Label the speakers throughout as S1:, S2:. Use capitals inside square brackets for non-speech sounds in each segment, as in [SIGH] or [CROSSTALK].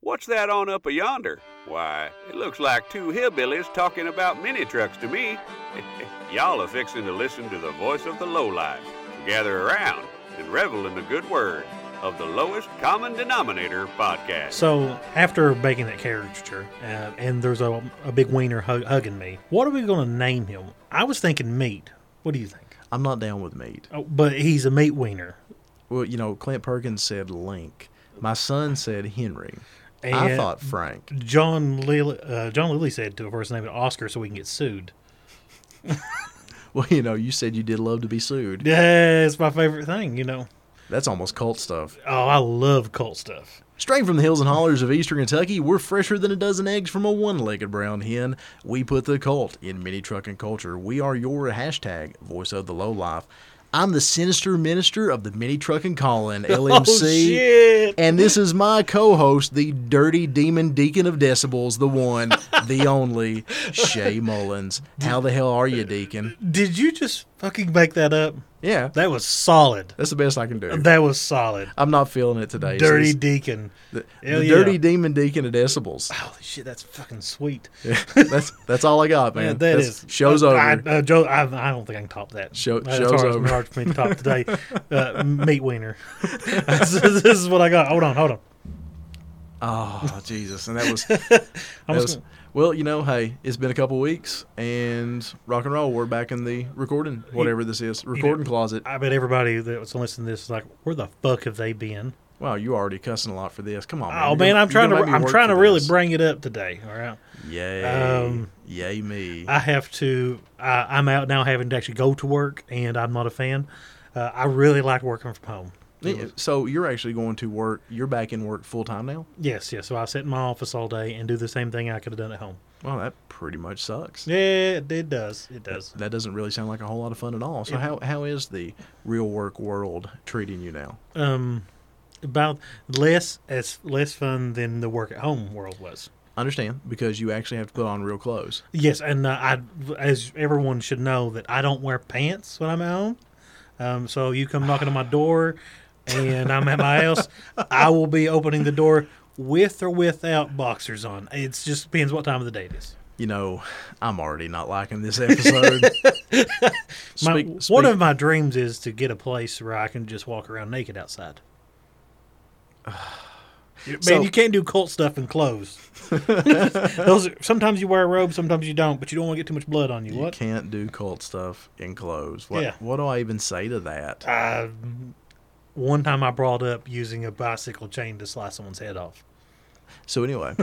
S1: What's that on up a yonder? Why, it looks like two hillbillies talking about mini trucks to me. [LAUGHS] Y'all are fixing to listen to the voice of the lowlife. Gather around and revel in the good word of the Lowest Common Denominator podcast.
S2: So after making that caricature, uh, and there's a, a big wiener hug, hugging me. What are we going to name him? I was thinking meat. What do you think?
S3: I'm not down with meat.
S2: Oh, but he's a meat wiener.
S3: Well, you know, Clint Perkins said Link. My son said Henry.
S2: And
S3: I thought Frank.
S2: John Lilly, uh, John Lilly said to a person named Oscar so we can get sued.
S3: Well, you know, you said you did love to be sued.
S2: Yeah, it's my favorite thing. You know.
S3: That's almost cult stuff.
S2: Oh, I love cult stuff.
S3: Straight from the hills and hollers of eastern Kentucky, we're fresher than a dozen eggs from a one-legged brown hen. We put the cult in mini trucking culture. We are your hashtag voice of the lowlife. I'm the sinister minister of the mini
S2: [LAUGHS]
S3: trucking calling LMC.
S2: Oh, shit.
S3: And this is my co-host, the dirty demon deacon of decibels, the one,
S2: [LAUGHS]
S3: the only, Shay Mullins. How the hell are you, deacon?
S2: Did you just fucking make that up?
S3: Yeah,
S2: That was solid.
S3: that's the best I can do.
S2: That was solid.
S3: I'm not feeling it today. so
S2: Dirty
S3: this-
S2: Deacon.
S3: the,
S2: Hell
S3: the
S2: yeah.
S3: dirty demon deacon
S2: [LAUGHS]
S3: of decibels. [LAUGHS]
S2: Holy shit, that's fucking sweet.
S3: that's that's all I got, man.
S2: Yeah, that
S3: That's-
S2: is
S3: Show's
S2: I,
S3: over.
S2: I, uh, Joe, I, I don't think I can top that.
S3: Show-
S2: That's
S3: show's
S2: hard, it's
S3: over.
S2: hard for me to top today.
S3: [LAUGHS]
S2: Uh, meat wiener. [LAUGHS] this, is- this is what I got. Hold on, hold on.
S3: oh Jesus! And that
S2: [LAUGHS]
S3: was,
S2: I
S3: that
S2: was
S3: was-
S2: gonna-
S3: well, you know, hey, it's been a couple weeks, and rock and roll. We're back in the recording, whatever this is, recording closet.
S2: I bet everybody that was listening to this is like, "Where the fuck have they been?"
S3: wow, you already cussing a lot for this. Come on, man.
S2: Oh
S3: You're
S2: man,
S3: gonna-
S2: I'm
S3: you're
S2: trying to
S3: gonna make me
S2: I'm
S3: work
S2: trying to
S3: for
S2: really
S3: this.
S2: bring it up today. All right,
S3: Yay,
S2: Um,
S3: yay me.
S2: I have to. I, I'm out now, having to actually go to work, and I'm not a fan. Uh, I really like working from home.
S3: Yeah, so you're actually going to work. You're back in work full time now.
S2: Yes, yes. So I sit in my office all day and do the same thing I could have done at home.
S3: Well, that pretty much sucks.
S2: Yeah, it, it does. It does.
S3: That doesn't really sound like a whole lot of fun at all. So how how is the real work world treating you now?
S2: um about less as less fun than the work at home world was.
S3: Understand because you actually have to put on real clothes.
S2: Yes, and uh, I as everyone should know that I don't wear pants when I'm at home. Um, so you come knocking on my door, and I'm at [LAUGHS] my house. I will be opening the door with or without boxers on. It just depends what time of the day it is.
S3: You know, I'm already not liking
S2: [LAUGHS]
S3: this episode.
S2: My,
S3: Speak-
S2: one
S3: speak-
S2: of my dreams is to get a place where I can just walk around naked outside. Man,
S3: So-
S2: you can't do cult stuff in clothes. [LAUGHS] Those are, sometimes you wear a robe, sometimes you don't, but you don't want to get too much blood on you.
S3: you
S2: What?
S3: can't do cult stuff in clothes. What
S2: Yeah.
S3: what do I even say to that?
S2: Uh, one time I brought up using a bicycle chain to slice someone's head off.
S3: So anyway,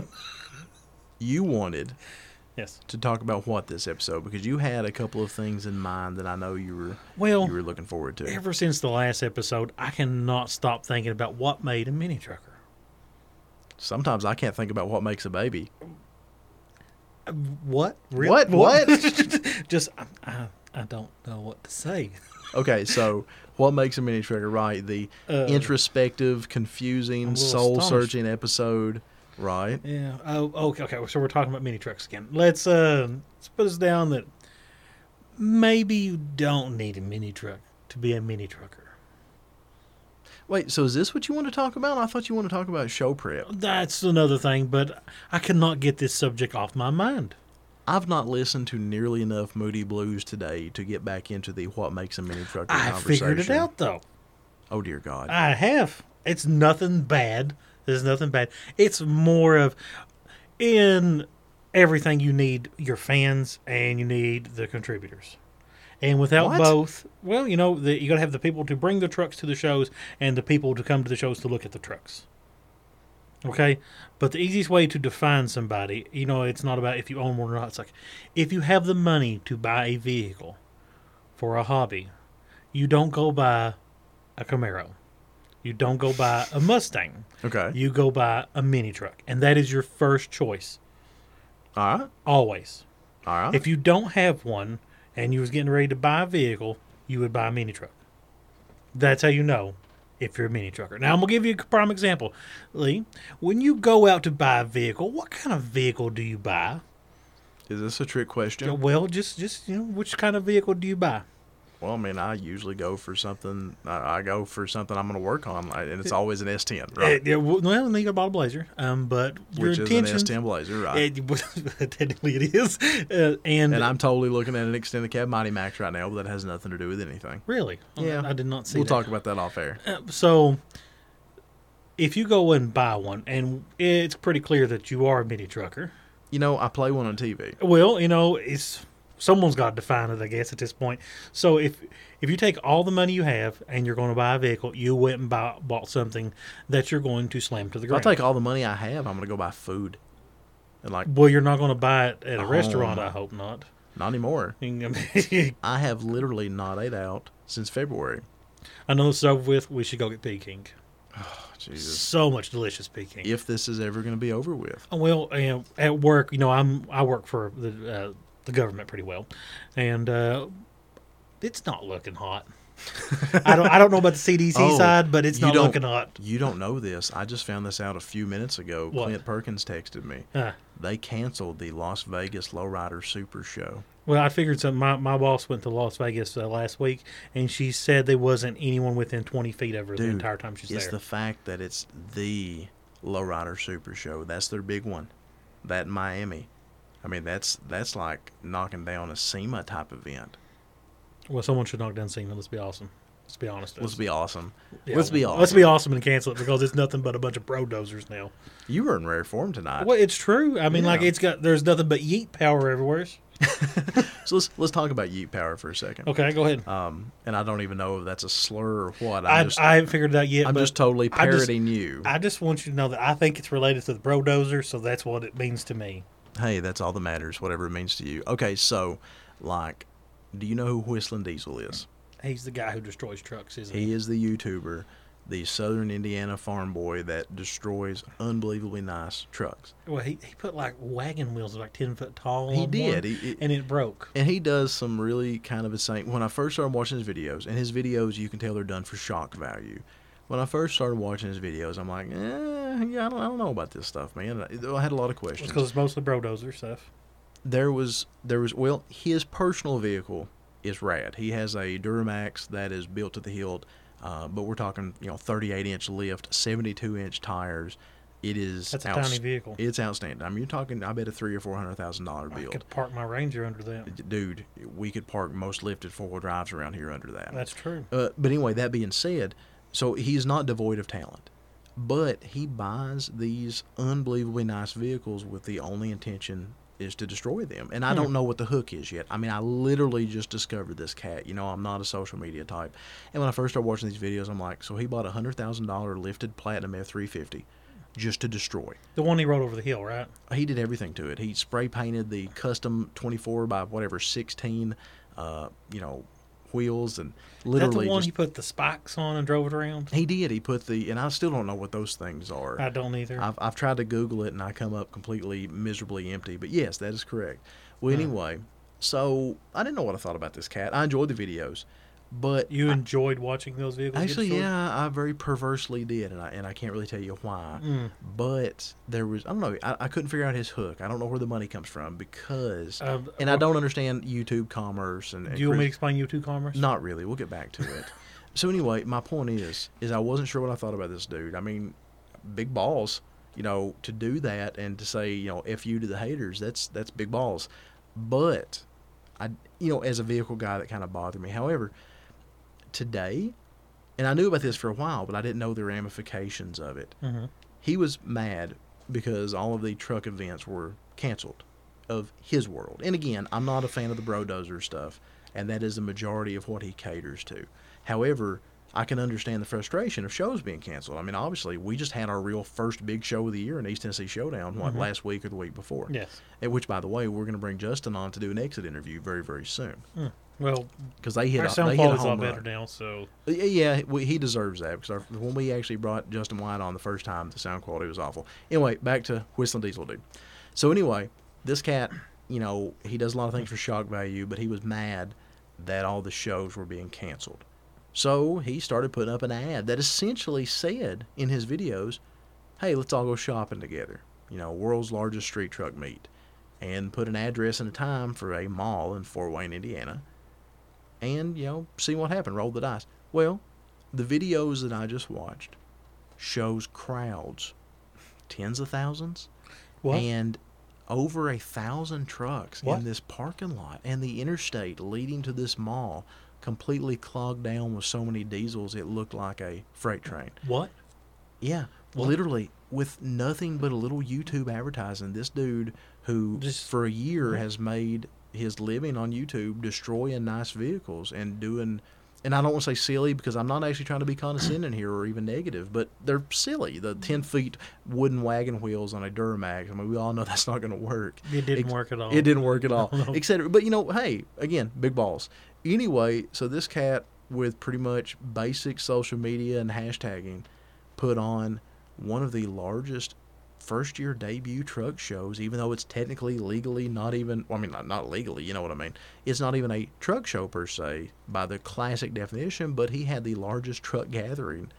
S2: [LAUGHS]
S3: you wanted
S2: Yes.
S3: to talk about what this episode because you had a couple of things in mind that I know you were
S2: Well,
S3: you were looking forward to.
S2: ever since the last episode, I cannot stop thinking about what made a mini trucker.
S3: Sometimes I can't think about what makes a baby.
S2: What? Re-
S3: What?
S2: [LAUGHS] Just I, I, I don't know what to say.
S3: Okay, so what makes a mini trigger right? The
S2: Uh,
S3: introspective,
S2: I'm
S3: confusing,
S2: a little
S3: soul searching episode, right?
S2: Yeah. Oh, okay. Okay. So we're talking about mini trucks again. Let's uh, let's put this down that maybe you don't need a mini truck to be a mini trucker.
S3: Wait, so is this what you want to talk about? I thought you want to talk about show prep.
S2: That's another thing, but I cannot get this subject off my mind.
S3: I've not listened to nearly enough Moody Blues today to get back into the what makes a mini trucker
S2: I
S3: conversation.
S2: figured it out though.
S3: Oh dear God!
S2: I have. It's nothing bad. There's nothing bad. It's more of in everything you need your fans and you need the contributors. And without
S3: What?
S2: both, well, you know, the, you got to have the people to bring the trucks to the shows and the people to come to the shows to look at the trucks. Okay? But the easiest way to define somebody, you know, it's not about if you own one or not. It's like if you have the money to buy a vehicle for a hobby, you don't go buy a Camaro. You don't go buy a Mustang.
S3: okay,
S2: You go buy a mini truck. And that is your first choice.
S3: all right,
S2: Always.
S3: all right.
S2: If you don't have one and you was getting ready to buy a vehicle, you would buy a mini truck. That's how you know if you're a mini trucker. Now I'm gonna give you a prime example. Lee, when you go out to buy a vehicle, what kind of vehicle do you buy?
S3: is this a trick question?
S2: Well, just just you know, which kind of vehicle do you buy?
S3: Well, I mean, I usually go for something. I I go for something I'm going to work on, I- and it's always an S10,
S2: Uh,
S3: right?
S2: yeah, well, no, you got a bottle blazer, um, but your
S3: Which is an
S2: intentions.
S3: S10 Blazer, right?
S2: [LAUGHS] it, technically, it is. Uh, and,
S3: and I'm totally looking at an extended cab Mighty Max right now, but that has nothing to do with anything.
S2: really,
S3: Yeah.
S2: I did not see.
S3: We'll
S2: that. Uh,
S3: talk about that off air.
S2: So, if you go and buy one, and it's pretty clear that you are a mini trucker,
S3: You know, I play one on TV.
S2: well, you know, it's someone's got to define it, I guess, at this point. So, if if you take all the money you have and you're going to buy a vehicle, you went and buy, bought something that you're going to slam to the
S3: I'll
S2: ground.
S3: take all the money I have. I'm going to go buy food, and like
S2: well, you're not going to buy it at a
S3: Oh.
S2: restaurant. I hope not. [LAUGHS]
S3: not anymore.
S2: I mean,
S3: I have literally not ate out since February.
S2: I know this is over with. We should go get Peking. Oh,
S3: Jesus.
S2: So much delicious Peking.
S3: If this is ever going to be over with,
S2: Well, uh, at work, you know, I'm I work for the uh, the government pretty well, and uh, it's not looking hot. I don't I don't know about the CDC
S3: [LAUGHS] Oh,
S2: side, but it's
S3: you
S2: not
S3: don't-
S2: looking hot.
S3: you don't know this. I just found this out a few minutes ago.
S2: What?
S3: Clint Perkins texted me.
S2: Uh,
S3: They canceled the Las Vegas Lowrider Super Show.
S2: well, I figured some. My, my boss went to Las Vegas uh, last week, and she said there wasn't anyone within 20 feet of her the
S3: Dude,
S2: entire time she's
S3: It's
S2: there.
S3: the fact that it's the Lowrider Super Show. That's their big one. That in Miami. I mean, that's that's like knocking down a SEMA type event.
S2: well, someone should knock down SEMA. Let's be awesome. Let's be honest.
S3: Let's be awesome.
S2: Yeah,
S3: let's be
S2: well,
S3: awesome.
S2: Let's be awesome and cancel it because it's nothing but a bunch of pro dozers now.
S3: You were in rare form tonight.
S2: Well, it's true. I mean, like
S3: Yeah.
S2: it's got there's nothing but yeet power everywhere.
S3: So let's let's talk about Yeet Power for a second.
S2: Okay, go ahead.
S3: Um, and I don't even know if that's a slur or what.
S2: I,
S3: I'm just,
S2: I haven't figured it out yet.
S3: I'm
S2: but
S3: just totally
S2: I just-
S3: parodying you.
S2: I just want you to know that I think it's related to the Brodozer, so that's what it means to me.
S3: hey, that's all that matters, whatever it means to you. Okay, so, like, do you know who Whistling Diesel is?
S2: He's the guy who destroys trucks, isn't he?
S3: He is the YouTuber, the Southern Indiana farm boy that destroys unbelievably nice trucks.
S2: Well, he, he put like wagon wheels like ten foot tall.
S3: He
S2: on
S3: did.
S2: one,
S3: He- he-
S2: and it broke.
S3: And he does some really kind of insane. When I first started watching his videos, and his videos, you can tell they're done for shock value. When I first started watching his videos, I'm like, eh, yeah, I don't, I don't know about this stuff, man. I had a lot of questions.
S2: because it's mostly Brodozer stuff.
S3: there was there was well his personal vehicle is rad he has a duramax that is built to the hilt uh, but we're talking you know 38 inch lift 72 inch tires it is
S2: That's a tiny vehicle.
S3: it's outstanding i mean you're talking i bet a three or four hundred thousand dollar
S2: I
S3: build
S2: could park my Ranger under that.
S3: dude we could park most lifted four-wheel drives around here under that
S2: That's true.
S3: uh, but anyway, that being said, so he's not devoid of talent, but he buys these unbelievably nice vehicles with the only intention is to destroy them. And I
S2: Hmm.
S3: don't know what the hook is yet. I mean, I literally just discovered this cat. You know, I'm not a social media type. And when I first started watching these videos, I'm like, so he bought a hundred thousand dollar lifted platinum F350 just to destroy.
S2: The one he rode over the hill, right?
S3: He did everything to it. He spray painted the custom 24 by whatever 16, uh, you know, wheels and
S2: That's
S3: literally
S2: the one
S3: just
S2: he put the spikes on and drove it around.
S3: he did. He put the, and I still don't know what those things are.
S2: I don't either.
S3: I've, I've tried to Google it and I come up completely miserably empty. But yes, that is correct.
S2: Hmm.
S3: Well, anyway, so I didn't know what I thought about this cat. I enjoyed the videos, but
S2: you enjoyed watching those vehicles? get
S3: actually,
S2: destroyed?
S3: yeah, I very perversely did, and I and I can't really tell you why.
S2: Hmm.
S3: But there was, I don't know, I, I couldn't figure out his hook. I don't know where the money comes from because,
S2: Um,
S3: and I don't understand YouTube commerce and.
S2: Do
S3: and
S2: you want me
S3: crypto-
S2: to explain you two commerce?
S3: not really. We'll get back to it. so anyway, my point is, is I wasn't sure what I thought about this dude. I mean, big balls, you know, to do that and to say, you know, f you to the haters. That's that's big balls. But I, you know, as a vehicle guy, that kind of bothered me. However, today, and I knew about this for a while, but I didn't know the ramifications of it.
S2: Mm-hmm.
S3: He was mad because all of the truck events were canceled of his world. And again, I'm not a fan of the brodozer stuff, and that is the majority of what he caters to. However, I can understand the frustration of shows being canceled. I mean, obviously, we just had our real first big show of the year in East Tennessee Showdown,
S2: Mm-hmm.
S3: what, last week or the week before?
S2: Yes.
S3: And which, by the way, we're going to bring Justin on to do an exit interview very, very soon
S2: Well,
S3: because they hit
S2: Mm. our
S3: a,
S2: sound
S3: they hit a
S2: quality's a lot
S3: home
S2: better
S3: run.
S2: now, so
S3: Yeah, yeah, we, he deserves that because our, when we actually brought Justin White on the first time, the sound quality was awful. Anyway, back to Whistling Diesel, dude. So anyway, this cat, you know, he does a lot of things for shock value, but he was mad that all the shows were being canceled. So he started putting up an ad that essentially said in his videos, "Hey, let's all go shopping together." You know, world's largest street truck meet, and put an address and a time for a mall in Fort Wayne, Indiana and you know see what happened roll the dice well the videos that i just watched shows crowds tens of thousands
S2: What?
S3: and over a thousand trucks
S2: What?
S3: in this parking lot and the interstate leading to this mall completely clogged down with so many diesels it looked like a freight train
S2: what?
S3: yeah,
S2: What?
S3: literally with nothing but a little YouTube advertising. This dude who
S2: Just-
S3: for a year has made his living on YouTube destroying nice vehicles and doing and I don't want to say silly because I'm not actually trying to be condescending here or even negative, but they're silly. The ten feet wooden wagon wheels on a Duramax. I mean, we all know [LAUGHS] that's not going to work.
S2: It didn't
S3: Ex-
S2: work at all.
S3: It
S2: [LAUGHS]
S3: didn't work at all,
S2: No.
S3: etc. But you know, hey, again, big balls. Anyway, so this cat with pretty much basic social media and hashtagging put on one of the largest first year debut truck shows, even though it's technically legally not even, well, I mean, not, not legally, you know what I mean. It's not even a truck show per se by the classic definition, but he had the largest truck gathering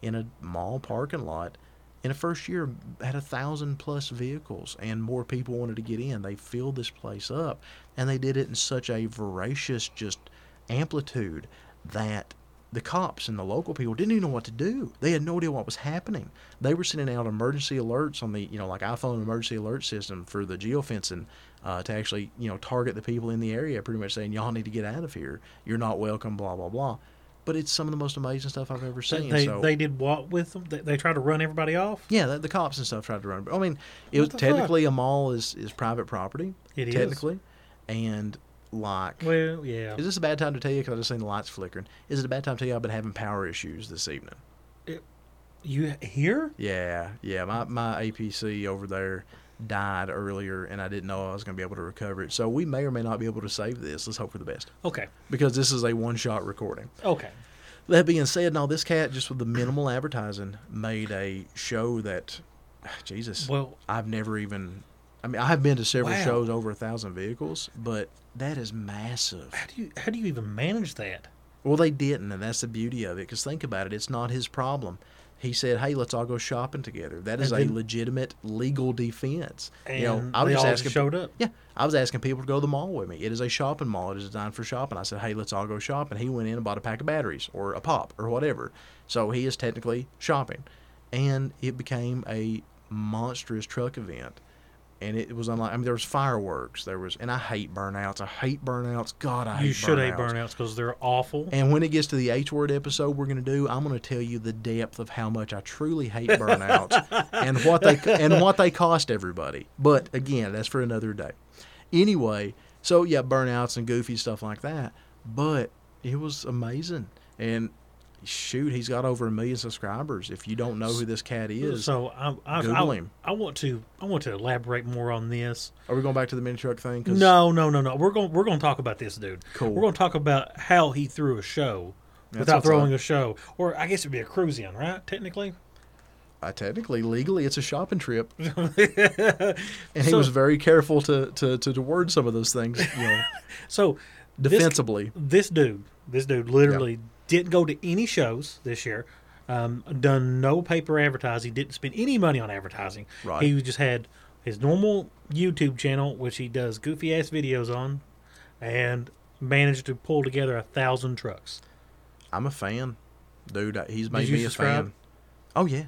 S3: in a mall parking lot. In the first year, had a thousand plus vehicles, and more people wanted to get in. They filled this place up, and they did it in such a voracious, just amplitude that the cops and the local people didn't even know what to do. They had no idea what was happening. They were sending out emergency alerts on the, you know, like iPhone emergency alert system for the geofencing uh, to actually, you know, target the people in the area, pretty much saying, y'all need to get out of here. You're not welcome, blah, blah, blah. But it's some of the most amazing stuff I've ever
S2: They,
S3: seen.
S2: they,
S3: so,
S2: they did what with them? They, they tried to run everybody off?
S3: yeah, the, the cops and stuff tried to run. I mean, it was
S2: What the
S3: technically a mall is, is private property.
S2: It is.
S3: technically, and like
S2: Well, yeah.
S3: is this a bad time to tell you? Because I just seen the lights flickering. Is it a bad time to tell you I've been having power issues this evening?
S2: You here?
S3: Yeah, yeah. My my APC over there died earlier, and I didn't know I was going to be able to recover it. So we may or may not be able to save this. Let's hope for the best
S2: Okay.
S3: because this is a one shot recording.
S2: Okay.
S3: That being said, now this cat just with the minimal advertising made a show that, [SIGHS] Jesus,
S2: Well,
S3: I've never even. I mean, I've been to several
S2: Wow.
S3: shows over a thousand vehicles, but that is massive.
S2: how do you how do you even manage that?
S3: Well, they didn't, and that's the beauty of it. Because think about it, it's not his problem. He said, "Hey, let's all go shopping together." That is
S2: And
S3: a
S2: then-
S3: legitimate legal defense.
S2: And
S3: you know, I was
S2: they
S3: just
S2: all
S3: asking.
S2: showed up.
S3: yeah, I was asking people to go to the mall with me. It is a shopping mall. It is designed for shopping. I said, "Hey, let's all go shopping." He went in and bought a pack of batteries or a pop or whatever. So he is technically shopping, and it became a monstrous truck event. And it was unlike. I mean, there was fireworks. There was, and I hate burnouts. I hate burnouts. God, I hate
S2: You should hate
S3: burnouts.
S2: burnouts because they're awful.
S3: And when it gets to the H word episode we're going to do, I'm going to tell you the depth of how much I truly
S2: [LAUGHS]
S3: hate burnouts and what they and what they cost everybody. But again, that's for another day. Anyway, so yeah, burnouts and goofy stuff like that, but it was amazing. And shoot, he's got over a million subscribers. If you don't know who this cat is,
S2: so I, I,
S3: Google
S2: I,
S3: him.
S2: I want to I want to elaborate more on this.
S3: are we going back to the mini truck thing?
S2: No, no, no, no. We're going we're going to talk about this dude.
S3: Cool.
S2: We're going to talk about how he threw a show without
S3: what's
S2: throwing
S3: up.
S2: a show, or I guess it'd be a cruise in, right? Technically.
S3: I technically, legally, it's a
S2: [LAUGHS]
S3: shopping trip, [LAUGHS] and he
S2: So-
S3: was very careful to, to, to, to word some of those things, you know,
S2: So this
S3: defensibly.
S2: this dude, this dude literally didn't go to any shows this year. Um, done no paper advertising. Didn't spend any money on advertising.
S3: Right.
S2: He just had his normal YouTube channel, which he does goofy ass videos on, and managed to pull together a thousand trucks.
S3: I'm a fan, dude. I- He's made
S2: you
S3: me a
S2: subscribe?
S3: fan. Oh yeah,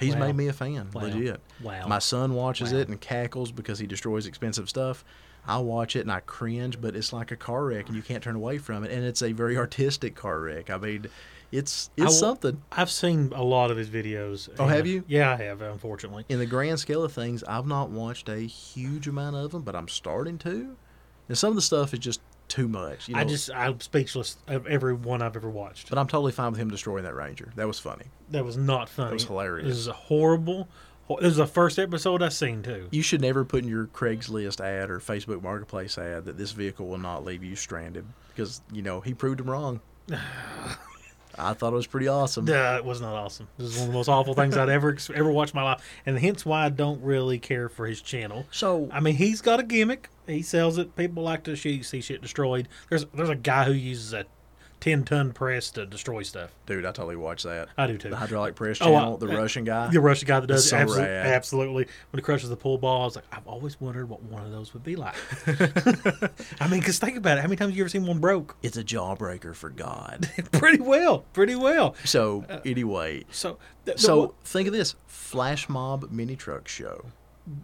S3: he's
S2: Wow.
S3: made me a fan.
S2: Wow.
S3: Legit.
S2: Wow.
S3: My son watches
S2: Wow.
S3: it and cackles because he destroys expensive stuff. I watch it and I cringe, but it's like a car wreck and you can't turn away from it. And it's a very artistic car wreck. I mean, it's it's
S2: I will-
S3: something.
S2: I've seen a lot of his videos.
S3: Oh, have
S2: and-
S3: you?
S2: Yeah, I have. Unfortunately,
S3: In the grand scale of things, I've not watched a huge amount of them, but I'm starting to. And some of the stuff is just too much. You know?
S2: I just I'm speechless of every one I've ever watched.
S3: But I'm totally fine with him destroying that Ranger. That was funny.
S2: That was not funny.
S3: was hilarious.
S2: This is a horrible. ho- This is the first episode I've seen too.
S3: You should never put in your Craigslist ad or Facebook Marketplace ad that this vehicle will not leave you stranded because, you know, he proved him
S2: [SIGHS]
S3: wrong. I thought it was pretty awesome.
S2: Nah, it was not awesome. This is one of the most awful things I'd ever ex- ever watched in my life, and hence why I don't really care for his channel.
S3: So,
S2: I mean, he's got a gimmick. He sells it. People like to see, see shit destroyed. There's there's a guy who uses a ten ton press to destroy stuff.
S3: Dude, I totally watch that.
S2: I do too.
S3: The hydraulic press
S2: Oh, I-
S3: channel, the
S2: uh,
S3: Russian guy.
S2: The Russian guy that does
S3: It's so
S2: it absolutely,
S3: rad.
S2: absolutely when he crushes the pool ball. I was like, I've always wondered what one of those would be
S3: [LAUGHS]
S2: like. [LAUGHS] I mean, because think about it. How many times have you ever seen one broke? [LAUGHS]
S3: It's a jawbreaker for God.
S2: pretty well, pretty well.
S3: so anyway,
S2: So, th- the
S3: so
S2: one-
S3: think of this flash mob mini truck show.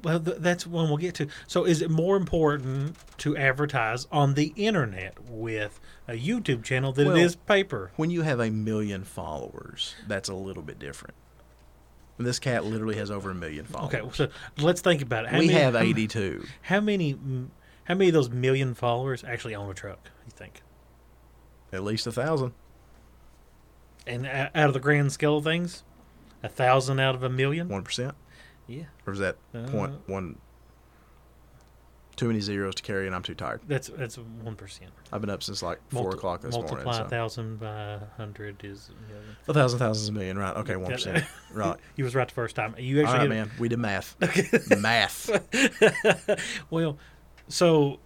S2: well, th- that's one we'll get to. So, is it more important to advertise on the internet with a YouTube channel than
S3: Well-
S2: it is paper?
S3: When you have a million followers, that's a little bit different. And this cat literally has over a million followers.
S2: Okay, so let's think about it. How
S3: we
S2: many-
S3: have
S2: how-
S3: 82.
S2: How many? mm, How many of those million followers actually own a truck? You think?
S3: At least a thousand.
S2: And o- out of the grand scale of things, a thousand out of a million.
S3: One percent.
S2: Yeah,
S3: Or is that
S2: Uh,
S3: point one? Too many zeros to carry, and I'm too tired.
S2: that's that's one percent.
S3: I've been up since like four o'clock this
S2: multiply
S3: morning. so-
S2: thousand by a hundred is a million.
S3: A thousand thousand is a million, right? Okay, one
S2: [LAUGHS]
S3: percent. Right.
S2: You was right the first time. You
S3: All
S2: actually
S3: right,
S2: hit it.
S3: man. We
S2: [LAUGHS]
S3: did math. math.
S2: Well, so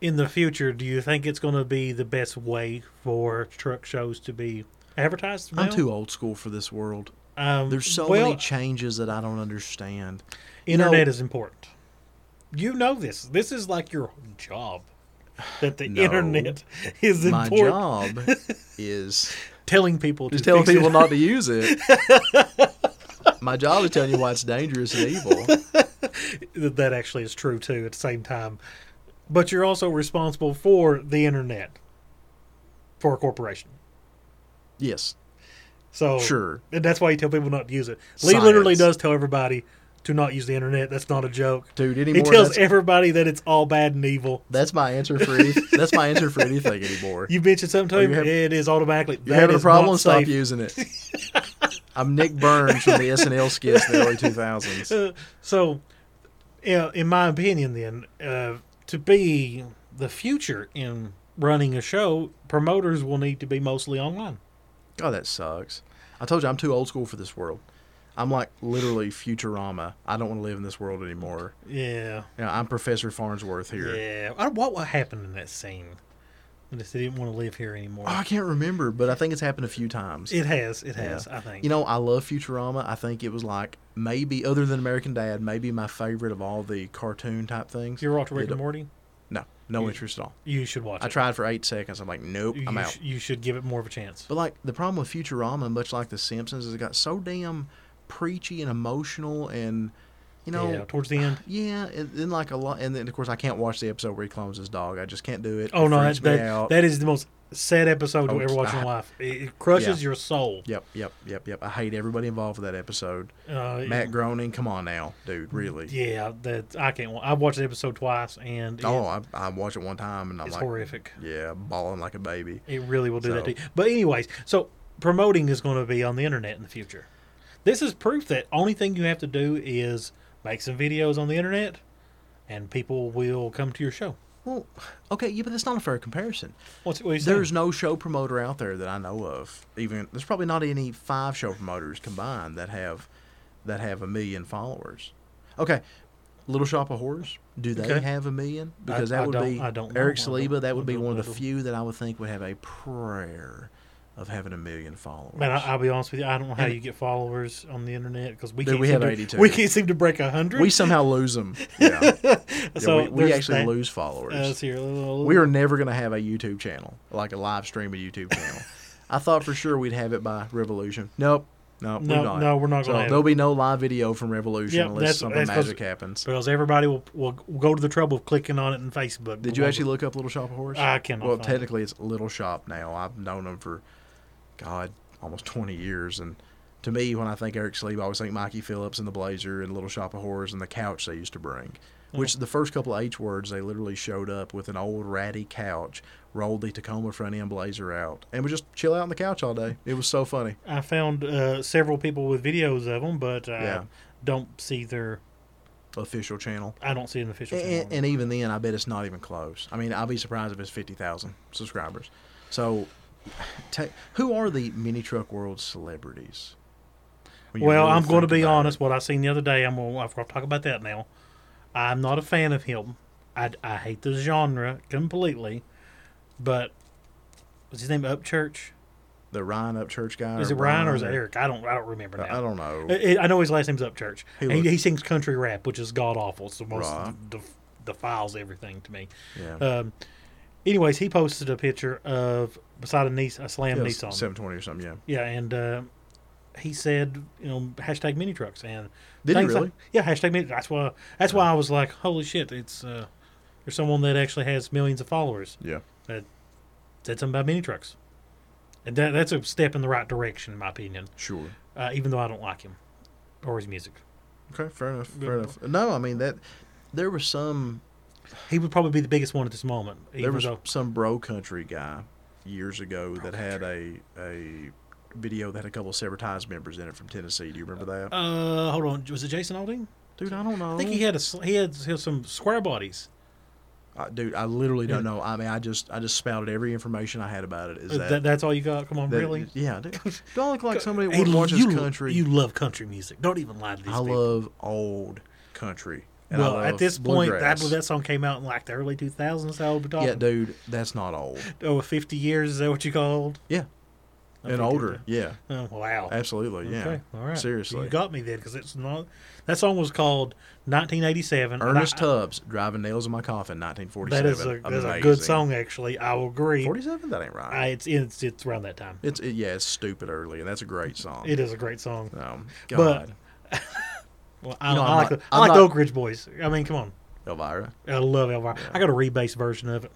S2: in the future, do you think it's going to be the best way for truck shows to be advertised?
S3: I'm
S2: now?
S3: too old school for this world.
S2: Um,
S3: There's so
S2: well,
S3: many changes that I
S2: [LAUGHS]
S3: don't understand. you know-
S2: internet is important. You know this. This is like your job. That the
S3: No.
S2: internet [LAUGHS] is
S3: My
S2: important. [LAUGHS]
S3: job is
S2: Telling people
S3: just
S2: to
S3: telling
S2: fix
S3: people
S2: it.
S3: not to use
S2: [LAUGHS]
S3: it. My job is telling you why it's dangerous
S2: [LAUGHS]
S3: and evil.
S2: that that actually is true too at the same time. But you're also responsible for the internet for a corporation.
S3: Yes,
S2: So
S3: Sure.
S2: and that's why you tell people not to use it. Lee literally
S3: Science.
S2: does tell everybody to not use the internet. That's not a joke.
S3: dude.
S2: He
S3: Anymore,
S2: tells
S3: that's,
S2: everybody that it's all bad and evil.
S3: that's my answer for any, that's my answer for anything anymore.
S2: [LAUGHS] You mention something to him,
S3: you having-
S2: it is automatically.
S3: You're
S2: that
S3: having a
S2: is not
S3: problem? Stop
S2: safe. [LAUGHS]
S3: using it. I'm Nick Burns from the SNL skits in the
S2: [LAUGHS]
S3: early 2000s.
S2: Uh, so, yeah, in my opinion, then uh, to be the future in running a show, promoters will need to be mostly online.
S3: God, that sucks. I told you I'm too old school for this world. I'm like literally Futurama. I don't want to live in this world anymore.
S2: Yeah,
S3: You know, I'm Professor Farnsworth here.
S2: yeah. I, what what happened in that scene? I just didn't want to live here anymore.
S3: Oh, I can't remember, but I think it's happened a few times.
S2: it has, it
S3: Yeah.
S2: has. I think.
S3: You know, I love Futurama. I think it was like maybe other than American Dad, maybe my favorite of all the cartoon type things.
S2: you ever watch Rick
S3: It-
S2: and Morty?
S3: No, no interest at all.
S2: You should watch.
S3: I
S2: it.
S3: tried for eight seconds. I'm like, nope,
S2: You,
S3: I'm out.
S2: sh- you should give it more of a chance.
S3: But like the problem with Futurama, much like The Simpsons, is it got so damn preachy and emotional, and you know,
S2: yeah, towards the end.
S3: yeah, and then like a lot, and then of course I can't watch the episode where he clones his dog. I just can't do it.
S2: Oh
S3: It
S2: no,
S3: freaks
S2: that,
S3: me
S2: that,
S3: out.
S2: that is the most sad episode
S3: Oh,
S2: you'll ever watch in
S3: I-
S2: your life. It, it crushes
S3: Yeah.
S2: your soul.
S3: Yep, yep, yep, yep. I hate everybody involved with that episode.
S2: Uh,
S3: Matt Groening, come on now, dude, really.
S2: Yeah, that I can't. wa- I've watched the episode twice, and it-
S3: Oh, I, I watched it one time and I'm
S2: it's
S3: like,
S2: horrific.
S3: yeah, bawling like a baby.
S2: It really will do that to
S3: So-
S2: you. But anyways, so promoting is going to be on the internet in the future. This is proof that only thing you have to do is make some videos on the internet, and people will come to your show.
S3: Well, okay, yeah, but that's not a fair comparison.
S2: What's what you saying?
S3: There's no show promoter out there that I know of. Even there's probably not any five show promoters combined that have that have a million followers. Okay, Little Shop of Horrors. Do they
S2: Okay.
S3: have a million? Because
S2: I
S3: that would
S2: don't-
S3: be
S2: I don't know.
S3: Eric
S2: I don't-
S3: Saliba. That would
S2: I
S3: be
S2: don't-
S3: one
S2: I
S3: of the
S2: don't-
S3: few that I would think would have a prayer of having a million followers.
S2: Man, I, I'll be honest with you. I don't know how
S3: And-
S2: you get followers on the internet because we
S3: Dude,
S2: can't
S3: we
S2: seem
S3: have
S2: to,
S3: 82.
S2: We can't seem to break hundred.
S3: we somehow
S2: [LAUGHS]
S3: lose them. Yeah, Yeah,
S2: So
S3: we, we
S2: there's
S3: actually
S2: that.
S3: lose
S2: Uh,
S3: followers.
S2: let's see here.
S3: We are never going to have a YouTube channel, like a live stream of YouTube
S2: [LAUGHS]
S3: channel. I thought for sure we'd have it by Revolution. Nope. Nope,
S2: No,
S3: we're not.
S2: no, we're not
S3: So
S2: gonna have
S3: there'll
S2: it.
S3: be no live video from Revolution
S2: Yep,
S3: unless
S2: that's-
S3: something
S2: that's 'cause-
S3: magic happens.
S2: because everybody will, will go to the trouble of clicking on it in Facebook.
S3: Did you actually look up Little Shop of Horrors?
S2: I cannot
S3: Well,
S2: find it.
S3: technically, it's Little Shop now. I've known them for, God, almost 20 years. And to me, when I think Eric Sleeve, I always think Mikey Phillips and the Blazer and Little Shop of Horrors and the couch they used to bring. Which
S2: Mm-hmm.
S3: the first couple of H words, they literally showed up with an old ratty couch, rolled the Tacoma front end blazer out, and would just chill out on the couch all day. It was so funny.
S2: I found uh, several people with videos of them, but I
S3: Yeah.
S2: don't see their.
S3: Official channel.
S2: I don't see an official. channel on
S3: And,
S2: it.
S3: and even then, I bet it's not even close. I mean, I'll be surprised if it's fifty thousand subscribers. So, ta who are the mini truck world celebrities? When you
S2: well,
S3: really
S2: I'm going to
S3: think
S2: be
S3: about
S2: honest. What I seen the other day, I'm going. I've got to talk about that now. I'm not a fan of him. I, I hate the genre completely, but was his name Upchurch?
S3: The Ryan Upchurch guy.
S2: Is it Ryan or is it
S3: Brian
S2: Eric? I don't I don't remember now.
S3: I don't know.
S2: I, I- I know his last name's Upchurch.
S3: He
S2: He,
S3: looks-
S2: he, sings country rap, which is god awful. So most
S3: Right.
S2: def- defiles everything to me.
S3: yeah.
S2: Um, anyways, he posted a picture of beside a niece a slam knee song.
S3: Seven twenty or something. Yeah.
S2: Yeah, and uh, he said, you know, hashtag mini trucks and
S3: Did he
S2: things
S3: really?
S2: Like, yeah, hashtag mini. That's why. That's why I was like, holy shit! It's uh, there's someone that actually has millions of followers
S3: Yeah.
S2: that said something about mini trucks, and that, that's a step in the right direction, in my opinion.
S3: Sure.
S2: Uh, even though I don't like him or his music,
S3: Okay. Fair enough. Fair
S2: Yeah.
S3: enough. No, I mean that. There was some.
S2: he would probably be the biggest one at this moment.
S3: there
S2: even
S3: was
S2: though-
S3: some bro country guy years ago that had a a video that had a couple of Severed Ties members in it from Tennessee. Do you remember that?
S2: uh, hold on, was it Jason Aldean?
S3: dude, I don't know.
S2: I think he had a sl- he had, he had some square bodies.
S3: I, dude, I literally don't
S2: Yeah.
S3: know. I mean, I just I just spouted every information I had about it. Is
S2: Uh,
S3: that,
S2: that- that's all you got? Come on,
S3: that-
S2: really?
S3: Yeah.
S2: [LAUGHS]
S3: Dude, do I look like somebody
S2: Hey,
S3: that watches
S2: you,
S3: country?
S2: You love country music. Don't even lie to these
S3: I
S2: people.
S3: love old country. and I
S2: well, at
S3: love
S2: this point, that,
S3: bluegrass.
S2: that song came out in like the early 2000s. How old we
S3: yeah,
S2: talking?
S3: dude, that's not old.
S2: Oh, 50 years, is that what you called?
S3: Yeah,
S2: I
S3: and
S2: figured
S3: older.
S2: that.
S3: Yeah,
S2: Oh, wow.
S3: absolutely. Yeah.
S2: Okay, all right.
S3: Seriously.
S2: You got me then because it's not. That song was called 1987. and
S3: Ernest
S2: I-
S3: Tubbs, Driving Nails in My Coffin, 1947.
S2: That is a, that's a good song, actually. I will agree.
S3: 47? That ain't right.
S2: I, it's, it's, it's around that time.
S3: it's it, Yeah, it's stupid early, and that's a great song.
S2: It is a great song.
S3: Oh,
S2: But-
S3: God.
S2: Well, I,
S3: You know,
S2: I
S3: I'm
S2: like,
S3: not-
S2: the, I
S3: I'm
S2: like the
S3: not-
S2: Oak Ridge Boys. I mean, come on.
S3: Elvira.
S2: I love Elvira. I got a rebase version of it.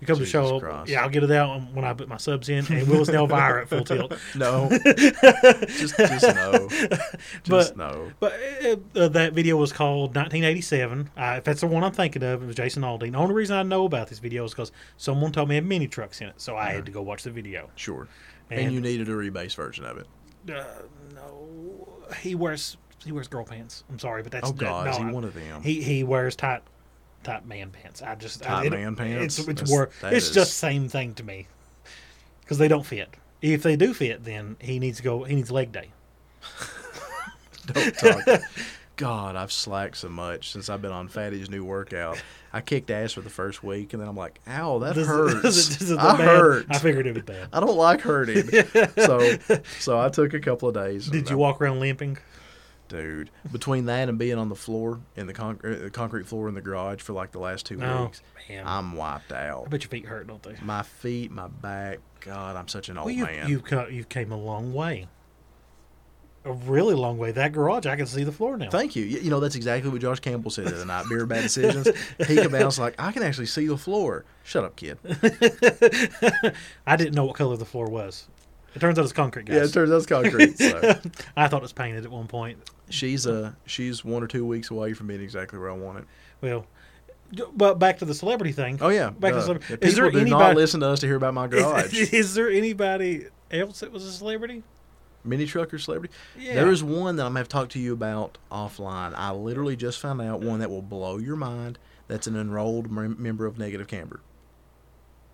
S2: You come to
S3: Jesus
S2: show up,
S3: Christ.
S2: yeah, I'll get it out when I put my subs in, and we'll listen to Elvira at full tilt. [LAUGHS]
S3: No. just, just [LAUGHS] no. Just
S2: But-
S3: no.
S2: But uh, uh, that video was called 1987. Uh, if that's the one I'm thinking of, it was Jason Aldean. The only reason I know about this video is because someone told me it had mini trucks in it, so I had to go watch the video.
S3: Sure. And,
S2: And-
S3: you needed a rebase version
S2: [LAUGHS]
S3: of it.
S2: Uh, no, he wears he wears girl pants. I'm sorry, but that's
S3: Oh, God.
S2: no,
S3: is he
S2: I-
S3: one of them?
S2: He he wears tight tight man pants. I just I-
S3: Tight
S2: it-
S3: man pants?
S2: It's it's
S3: That's-
S2: wor-
S3: that
S2: it's
S3: is-
S2: just same thing to me because they don't fit. If they do fit, then he needs to go. He needs leg day.
S3: Don't talk. God, I've slacked so much since I've been on Fatty's new workout. I kicked ass for the first week, and then I'm like, ow, that
S2: This is- [LAUGHS]
S3: hurts.
S2: this is- this is
S3: I
S2: bad.
S3: hurt.
S2: I figured it was bad.
S3: [LAUGHS] I don't
S2: [LAUGHS]
S3: like hurting. so so I took a couple of days.
S2: Did
S3: and
S2: you
S3: I'm-
S2: walk around limping?
S3: dude? Between that and being on the floor in the, conc- uh, the concrete floor in the garage for like the last two
S2: No,
S3: weeks,
S2: man.
S3: I'm wiped
S2: I
S3: out.
S2: bet your feet hurt, don't they?
S3: My feet, my back. God, I'm such an old
S2: well, you,
S3: Oh, man.
S2: you've co- you've came a long way, a really long way. That garage, I can see the floor now.
S3: Thank you. Y- You know that's exactly what Josh Campbell said the other night. Beer bad decisions. He came out and was like, I can actually see the floor. Shut up, kid.
S2: I didn't know what color the floor was. It turns out it's concrete, guys.
S3: Yeah, it turns out it's concrete. So.
S2: [LAUGHS] I thought it was painted at one point.
S3: [LAUGHS] she's uh she's one or two weeks away from being exactly where I want it.
S2: Well, d- but back to the celebrity thing.
S3: Oh yeah,
S2: back to
S3: duh.
S2: the celebrity.
S3: If
S2: Is
S3: people
S2: there
S3: do
S2: anybody?
S3: not listen to us to hear about my
S2: [LAUGHS] is,
S3: garage.
S2: is there anybody else that was a celebrity?
S3: Mini trucker celebrity.
S2: Yeah.
S3: There is one that I'm gonna have to talk to you about offline. I literally just found out one that will blow your mind. That's an enrolled mem- member of Negative Camber.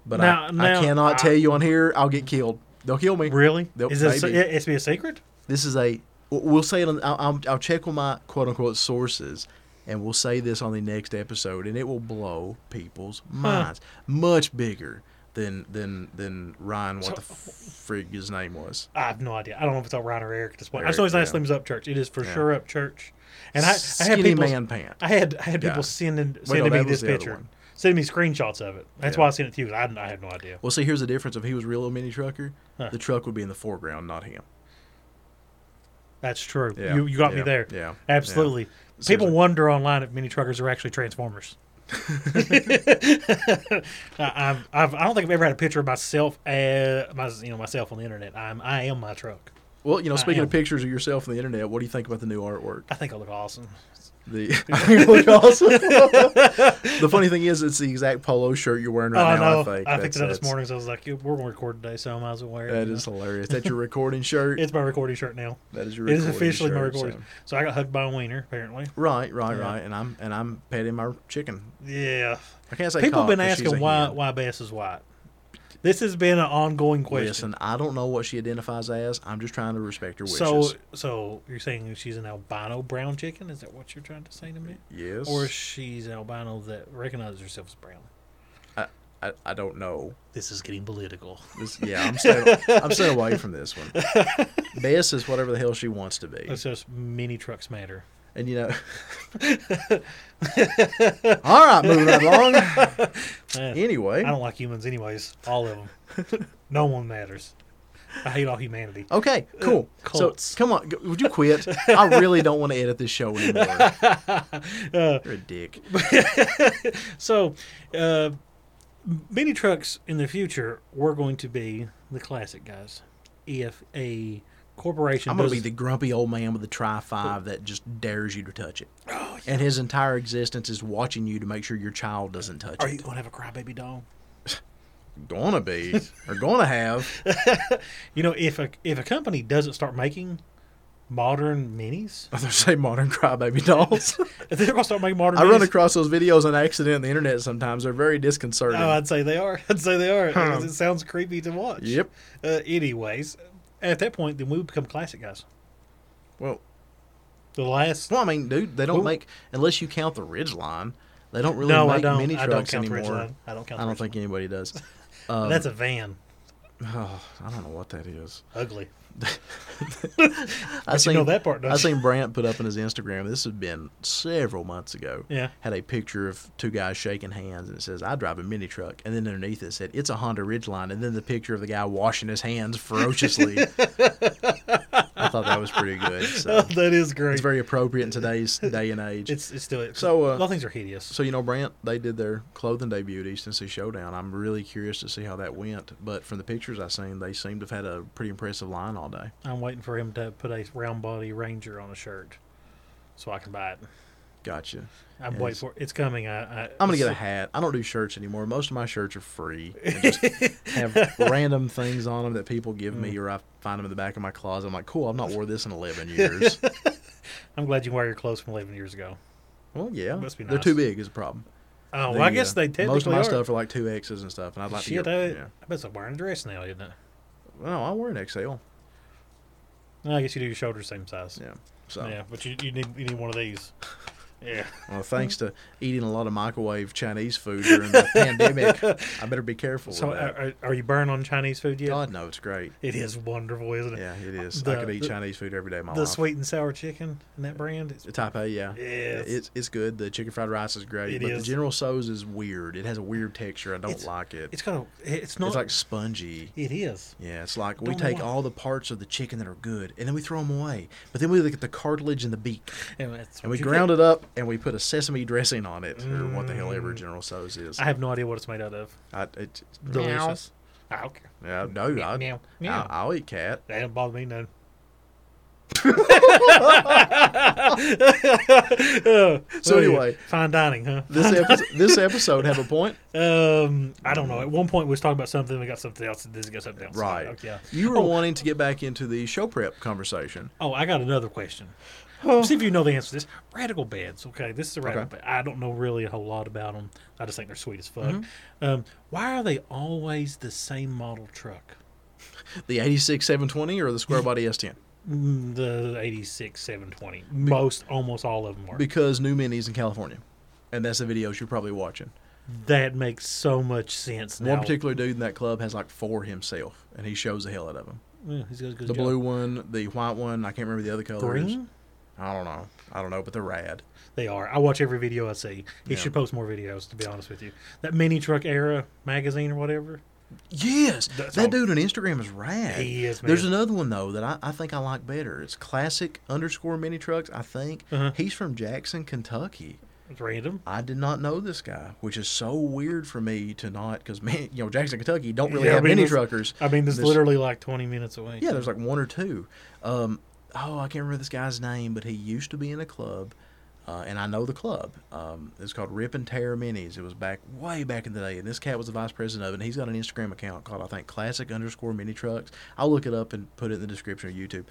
S3: But I,
S2: Now- now,
S3: I cannot
S2: I-
S3: tell you on here. I'll get killed. They'll kill me.
S2: Really?
S3: Nope,
S2: is this
S3: maybe.
S2: it, it's be a secret?
S3: This is a. w- We'll say it on. I'll, I'll, I'll check with my quote unquote sources, and we'll say this on the next episode, and it will blow people's minds. Much bigger than than than Ryan. What the frig his name was?
S2: I have no idea. I don't know if it's all Ryan or Eric at this point. I
S3: Eric,
S2: just know his last
S3: yeah.
S2: name's Upchurch. It is for
S3: Yeah.
S2: sure Upchurch. And I, I had
S3: Skinny
S2: people.
S3: man pant.
S2: I had I had people
S3: Guy.
S2: sending
S3: Wait, no,
S2: sending
S3: that
S2: me
S3: was
S2: this
S3: the other
S2: picture,
S3: one.
S2: sending me screenshots of it. That's
S3: Yeah.
S2: why I sent it to you. 'cause I, didn't- I had no idea.
S3: Well, see, here's the difference. If he was a real mini trucker,
S2: Huh.
S3: the truck would be in the foreground, not him.
S2: That's true.
S3: Yeah,
S2: You you got me
S3: yeah,
S2: there.
S3: yeah,
S2: Absolutely.
S3: Seriously.
S2: People wonder online if mini truckers are actually
S3: [LAUGHS]
S2: transformers. I, I'm, I've, I don't think I've ever had a picture of myself, uh, my, you know, myself on the internet. I'm, I am my truck.
S3: Well, you know, speaking
S2: am.
S3: of pictures of yourself on the internet, what do you think about the new artwork?
S2: I think I look awesome.
S3: The
S2: [LAUGHS]
S3: [LAUGHS] You look awesome. the funny thing is, it's the exact polo shirt you're wearing right
S2: oh
S3: now.
S2: no,
S3: I think
S2: I picked it up
S3: That's-
S2: this morning. So I was like, "Yeah, we're gonna record today, so I might as well wear it.
S3: That
S2: you
S3: is
S2: know?
S3: hilarious. That's your recording shirt.
S2: it's my recording shirt now.
S3: that is your.
S2: It is
S3: Recording
S2: officially
S3: shirt,
S2: my recording.
S3: so-
S2: So I got hugged by a wiener apparently.
S3: Right, right,
S2: Yeah.
S3: right. And I'm and I'm petting my chicken.
S2: Yeah.
S3: I can't say
S2: People
S3: cock,
S2: have been
S3: 'cause she's
S2: asking
S3: a
S2: why
S3: hen.
S2: why Bass is white. This has been an ongoing question.
S3: Listen, I don't know what she identifies as. I'm just trying to respect her wishes.
S2: So, so you're saying she's an albino brown chicken? Is that what you're trying to say to me?
S3: yes.
S2: Or she's an albino that recognizes herself as brown?
S3: I, I don't know.
S2: This is getting political.
S3: This, yeah, I'm staying, I'm staying away from
S2: [LAUGHS]
S3: this one. Bess is whatever the hell she wants to be.
S2: It's just mini trucks matter. [LAUGHS]
S3: And you know. All right, moving right along.
S2: [LAUGHS] Eh, I
S3: Anyway,
S2: don't like humans, anyways. All of them. no one matters. I hate all humanity.
S3: okay,
S2: Uh,
S3: cool.
S2: Colts.
S3: So come on, g- would you quit? I really don't want to edit this show anymore.
S2: [LAUGHS]
S3: You're a dick.
S2: Uh, So, uh, mini trucks in the future were going to be the classic guys. If a corporation
S3: I'm gonna be
S2: does-
S3: the grumpy old man with the tri five that just dares you to touch it,
S2: Oh,
S3: and his entire existence is watching you to make sure your child doesn't touch
S2: are
S3: it.
S2: you going to have a crybaby dog?
S3: gonna be [LAUGHS] or gonna have?
S2: You know, if a if a company doesn't start making modern minis, [LAUGHS]
S3: I was gonna say modern crybaby dolls.
S2: if they're going to start making modern,
S3: I
S2: minis,
S3: run across those videos on accident on the internet sometimes. They're very disconcerting.
S2: Oh, I'd say they are. [LAUGHS] I'd say they are. because It sounds creepy to watch.
S3: Yep.
S2: Uh, anyways, at that point, then we would become classic guys.
S3: well,
S2: The last.
S3: well, I mean, dude, they don't
S2: Who-
S3: make unless you count the Ridgeline. They don't really
S2: No,
S3: make
S2: I don't.
S3: mini
S2: I
S3: trucks
S2: don't count the
S3: anymore.
S2: Ridgeline. I don't count.
S3: I
S2: the
S3: don't think um, anybody does.
S2: Ridgeline. That's a van.
S3: Oh, I don't know what that is.
S2: Ugly.
S3: I
S2: you know that part, don't
S3: I
S2: you?
S3: seen Brant put up on his Instagram. This has been several months ago.
S2: [LAUGHS] Yeah.
S3: Had a picture of two guys shaking hands, and it says, "I drive a mini truck," and then underneath it said, "It's a Honda Ridgeline," and then the picture of the guy washing his hands
S2: [LAUGHS]
S3: ferociously. I thought that was pretty good. [LAUGHS]
S2: [LAUGHS]
S3: So
S2: that is great.
S3: it's very appropriate in today's day and age.
S2: It's it's still it.
S3: So,
S2: So
S3: uh,
S2: all things are hideous.
S3: so you know, Brant, they did their clothing debut at East Tennessee Showdown. I'm really curious to see how that went, but from the pictures I seen, they seemed to have had a pretty impressive line all day.
S2: I'm waiting for him to put a round body Ranger on a shirt, so I can buy it.
S3: Gotcha.
S2: I'm
S3: Yes.
S2: waiting for it's coming. I, I
S3: I'm gonna get a hat. I don't do shirts anymore. Most of my shirts are free. I just [LAUGHS] have
S2: [LAUGHS]
S3: random things on them that people give
S2: Mm.
S3: me, or I find them in the back of my closet. I'm like, cool. I've not wore this in
S2: [LAUGHS]
S3: 11 years.
S2: I'm glad you wear your clothes from 11 years ago.
S3: well, yeah,
S2: Must be
S3: they're
S2: nice.
S3: too big is a problem.
S2: Oh,
S3: The,
S2: well, I guess
S3: uh,
S2: they technically
S3: most of my
S2: are.
S3: stuff are like two X's and stuff, and I'd like
S2: Shit,
S3: to
S2: I,
S3: get. Yeah.
S2: I bet it's like wearing a dress now, isn't it?
S3: No, I wear an XL.
S2: No, I guess you do your shoulders same size.
S3: Yeah. So,
S2: Yeah, but you, you need you need one of
S3: [LAUGHS]
S2: these. Yeah.
S3: well, thanks to eating a lot of microwave Chinese food
S2: [LAUGHS]
S3: during the pandemic, I better be careful.
S2: So uh,
S3: with that.
S2: are, are- are you burning on Chinese food yet?
S3: God, no, it's great.
S2: It is wonderful, isn't it?
S3: Yeah, it is.
S2: The-
S3: I could eat
S2: the-
S3: Chinese food every day of my
S2: The
S3: life.
S2: sweet and sour chicken in that brand. It's,
S3: Taipei, yeah.
S2: Yes.
S3: It's, it's good. The chicken fried rice is great.
S2: It
S3: but
S2: is.
S3: the General So's is weird. It has a weird texture. I don't
S2: It's-
S3: like it. It's,
S2: it's kind of it's not.
S3: like spongy.
S2: it is.
S3: Yeah, it's like we
S2: Don't know
S3: take
S2: why.
S3: all the parts of the chicken that are good and then we throw them away. But then we look at the cartilage and the beak
S2: And, that's
S3: and
S2: what
S3: we
S2: you
S3: ground
S2: get.
S3: it up and we put a sesame dressing on it or what the hell ever General So's is.
S2: Mm. I have no idea what it's made out of.
S3: I, it,
S2: Delicious. I don't care.
S3: Yeah, no, I,
S2: meow,
S3: I,
S2: meow.
S3: I'll eat cat.
S2: [LAUGHS] That don't bother me none.
S3: [LAUGHS] So anyway.
S2: fine dining, huh? [LAUGHS]
S3: This, episode, this episode have a point.
S2: Um, I don't know. At one point, we was talking about something. We got something else. This got something else.
S3: Right.
S2: Okay, Oh. Yeah.
S3: You were wanting to get back into the show prep conversation.
S2: Oh, I got another question. See if you know the answer to this. Radical beds. Okay, this is a radical
S3: Okay.
S2: bed. I don't know really a whole lot about them. I just think they're sweet as fuck.
S3: Mm-hmm.
S2: Um, why are they always the same model truck?
S3: The 86 720 or the square E body S10?
S2: Mm, The '86 720. Most, almost all of them are.
S3: Because new minis in California, and that's the videos you're probably watching.
S2: that makes so much sense now.
S3: One particular dude in that club has like four himself, and he shows the hell out of them.
S2: Yeah, he's got a good
S3: The
S2: job.
S3: blue one, the white one, I can't remember the other colors.
S2: green.
S3: I don't know. I don't know, but they're rad.
S2: They are. I watch every video I see. He
S3: Yeah.
S2: should post more videos, to be honest with you. That mini truck era magazine or whatever.
S3: Yes,
S2: That's
S3: that
S2: all-
S3: dude on Instagram is rad.
S2: He is, man.
S3: There's another one though that I, I think I like better. It's classic underscore mini trucks. I think
S2: Uh-huh.
S3: he's from Jackson, Kentucky.
S2: It's random.
S3: I did not know this guy, which is so weird for me to not because man, [LAUGHS] you know Jackson, Kentucky don't really
S2: Yeah, I
S3: have
S2: mean,
S3: mini
S2: this-
S3: truckers.
S2: I mean, this is
S3: This-
S2: literally like 20 minutes away.
S3: Yeah, there's like one or two. Um, oh, I can't remember this guy's name, but he used to be in a club, uh, and I know the club. Um, it's called Rip and Tear Minis. It was back way back in the day, and this cat was the vice president of it. And he's got an Instagram account called I think Classic underscore Mini Trucks. I'll look it up and put it in the description of YouTube.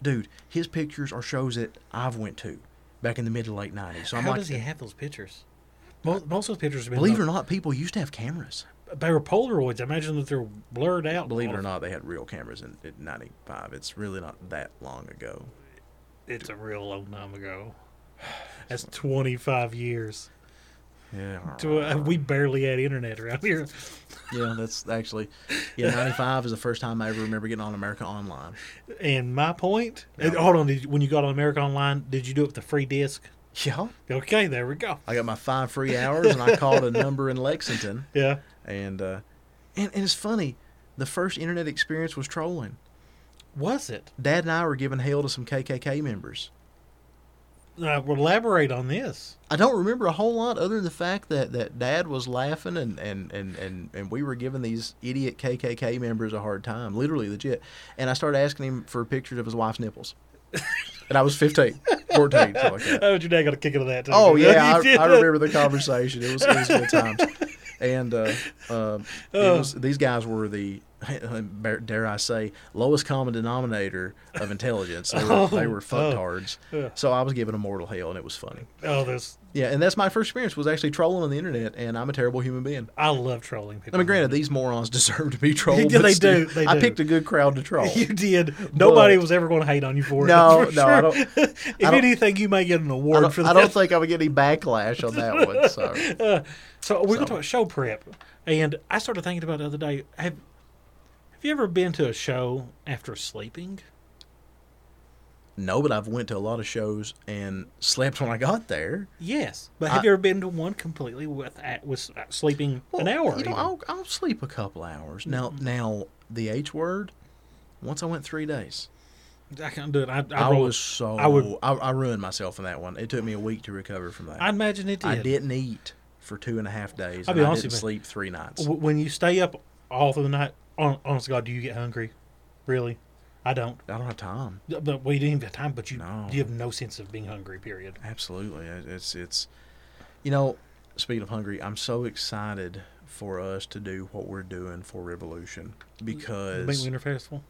S3: Dude, his pictures are shows that I've went to back in the mid to late '90s. So I'm
S2: How
S3: like,
S2: does he have those pictures? Most, most of those pictures have been.
S3: believe it or not, people used to have cameras.
S2: They were Polaroids. I imagine that they're blurred out. Oh,
S3: Believe it or not, they had real cameras in, in '95. It's really not that long ago. [SIGHS]
S2: It's a real long time ago. That's 25 years.
S3: Yeah.
S2: To, uh, we barely had internet around here.
S3: Yeah, that's actually yeah. Ninety five is the first time I ever remember getting on America Online.
S2: And my point, and hold on, did you, when you got on America Online, did you do it with a free disc?
S3: Yeah,
S2: Okay, there we go.
S3: I got my five free hours, and I called a number in Lexington,
S2: Yeah,
S3: and uh, and, and it's funny. The first internet experience was trolling.
S2: was it?
S3: Dad and I were giving hell to some KKK members.
S2: Uh, we'll elaborate on this.
S3: I don't remember a whole lot other than the fact that, that Dad was laughing and, and, and, and, and we were giving these idiot KKK members a hard time, literally legit. And I started asking him for pictures of his wife's nipples. and I was 15, 14, something like that.
S2: [LAUGHS] Oh, but your dad got a kick out of that. Too.
S3: [LAUGHS]
S2: [LAUGHS]
S3: Oh yeah,
S2: He
S3: I,
S2: did.
S3: I remember the conversation. It was, it was good times, and uh, uh, it was, these guys were the dare I say lowest common denominator of intelligence. They were, they were fucktards.
S2: Yeah.
S3: So I was given a mortal hell, and it was funny.
S2: Oh, there's.
S3: Yeah, and that's my first experience was actually trolling on the internet, and I'm a terrible human being.
S2: I love trolling people.
S3: I mean, granted, these morons [LAUGHS] deserve to be trolled.
S2: Yeah,
S3: but
S2: they
S3: still,
S2: do, they
S3: I
S2: do.
S3: picked a good crowd
S2: [LAUGHS]
S3: to troll.
S2: [LAUGHS] You did. Nobody
S3: [LAUGHS] But-
S2: was ever going to hate on you for it.
S3: No,
S2: that's [LAUGHS] for
S3: no, I don't-
S2: if
S3: I don't-
S2: anything, you may get an
S3: I
S2: award
S3: don't,
S2: for
S3: I
S2: that.
S3: don't think I would get any backlash on that one. So
S2: [LAUGHS] Uh, so we're going to talk about show prep, and I started thinking about it the other day. Have Have you ever been to a show after sleeping?
S3: no, but I've went to a lot of shows and slept when I got there.
S2: Yes, but have
S3: I-
S2: you ever been to one completely with at- with uh, sleeping an
S3: Well,
S2: hour?
S3: You know,
S2: even? Mm-hmm.
S3: I'll, I'll sleep a couple hours. Now, now the H word. Once I went three days,
S2: I can't do it. I, I,
S3: I,
S2: roll-
S3: was so
S2: I
S3: I,
S2: would-
S3: I, ruined myself in that one. It took me a week to recover from that.
S2: I imagine it did.
S3: I didn't eat for two and a half days.
S2: I'll
S3: and
S2: be
S3: I
S2: honest
S3: didn't
S2: with
S3: sleep three nights.
S2: W- When you stay up all through the night, hon- honest to God, do you get hungry? Really, I don't.
S3: I don't have time.
S2: But we didn't even have time. But you,
S3: No.
S2: you have no sense of being hungry. Period.
S3: Absolutely, It- it's it's. You know, speaking of hungry, I'm so excited for us to do what we're doing for Revolution because
S2: Big Winter
S3: [LAUGHS]
S2: Festival.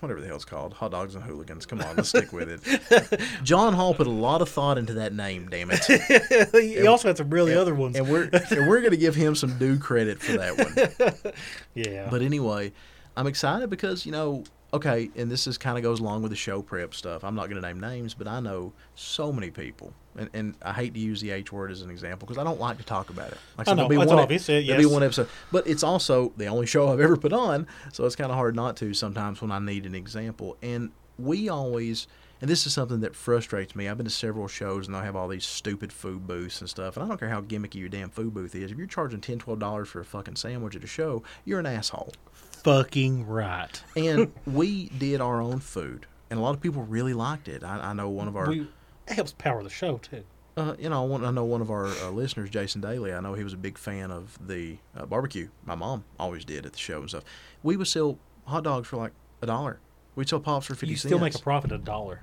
S3: whatever the hell it's called, hot dogs and hooligans. Come on, let's stick with it.
S2: [LAUGHS]
S3: John Hall put a lot of thought into that name. Damn it.
S2: you also had some really other ones.
S3: and we're and we're gonna give him some due credit for that one.
S2: yeah.
S3: But anyway, I'm excited because you know, okay, and this is kind of goes along with the show prep stuff. I'm not gonna name names, but I know so many people, and, and I hate to use the H word as an example because I don't like to talk about it. Like,
S2: I know,
S3: there'll be
S2: it's
S3: one,
S2: obvious, yeah,
S3: There'll be
S2: yes.
S3: one episode, but it's also the only show I've ever put on, so it's kind of hard not to sometimes when I need an example. And we always. And this is something that frustrates me. I've been to several shows and they'll have all these stupid food booths and stuff. And I don't care how gimmicky your damn food booth is. If you're charging $10, $12 for a fucking sandwich at a show, you're an asshole
S2: fucking right. [LAUGHS]
S3: and we did our own food, and a lot of people really liked it. I, I know one of our,
S2: We, it helps power the show too.
S3: uh, you know, one, I know one of our uh, listeners, Jason Daly. I know he was a big fan of the uh, barbecue. My mom always did at the show and stuff. We would sell hot dogs for like a dollar. We'd sell pops for fifty
S2: You still make
S3: cents.
S2: a profit a dollar.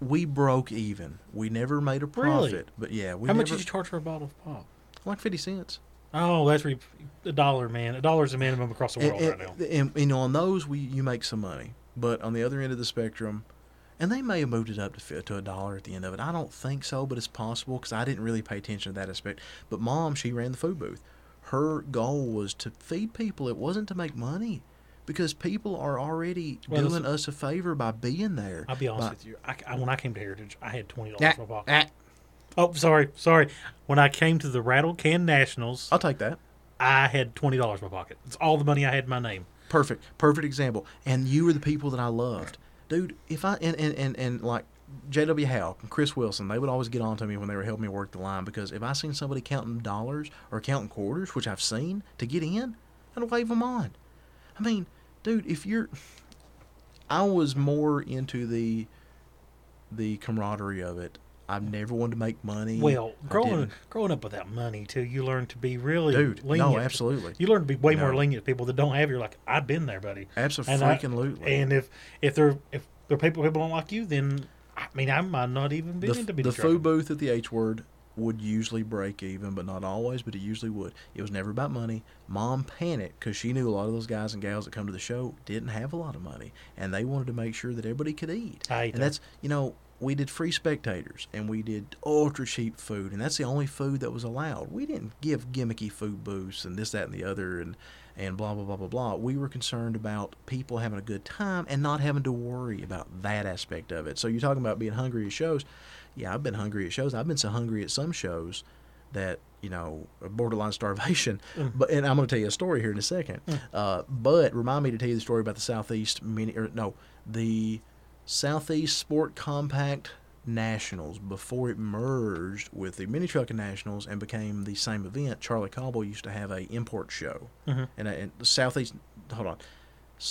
S3: we broke even. We never made a
S2: Really?
S3: profit, but yeah, we
S2: How
S3: never,
S2: much did you charge for a bottle of pop?
S3: like fifty cents.
S2: Oh, that's re- a dollar, man. A dollar's the minimum across the
S3: and,
S2: world
S3: and-
S2: right now.
S3: and- and on those, we you make some money. But on the other end of the spectrum, and they may have moved it up to fi- to a dollar at the end of it. I don't think so, but it's possible because I didn't really pay attention to that aspect. But mom, she ran the food booth. Her goal was to feed people. It wasn't to make money, because people are already
S2: Well, that's-
S3: doing us a favor by being there.
S2: I'll be honest
S3: by-
S2: with you. I, I- when I came to Heritage, I had twenty dollars
S3: Ah,
S2: in my pocket.
S3: ah.
S2: Oh, sorry, sorry. When I came to the Rattle Can Nationals,
S3: I'll take that.
S2: I had twenty dollars in my pocket. It's all the money I had in my name.
S3: Perfect. Perfect example. And you were the people that I loved. Dude, if I and and, and, and like JW Howe and Chris Wilson, they would always get on to me when they were helping me work the line because if I seen somebody counting dollars or counting quarters, which I've seen, to get in, I'd wave them on. I mean, dude, if you're I was more into the the camaraderie of it. I've never wanted to make money.
S2: Well,
S3: I
S2: growing
S3: didn't.
S2: growing up without money too, you learn to be really
S3: Dude, no,
S2: lenient.
S3: absolutely.
S2: You learn to be way more
S3: No.
S2: lenient to people that don't have. You're like, I've been there, buddy. And I-
S3: Abso-freaking-lutely.
S2: And if if they're if they're people people don't like you, then I mean, I might not even be
S3: the,
S2: into being
S3: the
S2: a trucker.
S3: food booth at the H word would usually break even, but not always, but it usually would. It was never about money. Mom panicked because she knew a lot of those guys and gals that come to the show didn't have a lot of money, and they wanted to make sure that everybody could eat.
S2: I hate
S3: and
S2: that.
S3: that's, you know, we did free spectators and we did ultra cheap food, and that's the only food that was allowed. We didn't give gimmicky food booths and this, that, and the other, and and blah blah blah blah blah. We were concerned about people having a good time and not having to worry about that aspect of it. So you're talking about being hungry at shows. Yeah, I've been hungry at shows. I've been so hungry at some shows that you know borderline starvation. But and I'm going to tell you a story here in a second. Uh, but remind me to tell you the story about the southeast mini or no the southeast sport compact nationals before it merged with the mini trucking nationals and became the same event. Charlie Cobble used to have a import show and, a, and the southeast. Hold on,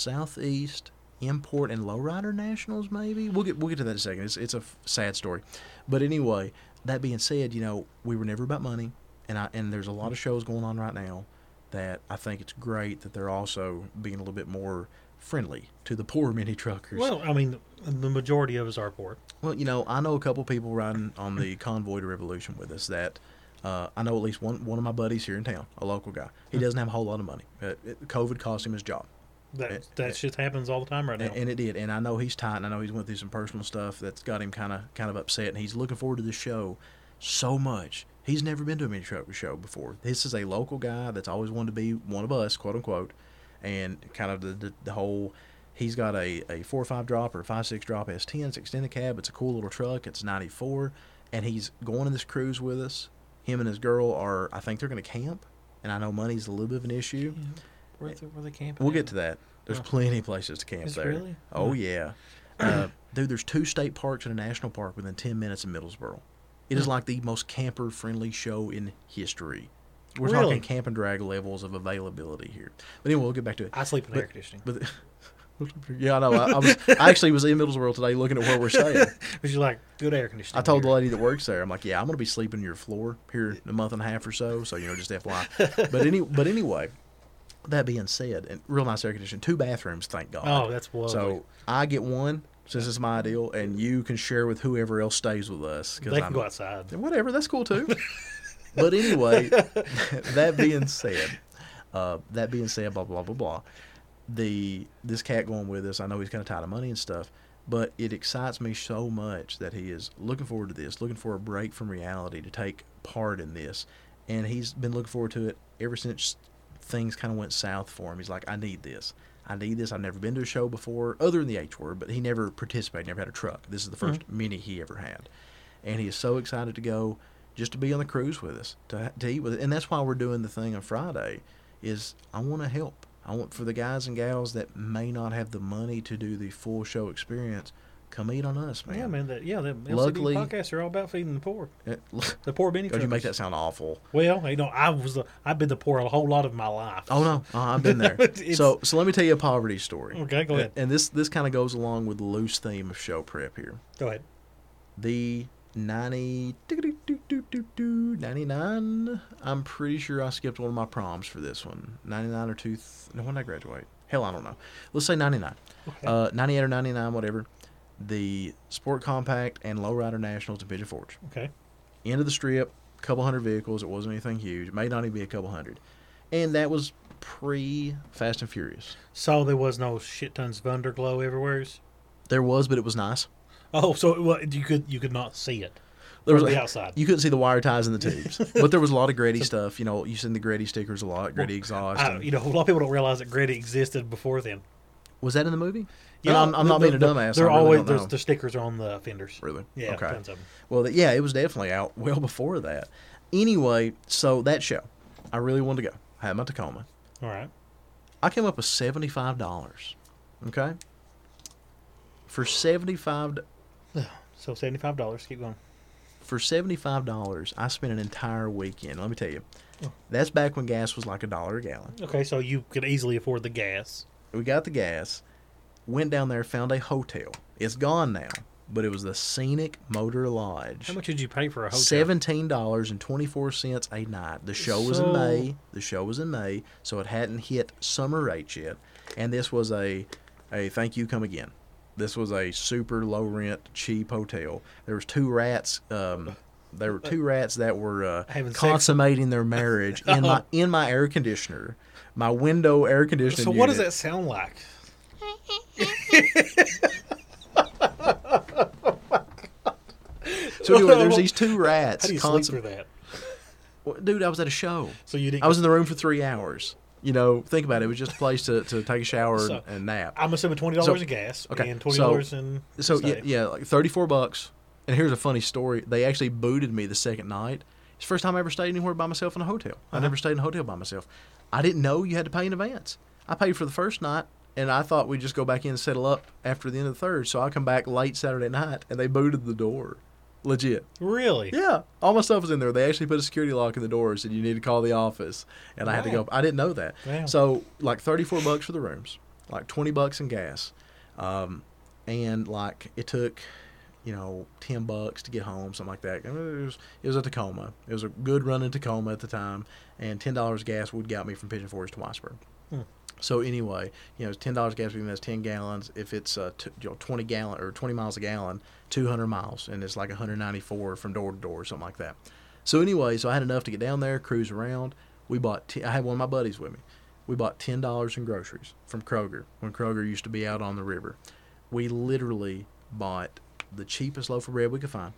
S3: southeast. Import and lowrider nationals, maybe we'll get we'll get to that in a second. It's it's a f- sad story, but anyway, that being said, you know we were never about money and I and there's a lot of shows going on right now that I think it's great that they're also being a little bit more friendly to the poor mini truckers.
S2: Well, I mean, the majority of us are poor.
S3: Well, you know, I know a couple people riding on the convoy to revolution with us that. Uh, I know at least one one of my buddies here in town, a local guy. He doesn't have a whole lot of money. Uh, it- COVID cost him his job,
S2: That that shit happens all the time right now.
S3: and, and it did. And I know he's tight, and I know he's went through some personal stuff that's got him kind of kind of upset. And he's looking forward to this show so much. He's never been to a mini trucker show before. This is a local guy that's always wanted to be one of us, quote unquote, and kind of the the, the whole. He's got a, a four or five drop or five six drop S10. It's extended cab. It's a cool little truck. It's 94, and he's going on this cruise with us. Him and his girl are. I think they're going to camp, and I know money's a little bit of an issue.
S2: where, the, where they camping?
S3: We'll
S2: at?
S3: get to that. There's plenty of places to camp
S2: Is it
S3: there.
S2: really? [CLEARS THROAT]
S3: Oh yeah, uh, dude. There's two state parks and a national park within ten minutes of Middlesboro. It is like the most camper-friendly show in history. We're
S2: Really?
S3: talking camp and drag levels of availability here. But anyway, we'll get back to it.
S2: I sleep in
S3: But-
S2: air conditioning.
S3: But [LAUGHS] yeah, I know. I, I was I actually was in Middlesboro today looking at where we're
S2: [LAUGHS]
S3: staying.
S2: But you're like, good air conditioning.
S3: I told the
S2: here.
S3: lady that works there, I'm like, yeah, I'm gonna be sleeping on your floor here in a month and a half or so. So you know, just FYI. but any, but anyway, that being said, and real nice air conditioning, two bathrooms, thank God.
S2: Oh, that's lovely.
S3: So I get one since it's my deal, and you can share with whoever else stays with us. 'cause
S2: they can
S3: I'm-
S2: go outside.
S3: Whatever, that's cool too. [LAUGHS] but anyway, [LAUGHS] that being said, uh, that being said, blah blah blah blah. The this cat going with us, I know he's kind of tired of money and stuff, but it excites me so much that he is looking forward to this, looking for a break from reality to take part in this, and he's been looking forward to it ever since things kind of went south for him. He's like, I need this. I need this. I've never been to a show before, other than the H word, but he never participated, never had a truck. This is the 1st
S2: Mm-hmm.
S3: mini he ever had and he is so excited to go just to be on the cruise with us to, to eat with and that's why we're doing the thing on friday is i want to help i want for the guys and gals that may not have the money to do the full show experience come eat on us man
S2: Yeah, man. That yeah, the LCD
S3: Luckily-
S2: podcasts are all about feeding the poor.
S3: Eh, look,
S2: The poor mini
S3: [LAUGHS] God, you make
S2: truckers.
S3: that sound awful
S2: Well, you know, I was the, I've been the poor a whole lot of my life.
S3: Oh no, uh, I've been there.
S2: [LAUGHS] It's-
S3: so so let me tell you a poverty story.
S2: Okay, go ahead.
S3: And this this kind of goes along with the loose theme of show prep here.
S2: Go ahead.
S3: the 90 99 i'm pretty sure i skipped one of my proms for this one 99 or 2 th- no when did i graduate hell i don't know let's say 99 uh, 98 or 99 whatever the sport compact and lowrider nationals in pigeon forge
S2: Okay.
S3: end of the strip, couple hundred vehicles. It wasn't anything huge. It may not even be a couple hundred, and that was pre Fast and Furious.
S2: So there was no shit tons of underglow everywheres.
S3: There was, but it was nice.
S2: Oh, so well, you could you could not see it.
S3: There was
S2: From the outside.
S3: You couldn't see the wire ties and
S2: [LAUGHS]
S3: the tubes, but there was a lot of Gretty stuff. You know, you seen the Gretty stickers a lot. Gretty exhaust.
S2: I,
S3: and-
S2: you know, a lot of people don't realize that Greta existed before then.
S3: was that in the movie? Yeah, I'm, I'm
S2: the-
S3: not
S2: the-
S3: being a
S2: the-
S3: dumbass.
S2: They're
S3: I really
S2: always
S3: don't know.
S2: there's the stickers are on the fenders.
S3: Really?
S2: Yeah.
S3: Okay.
S2: Tons of 'em.
S3: Well, th- yeah, it was definitely out well before that. Anyway, so that show, I really wanted to go. I had my Tacoma.
S2: All right.
S3: I came up with seventy five dollars. Okay. For seventy five
S2: So seventy five dollars. Keep going.
S3: for seventy five dollars, I spent an entire weekend. Let me tell you, that's back when gas was like a dollar a gallon.
S2: Okay, so you could easily afford the gas.
S3: We got the gas, went down there, found a hotel. It's gone now, but it was the Scenic Motor Lodge.
S2: How much did you pay for a hotel?
S3: Seventeen dollars and twenty four cents a night. The show was
S2: So-
S3: in May. The show was in May, so it hadn't hit summer rates yet. And this was a, a thank you, come again. This was a super low rent, cheap hotel. There was two rats. Um, there were two rats that were uh,
S2: [LAUGHS] Having sex. Oh.
S3: consummating
S2: [LAUGHS]
S3: their marriage in my in my air conditioner, my window air conditioning.
S2: So what does
S3: unit.
S2: that sound like?
S3: So anyway,
S2: [LAUGHS]
S3: there's these two
S2: How
S3: rats.
S2: do you sleep
S3: consum-
S2: through that?
S3: Well, Dude, I was at a show.
S2: So you didn't.
S3: I was in the room for three hours. You know, think about it. It was just a place to, to take a shower and-
S2: So-
S3: and nap.
S2: I'm assuming twenty dollars
S3: So-
S2: in gas
S3: okay,
S2: and
S3: so-
S2: twenty dollars in.
S3: so yeah,
S2: stay.
S3: yeah, like thirty four bucks. And here's a funny story. They actually booted me the second night, It's the first time I ever stayed anywhere by myself in a hotel. I never stayed in a hotel by myself. I didn't know you had to pay in advance. I paid for the first night, and I thought we'd just go back in and settle up after the end of the third. So I come back late Saturday night, and they booted the door. Legit.
S2: Really?
S3: Yeah, all my stuff was in there. They actually put a security lock in the door and said you need to call the office, and I had to
S2: Wow.
S3: go. I didn't know that.
S2: Wow.
S3: So like thirty four bucks for the rooms, like twenty bucks in gas, um, and like it took, you know, ten bucks to get home, something like that. And It was it was a Tacoma. It was a good run in Tacoma at the time, and ten dollars gas would got me from Pigeon Forge to Weisberg. So anyway, you know, it's ten dollars gas. Even that's ten gallons. If it's uh, t- you know, twenty gallon or twenty miles a gallon, two hundred miles, and it's like one hundred ninety four from door to door, or something like that. So anyway, so I had enough to get down there, cruise around. We bought. T- I had one of my buddies with me. We bought ten dollars in groceries from Kroger when Kroger used to be out on the river. We literally bought the cheapest loaf of bread we could find,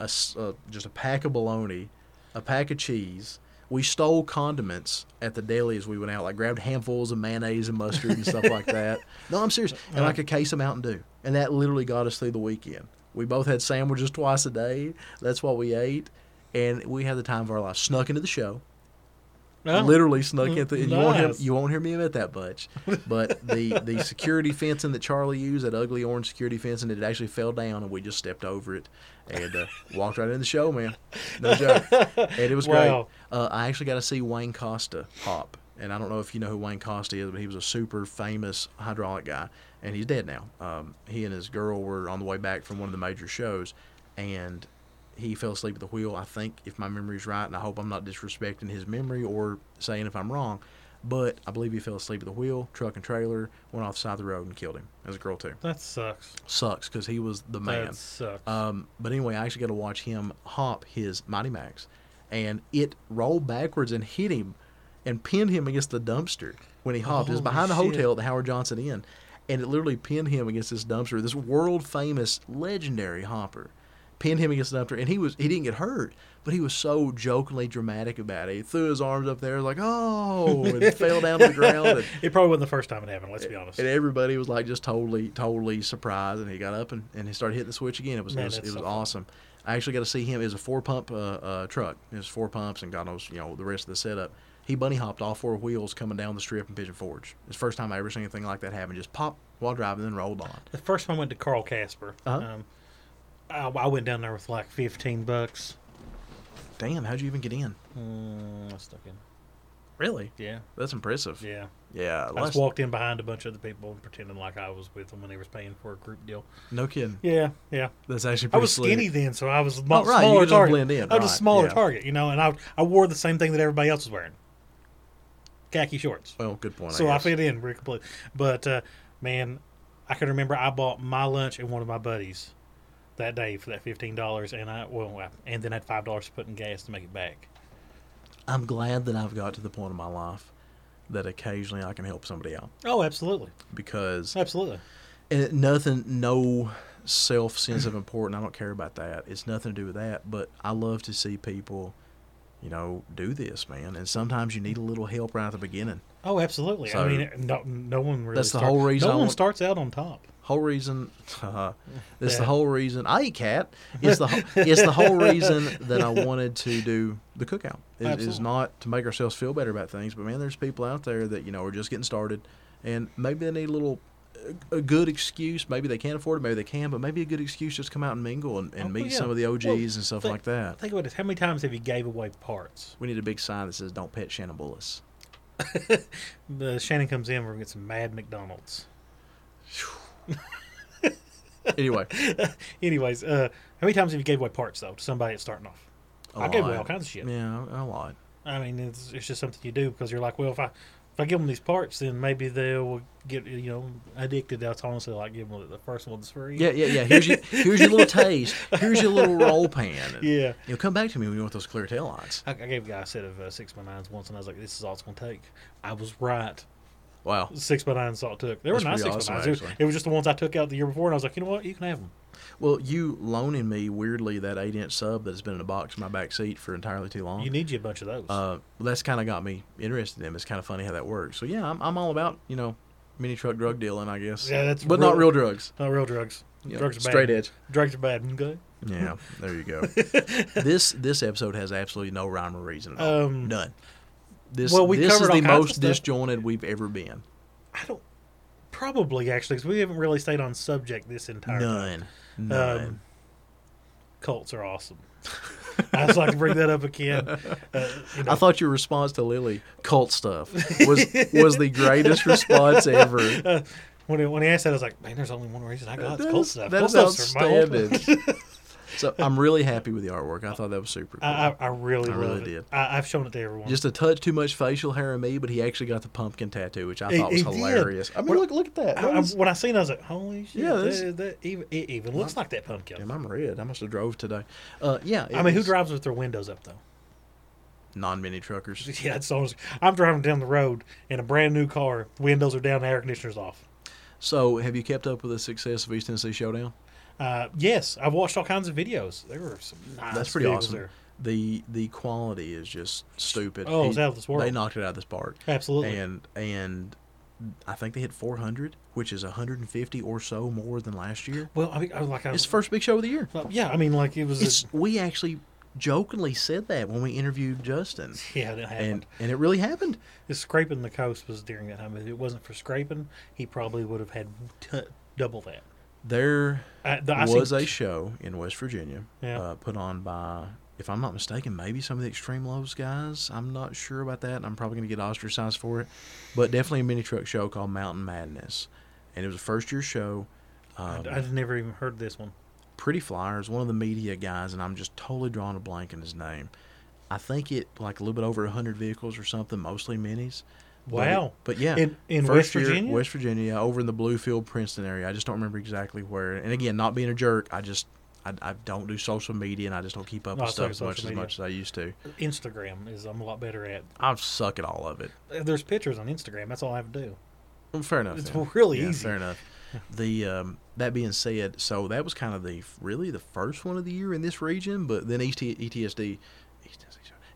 S3: a s uh, just a pack of bologna, a pack of cheese. We stole condiments at the deli as we went out, like grabbed handfuls of mayonnaise and mustard and stuff like that. No, I'm serious. And like a case of Mountain Dew. And that literally got us through the weekend. We both had sandwiches twice a day. That's what we ate. And we had the time of our life. Snuck into the show.
S2: Oh.
S3: Literally snuck into the. and You, won't hear,
S2: Nice.
S3: you won't hear me admit that much. But the, the security fencing that Charlie used, that ugly orange security fencing, it actually fell down and we just stepped over it and uh, walked right into the show, man. No joke. And it was great.
S2: Wow.
S3: Uh, I actually got to see Wayne Costa pop, and I don't know if you know who Wayne Costa is, but he was a super famous hydraulic guy, and he's dead now. Um, he and his girl were on the way back from one of the major shows, and he fell asleep at the wheel. I think, if my memory's right, and I hope I'm not disrespecting his memory or saying if I'm wrong, but I believe he fell asleep at the wheel, truck and trailer, went off the side of the road and killed him. As a girl too.
S2: That sucks.
S3: Sucks because he was the man.
S2: That sucks.
S3: Um, but anyway, I actually got to watch him hop his Mighty Max, and it rolled backwards and hit him, and pinned him against the dumpster when he hopped. it was
S2: Holy
S3: behind the
S2: shit.
S3: hotel at the Howard Johnson Inn, and it literally pinned him against this dumpster. This world famous, legendary hopper pinned him against the dumpster, and he was he didn't get hurt, but he was so jokingly dramatic about it. He threw his arms up there like oh, and fell down to the ground. And,
S2: it probably wasn't the first time it happened. Let's be honest.
S3: and everybody was like just totally, totally surprised. And he got up and, and he started hitting the switch again. It was
S2: Man,
S3: it was, it
S2: that's
S3: was
S2: so fun.
S3: awesome. I actually got to see him. It was a four pump uh, uh, truck. It was four pumps and God knows you know the rest of the setup. He bunny hopped all four wheels coming down the strip in Pigeon Forge. It's the first time I ever seen anything like that happen. Just pop while driving, then rolled on.
S2: The first time I went to Carl Casper,
S3: Uh-huh.
S2: um, I, I went down there with like fifteen bucks.
S3: Damn, how'd you even get in?
S2: Mm, I stuck in.
S3: Really?
S2: Yeah,
S3: That's impressive. Yeah,
S2: yeah. I
S3: last-
S2: just walked in behind a bunch of other people, and pretending like I was with them when they was paying for a group deal.
S3: no kidding.
S2: Yeah, yeah.
S3: That's actually
S2: I
S3: pretty
S2: was
S3: slick.
S2: skinny then, so I was a lot
S3: Oh, right, you
S2: smaller
S3: could just
S2: target.
S3: blend in,
S2: I was a
S3: right,
S2: smaller
S3: yeah.
S2: target, you know, and I I wore the same thing that everybody else was wearing, khaki shorts.
S3: Well, good point.
S2: so I,
S3: guess.
S2: fit in very completely. But uh, man, I can remember I bought my lunch and one of my buddies that day for that fifteen dollars, and I well, I, and then had five dollars to put in gas to make it back.
S3: I'm glad that I've got to the point in my life that occasionally I can help somebody out
S2: Oh, absolutely,
S3: because
S2: absolutely.
S3: and nothing no self sense of important i don't care about that it's nothing to do with that but i love to see people you know do this man and sometimes you need a little help right at the beginning
S2: Oh, absolutely.
S3: So-
S2: I mean, no, no one really.
S3: That's the
S2: start-
S3: whole reason
S2: No
S3: I
S2: one
S3: want-
S2: starts out on top.
S3: whole reason [LAUGHS] uh, it's the
S2: Yeah.
S3: whole reason i eat cat
S2: [LAUGHS]
S3: it's the whole, it's the whole reason that i wanted to do the cookout It is
S2: Absolutely.
S3: not to make ourselves feel better about things but man there's people out there that you know are just getting started and maybe they need a little a a good excuse maybe they can't afford it maybe they can but maybe a good excuse just come out and mingle and, and
S2: Oh,
S3: meet
S2: yeah.
S3: some of the og's
S2: Well,
S3: and stuff
S2: think-
S3: like that
S2: Think about this: how many times have you gave away parts?
S3: we need a big sign that says don't pet shannon
S2: [LAUGHS]
S3: bullis
S2: The Shannon comes in, we're gonna get some Mad McDonald's. [LAUGHS]
S3: anyway
S2: Anyways, uh, how many times have you gave away parts though to somebody that's starting off?
S3: a
S2: I gave away
S3: lot.
S2: all kinds of shit.
S3: yeah a lot
S2: I mean, it's, it's just something you do because you're like, well, if I if I give them these parts, then maybe they'll get you know addicted. That's honestly like giving them the first one's free.
S3: yeah yeah yeah here's your here's your little taste here's your little roll pan
S2: [LAUGHS] yeah.
S3: You know, come back to me when you want those clear tail lights.
S2: I, I gave a guy a set of uh, six by nines once, and I was like, "This is all it's gonna take." I was right.
S3: Wow.
S2: Six by nines is all it took. They were
S3: That's
S2: nice
S3: pretty
S2: six
S3: awesome,
S2: by nines. It-
S3: actually.
S2: It, was just the ones I took out the year before, and I was like, "You know what? You can have them."
S3: Well, you loaning me weirdly that eight inch sub that has been in a box in my back seat for entirely too long.
S2: You need you a bunch of those.
S3: uh, that's kind of got me interested in them. It's kind of funny how that works. So yeah, I'm, I'm all about you know mini truck drug dealing, I guess.
S2: Yeah, that's
S3: but not real drugs.
S2: Not real drugs.
S3: Yeah,
S2: Drugs are bad.
S3: straight edge.
S2: Drugs are bad. Okay.
S3: Yeah, there you
S2: [LAUGHS]
S3: go. this this episode has absolutely no rhyme or reason at all.
S2: Um,
S3: None. This
S2: well, we
S3: this
S2: covered
S3: is
S2: all
S3: the
S2: kinds of
S3: most
S2: stuff.
S3: disjointed we've ever been.
S2: I don't. Probably actually, because we haven't really stayed on subject this entire.
S3: None. None.
S2: Um, Colts are awesome. I just like to bring that up
S3: [LAUGHS]
S2: again. Uh, you know,
S3: I thought your response to Lily cult stuff was was the greatest response ever.
S2: when, he, when he asked that, I was like, "Man, there's only one reason I got it's
S3: That
S2: Colt
S3: is-
S2: stuff.
S3: that
S2: Colt
S3: is
S2: stuff's for my old- [LAUGHS]
S3: outstanding. so I'm really happy with the artwork. I thought that was super cool.
S2: I, I, I really,
S3: I
S2: love
S3: really
S2: it.
S3: did.
S2: I, I've shown it to everyone.
S3: Just a touch too much facial hair on me, but he actually got the pumpkin tattoo, which I
S2: He-
S3: thought was
S2: he did.
S3: hilarious. I mean,
S2: Well,
S3: look look at that.
S2: I, I, when I seen, it, I was like, "Holy shit!
S3: Yeah, that's-
S2: that, that even, it even looks like that pumpkin."
S3: Damn, I'm red. I must have drove today. Uh, yeah.
S2: I mean, who drives with their windows up though? [LAUGHS]
S3: Non mini truckers.
S2: Yeah, it's almost. I'm driving down the road in a brand new car. Windows are down, air conditioner's off.
S3: So, have you kept up with the success of East Tennessee Showdown?
S2: Uh, yes, I've watched all kinds of videos. There were some nice
S3: That's pretty
S2: videos
S3: awesome.
S2: there.
S3: The the quality is just stupid.
S2: Oh,
S3: He-
S2: it's out of this world.
S3: They knocked it out of this park.
S2: Absolutely.
S3: And and I think they hit 400, which is 150 or so more than last year.
S2: well, I mean, I was like, I
S3: It's
S2: was,
S3: the first big show of the year.
S2: yeah, I mean, like it was.
S3: It's we actually jokingly said that when we interviewed Justin,
S2: yeah, it happened.
S3: and and it really happened.
S2: the scraping the coast was during that time. If it wasn't for scraping, he probably would have had t- double that.
S3: There
S2: I, the, I
S3: was
S2: seen-
S3: a show in West Virginia
S2: Yeah.
S3: uh, put on by, if I'm not mistaken, maybe some of the Extreme Lows guys. I'm not sure about that. and I'm probably going to get ostracized for it, but definitely a mini truck show called Mountain Madness, and it was a first year show. Um,
S2: I- I'd never even heard this one.
S3: pretty flyers one of the media guys and i'm just totally drawing a blank on his name i think it like a little bit over 100 vehicles or something mostly minis But it-
S2: Wow.
S3: but, yeah
S2: In- in West
S3: year,
S2: Virginia?
S3: west virginia over in the bluefield princeton area i just don't remember exactly where and again not being a jerk i just i, I don't do social media and i just don't keep up
S2: No,
S3: with
S2: I
S3: stuff
S2: suck at
S3: as much
S2: social
S3: as
S2: media.
S3: much as i used to
S2: Instagram is I'm a lot better at.
S3: i suck at all of it
S2: There's pictures on Instagram. That's all I have to do.
S3: Well, fair enough
S2: It's
S3: then.
S2: really
S3: Yeah,
S2: easy.
S3: fair enough the um, that being said, so that was kind of the really the first one of the year in this region, but then E ET, ETSD,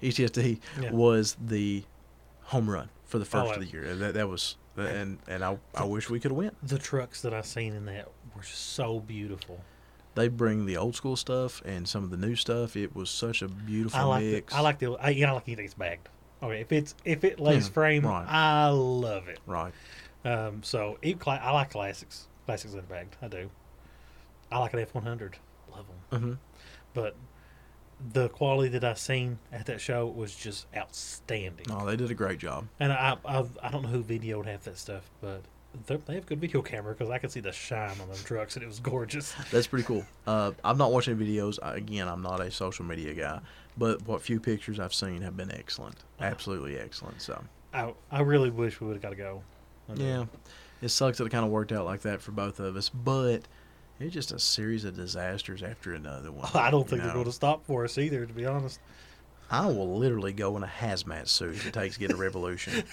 S3: ETSD
S2: Yeah.
S3: was the home run for the first
S2: Oh,
S3: of the year. That, that was and and I, I wish we could have went.
S2: The trucks that I seen in that were so beautiful.
S3: They bring the old school stuff and some of the new stuff. It was such a beautiful
S2: I like the,
S3: mix.
S2: I like the I, yeah, I like anything that's bagged. Okay, if it's if it lays
S3: Yeah,
S2: frame,
S3: right.
S2: I love it.
S3: right.
S2: Um, so e- cla- I like classics, classics that are bagged. I do. I like an F one hundred, love them.
S3: Mhm.
S2: But the quality that I seen at that show was just outstanding.
S3: No, they did a great job.
S2: And I, I I don't know who videoed half that stuff, but they're- they have good video camera because I could see the shine on them trucks and it was gorgeous. [LAUGHS]
S3: That's pretty cool. Uh, I'm not watching videos. I- Again, I'm not a social media guy, but what few pictures I've seen have been excellent.
S2: Uh-huh.
S3: Absolutely excellent. So.
S2: I I really wish we would have got to go. I do.
S3: Yeah. It sucks that it kind of worked out like that for both of us, but it's just a series of disasters after another one.
S2: [LAUGHS] I don't
S3: you
S2: think they're
S3: know.
S2: going to stop for us either, to be
S3: [LAUGHS]
S2: honest.
S3: I will literally go in a hazmat suit if it takes to get a revolution.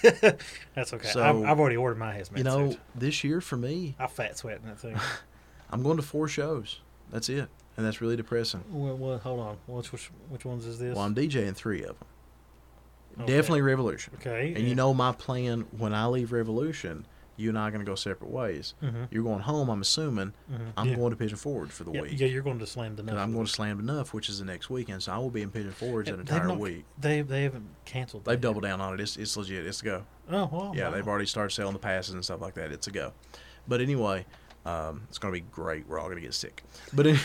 S2: That's okay.
S3: So-
S2: I've, I've already ordered my [LAUGHS] hazmat
S3: you know,
S2: suit.
S3: this year for me,
S2: I fat sweat in that
S3: [LAUGHS]
S2: thing.
S3: I'm going to four shows. That's it, and that's really depressing.
S2: well, well, hold on. Which, which which ones is this?
S3: Well, I'm DJing three of them.
S2: Okay.
S3: Definitely revolution.
S2: Okay.
S3: And you know my plan when I leave revolution. You and I are going to go separate ways.
S2: Mhm.
S3: You're going home, I'm assuming. I'm
S2: Mm-hmm. Yeah.
S3: going to Pigeon Forward for the
S2: yeah,
S3: week.
S2: yeah, you're going to slam the
S3: And
S2: nuts.
S3: I'm going to slam enough, which is the next weekend. So I will be in Pigeon Forge an
S2: They've
S3: entire
S2: not-
S3: week.
S2: They they haven't canceled.
S3: They've
S2: that.
S3: doubled down on it. It's, it's legit. It's a go.
S2: Oh well.
S3: yeah,
S2: wow.
S3: they've already started selling the passes and stuff like that. It's a go. But anyway, um, it's going to be great. We're all going to get sick.
S2: [LAUGHS]
S3: But any,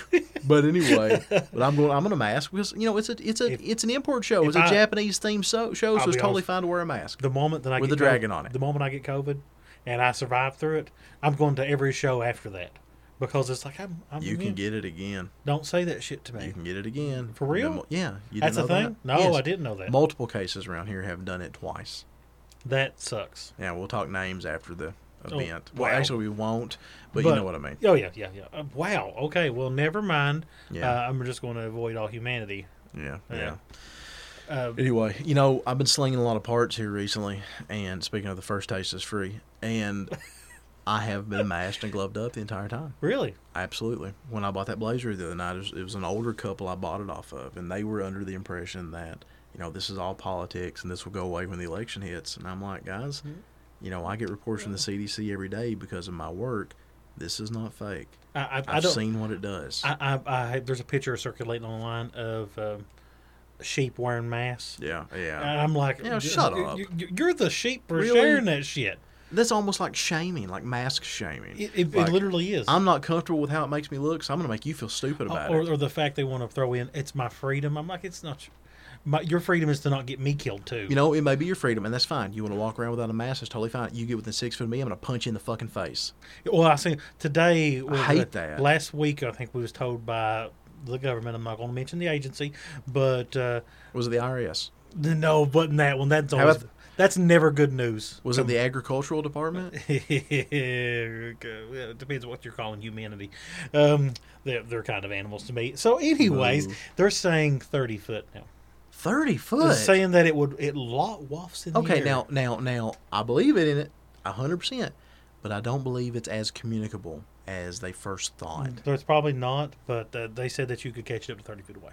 S3: but anyway, but I'm going. I'm going to mask because you know it's a it's a
S2: If-
S3: it's an import show.
S2: if
S3: It's a
S2: I-
S3: Japanese themed so, show,
S2: I'll
S3: so it's
S2: be
S3: totally
S2: honest.
S3: fine to wear a mask.
S2: The moment that I
S3: With
S2: get
S3: the dragon
S2: COVID-
S3: on it.
S2: The moment I get COVID, and I survive through it, I'm going to every show after that because it's like I'm. I'm
S3: you can
S2: immune.
S3: get it again.
S2: Don't say that shit to
S3: You
S2: me.
S3: can get it again.
S2: For real?
S3: The mo- yeah. You
S2: That's a
S3: didn't know
S2: thing.
S3: that?
S2: No,
S3: Yes.
S2: I didn't know that.
S3: Multiple cases around here have done it twice.
S2: that sucks.
S3: Yeah, we'll talk names after the
S2: Oh,
S3: event.
S2: wow.
S3: Well, actually, we won't, but, you know what I mean.
S2: Oh yeah, yeah, yeah. Uh, wow. Okay. Well, never mind.
S3: Yeah.
S2: Uh, I'm just going to avoid all humanity.
S3: Yeah, yeah.
S2: Yeah. Uh,
S3: Anyway, you know, I've been slinging a lot of parts here recently, and speaking of the first taste is free,
S2: [LAUGHS]
S3: and I have been masked and gloved up the entire time.
S2: really?
S3: Absolutely. When I bought that blazer the other night, it was, it was an older couple I bought it off of, and they were under the
S2: Mm-hmm.
S3: impression that, you know, this is all politics and this will go away when the election hits. And I'm like, guys, You know, I get reports from the CDC every day because of my work. This is not fake.
S2: I, I, I
S3: I've
S2: don't.
S3: seen what it does.
S2: I, I, I, there's a picture circulating online of um, sheep wearing masks.
S3: yeah, yeah.
S2: And I'm like,
S3: Yeah, shut up.
S2: You, are the sheep for
S3: Really?
S2: sharing that shit.
S3: That's almost like shaming, like mask shaming.
S2: It, it,
S3: Like,
S2: it literally is.
S3: I'm not comfortable with how it makes me look, so I'm going to make you feel stupid about
S2: Uh, or,
S3: it.
S2: or the fact they want to throw in, it's my freedom. I'm like, it's not. your- My, your freedom is to not get me killed too.
S3: You know, it may be your freedom, and that's fine. You want to walk around without a mask, that's totally fine. You get within six feet of me, I'm going to punch you in the fucking face.
S2: Well, I seen today. was
S3: hate
S2: it?
S3: that.
S2: Last week, I think we was told by the government. I'm not going to mention the agency, but uh,
S3: Was it the IRS?
S2: no, but in that one, that's
S3: about
S2: always,
S3: th-
S2: that's never good news. [LAUGHS]
S3: Was it the agricultural department?
S2: it depends what you're calling humanity. Um, they're, they're kind of animals to me. So, anyways,
S3: Moo.
S2: they're saying 30 foot now.
S3: 30
S2: They're
S3: foot.
S2: saying that it would it lo- wafts in the
S3: okay,
S2: air.
S3: now, now, now, I believe it in it 100%, but I don't believe it's as communicable as they first thought.
S2: So it's probably not, but uh, they said that you could catch it up to 30 feet away.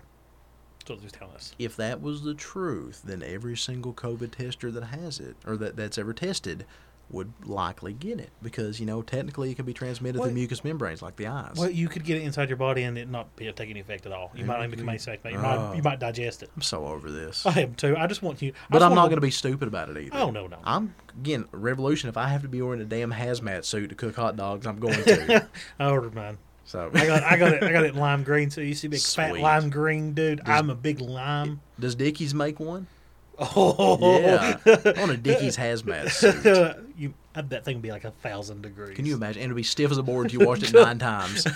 S2: So they're just telling us.
S3: If that was the truth, then every single COVID tester that has it, or that, that's ever tested, would likely get it because, you know, technically it can be transmitted
S2: Well-
S3: through mucous membranes like the eyes.
S2: Well, you could get it inside your body and it not be, take any effect at all. You might not even become sick, but you might you might digest it.
S3: I'm so over this.
S2: I am too. I just want you. I
S3: Ah. But
S2: just
S3: I'm not
S2: want
S3: going to be stupid about it either.
S2: Oh, no, no.
S3: I'm again revolution. If I have to be wearing a damn hazmat suit to cook hot dogs,
S2: [LAUGHS]
S3: I'm going to.
S2: I ordered mine.
S3: so,
S2: Oh, I got I got it. I got it lime green. So you see, big fat
S3: Sweet.
S2: lime green, dude. I'm a big lime.
S3: [LAUGHS] does Dickies make one?
S2: Oh,
S3: [LAUGHS] Yeah, I want a Dickies hazmat suit.
S2: [LAUGHS] you, I bet thing would be like a thousand degrees.
S3: Can you imagine? And it'll be stiff as a board. if You
S2: [LAUGHS]
S3: washed it nine times.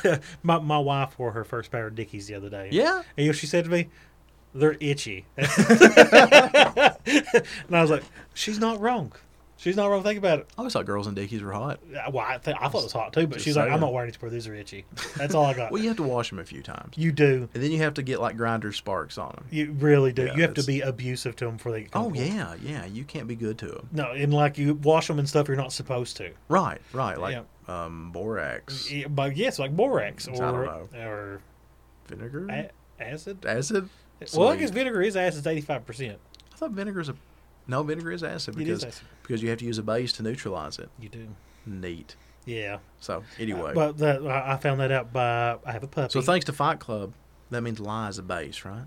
S2: my my wife wore her first pair of Dickies the other day.
S3: Yeah.
S2: and you know what she said to me, "They're itchy," [LAUGHS] and I was like, "She's not wrong. She's not wrong. Think about it."
S3: I always thought girls in Dickies were hot.
S2: Uh, Well, I, th- I thought it was hot too, but
S3: Just
S2: she's like,
S3: saying.
S2: "I'm not wearing these pair. These are itchy." That's all I got.
S3: [LAUGHS] Well, you have to wash them a few times,
S2: you do.
S3: and then you have to get like grinder sparks on them.
S2: You really do.
S3: Yeah,
S2: you have to
S3: it's-
S2: be abusive to them before they. Get
S3: Oh
S2: comfortable.
S3: yeah, yeah. You can't be good to them.
S2: No, and like you wash them and stuff, you're not supposed to.
S3: Right, right. Like um, borax,
S2: Yeah, But yes, like borax
S3: I don't
S2: or
S3: know.
S2: or
S3: vinegar,
S2: a- acid.
S3: acid.
S2: Well, I
S3: Sweet.
S2: guess vinegar is acid, eighty five percent.
S3: I thought vinegar is a no vinegar is acid
S2: It is
S3: because
S2: acid.
S3: because you have to use a base to neutralize it.
S2: You do.
S3: Neat.
S2: Yeah,
S3: So anyway,
S2: but that, I I found that out by I have a puppy.
S3: so thanks to Fight Club, that means lie is a base, right?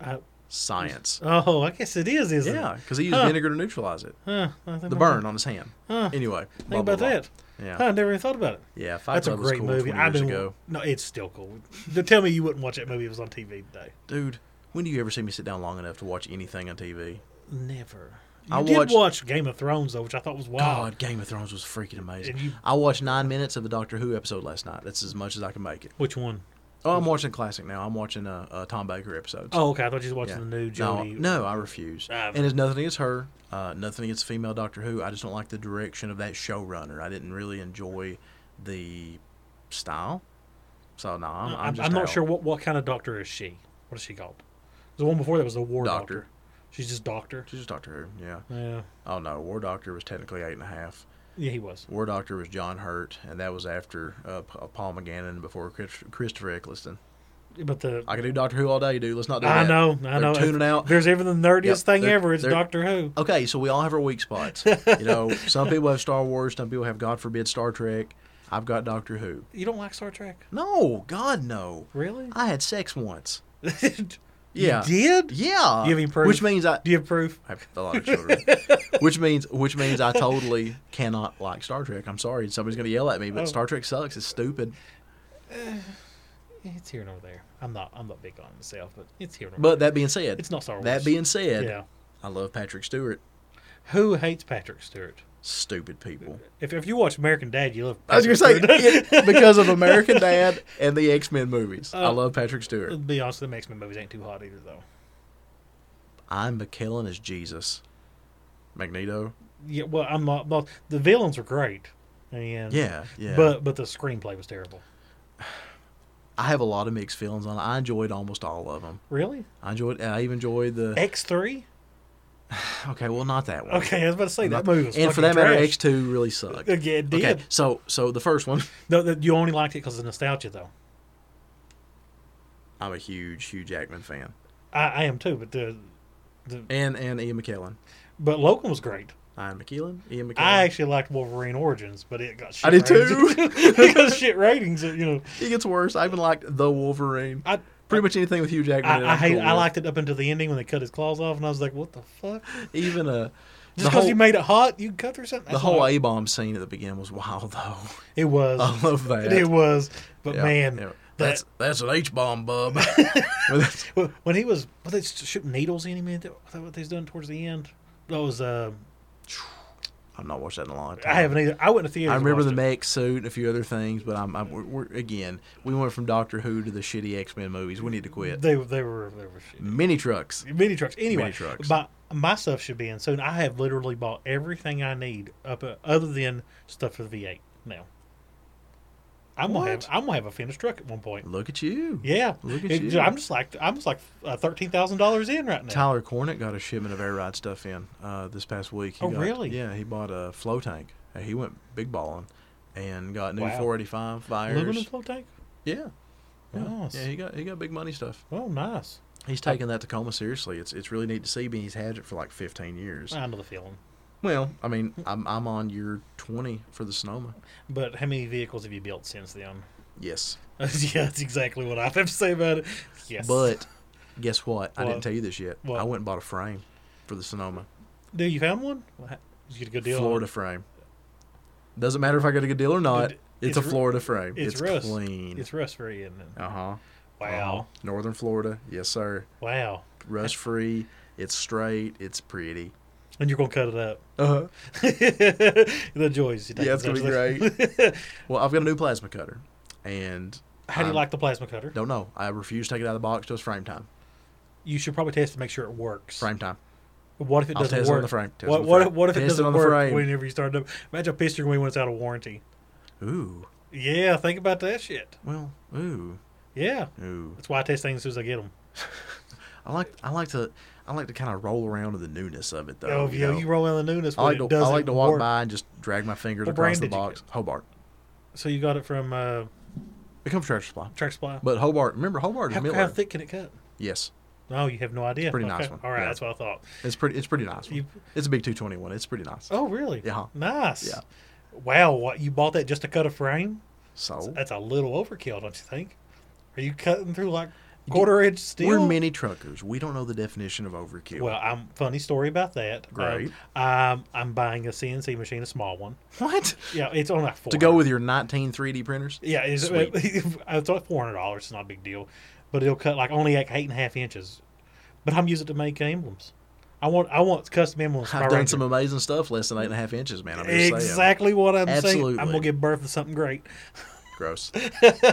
S2: I-
S3: Science.
S2: oh, I guess it is, isn't
S3: Yeah,
S2: it?
S3: because he used
S2: Huh.
S3: vinegar to neutralize it.
S2: Huh, I think
S3: The
S2: about
S3: burn on his hand.
S2: Huh.
S3: Anyway,
S2: that.
S3: blah,
S2: Think
S3: blah,
S2: about
S3: blah.
S2: that.
S3: Yeah,
S2: Huh, I never even thought about it.
S3: yeah. Fight
S2: That's a
S3: Club was
S2: great
S3: cool
S2: movie.
S3: 20
S2: I've
S3: years
S2: been
S3: ago.
S2: no, it's still cool. Don't tell me you wouldn't watch that movie if it was on TV today.
S3: Dude, when do you ever see me sit down long enough to watch anything on TV?
S2: Never. You
S3: I
S2: did
S3: watched-
S2: watch Game of Thrones though, which I thought was wild.
S3: God, Game of Thrones was freaking amazing.
S2: And you-
S3: I watched nine minutes of a Doctor Who episode last night. That's as much as I can make it.
S2: Which one?
S3: Oh, I'm watching classic now. I'm watching uh, uh, Tom Baker episodes.
S2: Oh, okay. I thought you was watching
S3: Yeah.
S2: the new
S3: No,
S2: Jodie.
S3: No, I refuse.
S2: Ah.
S3: and it's nothing against her, uh, nothing against female Doctor Who. I just don't like the direction of that showrunner. I didn't really enjoy the style. So no, I'm,
S2: I'm,
S3: I'm, just
S2: I'm not
S3: out.
S2: sure what, what kind of doctor is she. What is she called? The one before that was the war doctor.
S3: Doctor.
S2: She's just doctor.
S3: She's just Doctor Who. Yeah.
S2: Yeah,
S3: Oh no, War Doctor was technically eight and a half.
S2: yeah, he was.
S3: War Doctor was John Hurt, and that was after uh, P- Paul McGannon before Chris- Christopher Eccleston.
S2: But the
S3: I can do Doctor Who all day, dude. Let's not do
S2: I
S3: that.
S2: know, I
S3: They're
S2: know. If
S3: Tuning out.
S2: There's even the nerdiest
S3: Yep,
S2: thing
S3: they're-
S2: ever. It's
S3: they're-
S2: Doctor Who.
S3: Okay, so we all have our
S2: [LAUGHS]
S3: weak spots. you know, some people have Star Wars, some people have God forbid Star Trek. I've got Doctor Who.
S2: You don't like Star Trek,
S3: No, God no.
S2: really?
S3: I had sex once.
S2: [LAUGHS] You
S3: Yeah.
S2: did?
S3: Yeah.
S2: You have any proof?
S3: Which means I,
S2: Do you have proof?
S3: I have a lot
S2: [LAUGHS]
S3: of children. which means which means I totally cannot like Star Trek. I'm sorry, somebody's gonna yell at me, but
S2: Oh.
S3: Star Trek sucks. It's stupid.
S2: It's here nor there. I'm not. I'm not big on it myself, but it's here nor there.
S3: But that being said,
S2: It's not Star Wars.
S3: That being said,
S2: yeah.
S3: I love Patrick Stewart.
S2: Who hates Patrick Stewart?
S3: Stupid people.
S2: If, if you watch American Dad, you love.
S3: I was gonna say
S2: Patrick Stewart. [LAUGHS]
S3: it- because of American Dad and the X Men movies. I
S2: Uh,
S3: love Patrick Stewart.
S2: Let's be honest, the X Men movies ain't too hot either, though.
S3: I'm McKellen as Jesus. Magneto.
S2: Yeah, well, I'm not. Well, the villains were great, and
S3: Yeah, yeah.
S2: but but the screenplay was terrible.
S3: I have a lot of mixed feelings on it. I enjoyed almost all of them.
S2: Really,
S3: I enjoyed. I even enjoyed the.
S2: X three?
S3: Okay, well, not that one.
S2: Okay, I was about to say
S3: Not-
S2: that movie was
S3: and for that
S2: fucking
S3: matter,
S2: trash.
S3: X two
S2: [LAUGHS]
S3: really sucked.
S2: Yeah, it did.
S3: Okay, so so the first one. [LAUGHS]
S2: No, that you only liked it because of nostalgia, though.
S3: I'm a huge Hugh Jackman fan,
S2: I, I am too, but the, the
S3: and and Ian McKellen.
S2: but Logan was great.
S3: Ian McKellen. Ian McKellen.
S2: I actually liked Wolverine Origins, but it got shit
S3: I did
S2: ratings. [LAUGHS]
S3: too.
S2: it got shit ratings, you know.
S3: It gets worse. I even liked the Wolverine.
S2: I
S3: Pretty much anything with Hugh Jackman. in it,
S2: I, I
S3: I'm
S2: hate
S3: cool
S2: I
S3: with.
S2: liked it up until the ending when they cut his claws off and I was like, What the fuck?
S3: even uh,
S2: Just
S3: the
S2: because
S3: whole
S2: you made it hot, you cut through something.
S3: the
S2: That's
S3: whole
S2: all.
S3: A bomb scene at the beginning was wild though. [LAUGHS]
S2: it was
S3: I love
S2: [LAUGHS]
S3: that.
S2: it was. But
S3: Oh, Yeah,
S2: man,
S3: yeah.
S2: that,
S3: that's that's an H bomb,
S2: [LAUGHS]
S3: bub.
S2: Well, when he was were they shooting needles in him? Is that what they was doing towards the end? That was uh,
S3: I've not watched that in a long time.
S2: I haven't either. I went to theater.
S3: I remember the mech suit and a few other things, but I'm, I'm we're, we're, again we went from Doctor Who to the shitty X Men movies. We need to quit.
S2: They they were they were shit.
S3: Mini trucks.
S2: mini trucks. Anyway,
S3: Mini trucks.
S2: My, my stuff should be in soon. I have literally bought everything I need up uh, other than stuff for the V8 now. I'm gonna have
S3: What?
S2: I'm gonna have a finished truck at one point.
S3: Look at you.
S2: Yeah,
S3: Look at
S2: It-
S3: you.
S2: I'm just like I'm just like uh, thirteen thousand dollars in right now.
S3: Tyler Cornett got a shipment of air ride stuff in uh, this past week. He
S2: Oh,
S3: got-
S2: really?
S3: Yeah, he bought a flow tank. Uh, He went big balling and got new
S2: Wow.
S3: 485 fires.
S2: Aluminum flow tank.
S3: Yeah. Yeah.
S2: Nice.
S3: yeah, he got he got big money stuff.
S2: Oh, nice.
S3: He's taking that Tacoma seriously. It's it's really neat to see. Being he's had it for like 15 years.
S2: I know the feeling.
S3: Well, I mean, I'm I'm on year 20 for the Sonoma.
S2: But how many vehicles have you built since then? [LAUGHS]
S3: Yes.
S2: yeah, that's exactly what I have to say about it. Yes.
S3: But guess what? I didn't
S2: What?
S3: tell you this yet.
S2: What?
S3: I went and bought a frame for the Sonoma.
S2: do you found one? Well, ha- Did you get a good deal? on it?
S3: Florida frame. Doesn't matter if I got a good deal or not.
S2: It- it's
S3: It's, a
S2: ru-
S3: Florida frame.
S2: It's,
S3: It's,
S2: rust.
S3: clean.
S2: It's rust free, isn't it?
S3: uh huh.
S2: Wow.
S3: Northern Florida. Yes, sir.
S2: Wow.
S3: Rust free. It's straight. It's pretty.
S2: And you're gonna cut it up. [LAUGHS]
S3: Uh huh.
S2: the joys. you take.
S3: Yeah, it's gonna be
S2: great.
S3: Well, I've got a new plasma cutter, and
S2: [LAUGHS] How do you
S3: I'm-
S2: like the plasma cutter?
S3: Don't know. I refuse to take it out of the box. Just frame time.
S2: You should probably test to make sure it works.
S3: Frame time.
S2: What if it
S3: I'll
S2: doesn't
S3: test it
S2: work?
S3: on the frame. Test it
S2: what,
S3: on the
S2: what,
S3: frame.
S2: what if it
S3: Test it
S2: doesn't
S3: on the
S2: work
S3: frame.
S2: whenever you start it up? Imagine how pissed you're gonna be when it's out of warranty.
S3: Ooh.
S2: Yeah, think about that shit.
S3: Well. Ooh.
S2: Yeah,
S3: Oooo.
S2: that's why I test things as soon as I get them.
S3: I like. I like to. I like to kind of roll around to the newness of it, though.
S2: Oh,
S3: you
S2: yeah,
S3: know?
S2: you roll in the newness.
S3: I
S2: when
S3: like
S2: it
S3: to. I like
S2: doesn't
S3: to walk
S2: work.
S3: by and just drag my fingers
S2: What brand
S3: across the
S2: did you
S3: box. Hobart.
S2: So you got it from uh,
S3: It comes from Tractor Supply.
S2: Tractor Supply.
S3: But Hobart. Remember Hobart is
S2: how,
S3: Miller.
S2: how thick can it cut?
S3: Yes.
S2: No, you have no idea.
S3: pretty nice one.
S2: All right,
S3: Yeah.
S2: that's what I thought.
S3: It's pretty. It's pretty nice. one.
S2: You-
S3: it's a big 221. It's pretty nice.
S2: Oh, really?
S3: Yeah.
S2: Nice.
S3: Yeah.
S2: Wow, what you bought that just to cut a frame?
S3: So
S2: That's a little overkill, don't you think? Are you cutting through like quarter inch steel?
S3: we're mini truckers. We don't know the definition of overkill.
S2: Well, I'm funny story about that.
S3: Great.
S2: Um, I'm, I'm buying a CNC machine, a small one.
S3: [LAUGHS] what?
S2: Yeah, it's on like four.
S3: [LAUGHS] To go with your 19 3D printers.
S2: Yeah, it's,
S3: Sweet.
S2: [LAUGHS] it's like four hundred dollars. It's not a big deal, but it'll cut like only like eight and a half inches. But I'm using it to make emblems. I want I want custom emblems. for my
S3: I've done
S2: Ranger.
S3: some amazing stuff less than eight and a half inches, man. I'm just saying.
S2: exactly what I'm saying. I'm
S3: Absolutely.
S2: gonna give birth to something great,
S3: Gross.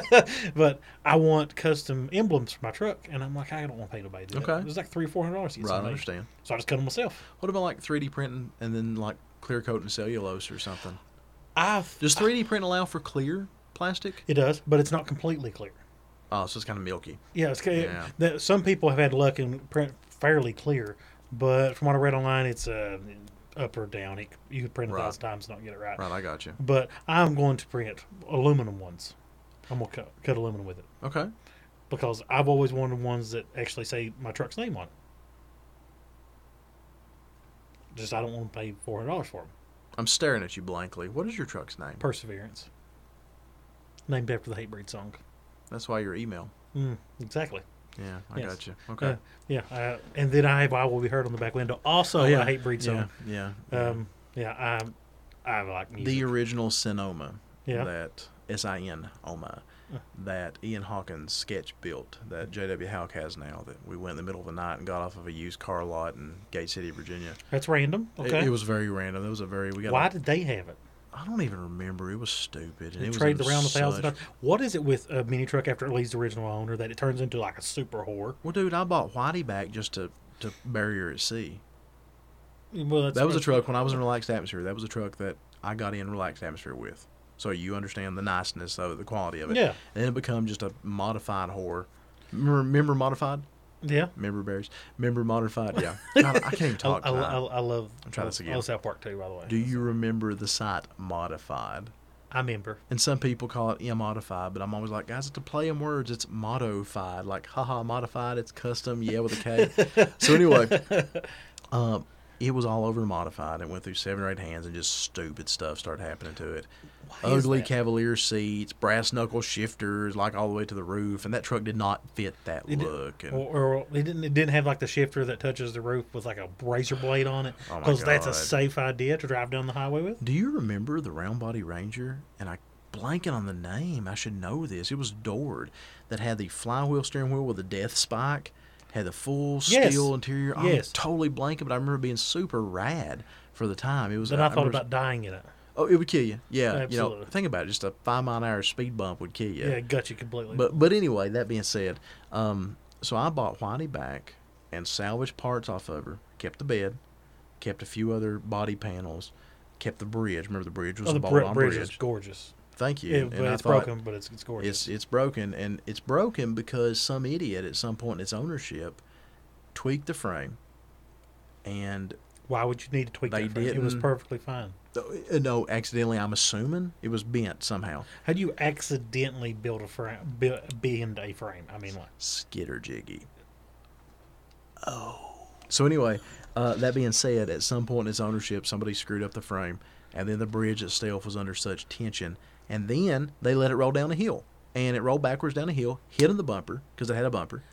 S2: [LAUGHS] but I want custom emblems for my truck, and I'm like, I don't want to pay nobody. To do that.
S3: Okay.
S2: it was like three four hundred dollars. to get
S3: right, I
S2: something made.
S3: understand.
S2: So I just cut them myself.
S3: What about like 3D printing and then like clear coat and cellulose or something?
S2: I
S3: Does 3D print allow for clear plastic?
S2: it does, but it's not completely clear.
S3: Oh, so it's kind of milky.
S2: Yeah, it's
S3: Yeah.
S2: yeah. That some people have had luck and print fairly clear, but from what I read online, it's uh, up or down. It, you could print a
S3: Right.
S2: thousand times and not get it right.
S3: Right, I got you.
S2: But I'm going to print aluminum ones. I'm gonna cut, cut aluminum with it
S3: Okay.
S2: because I've always wanted ones that actually say my truck's name on it. Just I don't want to pay four hundred dollars for them.
S3: I'm staring at you blankly. What is your truck's name?
S2: Perseverance, named after the hate breed song.
S3: That's why your email.
S2: Mm, exactly.
S3: Yeah, I
S2: Yes.
S3: got you. Okay.
S2: Uh, yeah, uh, and then I have "I Will Be Heard" on the back window. Also,
S3: Oh, yeah.
S2: Oh, I hate breed
S3: yeah.
S2: song.
S3: Yeah.
S2: Um, yeah, I, I like
S3: the
S2: music.
S3: original Sonoma.
S2: Yeah. Uh.
S3: That S I N Oma. That Ian Hawkins sketch built that J.W. Houck has now that we went in the middle of the night and got off of a used car lot in Gate City, Virginia.
S2: That's random.
S3: It-
S2: Okay.
S3: It, was very random. It was a very we got.
S2: Why
S3: I
S2: did they have it?
S3: I don't even remember. It was stupid. And
S2: They
S3: it was
S2: traded
S3: in
S2: around a thousand
S3: such-
S2: dollars. What is it with a mini truck after it leaves the original owner that it turns into like a super whore?
S3: Well, dude, I bought Whitey back just to to bury her at sea.
S2: Well, that's
S3: that was a
S2: what-
S3: truck when I was in relaxed atmosphere. That was a truck that I got in relaxed atmosphere with. So you understand the niceness of it, the quality of it.
S2: Yeah.
S3: And it become just a modified whore. Remember, remember modified?
S2: Yeah.
S3: Remember berries? Remember modified?
S2: [LAUGHS]
S3: Yeah. God, I can't even
S2: I,
S3: talk.
S2: I,
S3: tonight.
S2: I, I love.
S3: try this
S2: I
S3: again.
S2: love South Park too, by the way.
S3: Do you remember the site modified?
S2: I remember.
S3: And some people call it immodified, but I'm always like, guys, it's a play on words. It's
S2: [LAUGHS]
S3: modified, like haha, modified. It's custom, yeah, with a K. so anyway, um, It was all over modified. It went through seven or eight hands, and just stupid stuff started happening to it.
S2: Why is
S3: Ugly
S2: that?
S3: Cavalier seats, brass knuckle shifters, like all the way to the roof, and that truck did not fit that
S2: It-
S3: look. And
S2: Or, or it didn't it didn't have like the shifter that touches the roof with like a razor blade on it
S3: Oh my
S2: because that's a
S3: God.
S2: safe idea to drive down the highway with.
S3: do you remember the round body Ranger? And I blanking on the name. I should know this. It was Dord that had the flywheel steering wheel with a death spike, had the full
S2: Yes.
S3: steel interior. I'm
S2: Yes.
S3: totally blanking, but I remember it being super rad for the time. It was. uh,
S2: Then I, thought
S3: remember it was-
S2: about dying in it.
S3: Oh, it would kill you. Yeah, you know,
S2: Absolutely.
S3: think about it. Just a five mile an hour speed bump would kill you.
S2: Yeah, it got you completely.
S3: But but anyway, that being said, um, so I bought Whitey back and salvaged parts off of her. Kept the bed, kept a few other body panels, kept the bridge. Remember the bridge was
S2: oh,
S3: a
S2: the
S3: bolt
S2: bri-
S3: on
S2: bridge
S3: bridge.
S2: is gorgeous.
S3: Thank you.
S2: Yeah,
S3: And
S2: but
S3: I
S2: it's
S3: thought,
S2: broken, but it's it's gorgeous.
S3: It's it's broken and it's broken because some idiot at some point in its ownership tweaked the frame, and
S2: Why would you need to tweak
S3: They
S2: that? frame? It was
S3: didn't-
S2: perfectly fine.
S3: uh, no, accidentally I'm assuming it was bent somehow.
S2: How do you accidentally build a frame? Build, bend a frame? I mean, like
S3: skitter jiggy. Oh. So anyway, uh, that being said, at some point in its ownership, somebody screwed up the frame, and then the bridge itself was under such tension, and then they let it roll down a hill, and it rolled backwards down a hill, hit on the bumper because it had a bumper,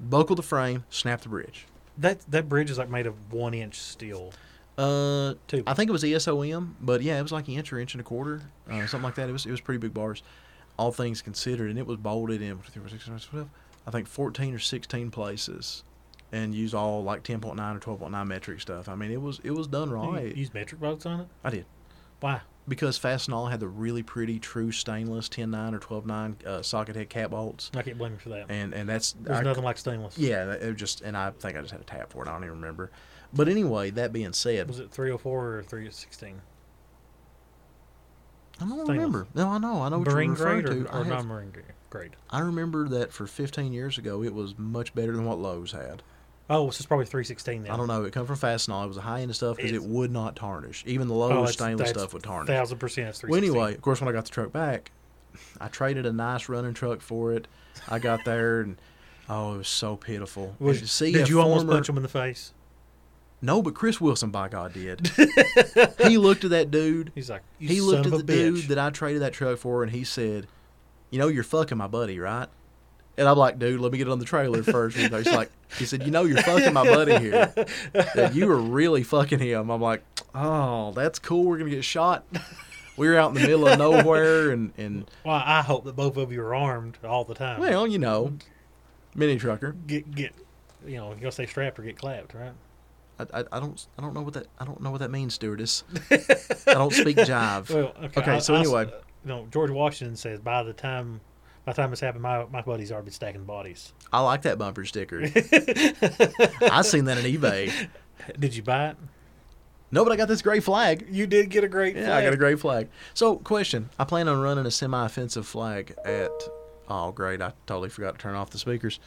S3: buckled the frame, snapped the bridge.
S2: that that bridge is like made of one inch steel.
S3: Uh,
S2: Two.
S3: I think it was ESOM, but yeah, it was like an inch or inch and a quarter, uh, something like that. It was it was pretty big bars, all things considered, and it was bolted in. I think fourteen or sixteen places, and used all like ten point nine or twelve point nine metric stuff. I mean, it was it was done
S2: Do you
S3: right.
S2: use metric bolts on it?
S3: I did
S2: Why?
S3: because Fastenal had the really pretty true stainless ten nine or twelve nine uh, socket head cap bolts,
S2: I can't blame you for that.
S3: and and that's
S2: There's
S3: I-
S2: nothing like stainless.
S3: yeah, that- it was just and I think I just had a tap for it. I don't even remember. But anyway, that being said,
S2: Was it 304 or 316?
S3: I don't
S2: Stainless.
S3: remember. No, I know. I know what
S2: Marine
S3: you're referring
S2: grade or,
S3: to. I,
S2: or
S3: have-
S2: non marine grade?
S3: I remember that for 15 years ago, it was much better than what Lowe's had.
S2: Oh, this is probably 316 then.
S3: I don't know. It come from Fastenal. It was the high end stuff because it
S2: It's-
S3: would not tarnish. Even the Lowe's
S2: Oh, it's-
S3: stainless
S2: that's
S3: stuff would tarnish.
S2: Thousand percent. It's
S3: Well,
S2: 316.
S3: anyway, of course, when I got the truck back, I traded a nice running truck for it. I got there and oh, it was so pitiful.
S2: Was-
S3: And to see
S2: did
S3: a
S2: you almost
S3: former-
S2: punch him in the face?
S3: No, but Chris Wilson, by
S2: [LAUGHS]
S3: God, did. he looked at that dude
S2: He's like, you
S3: he
S2: son
S3: looked
S2: of
S3: at
S2: a
S3: the
S2: bitch.
S3: dude that I traded that truck for, and he said, "You know, you're fucking my buddy, right?" And I'm like, "Dude, let me get on the trailer first. And he's like, "He said, you know, you're fucking my buddy here. That you were really fucking him." I'm like, "Oh, that's cool. We're gonna get shot." We were out in the middle of nowhere, and and
S2: well, I hope that both of you are armed all the time.
S3: well, you know, mini trucker.
S2: get get, you know, you gonna say strapped or get clapped,
S3: [LAUGHS]
S2: right?
S3: I, I, I don't I don't know what that I don't know what that means, stewardess. I don't speak jive.
S2: Well, okay.
S3: Okay,
S2: I-
S3: so
S2: I s-
S3: anyway.
S2: you know, George Washington says by the time. By the time this happened, my, my buddies already stacking
S3: [LAUGHS]
S2: bodies. [LAUGHS]
S3: I like that bumper sticker. I seen that on eBay.
S2: Did you buy it?
S3: No, but I got this gray flag.
S2: You did get a great.
S3: Yeah, I got a great flag. So, question: I plan on running a semi-offensive flag at. Oh, great! I totally forgot to turn off the speakers.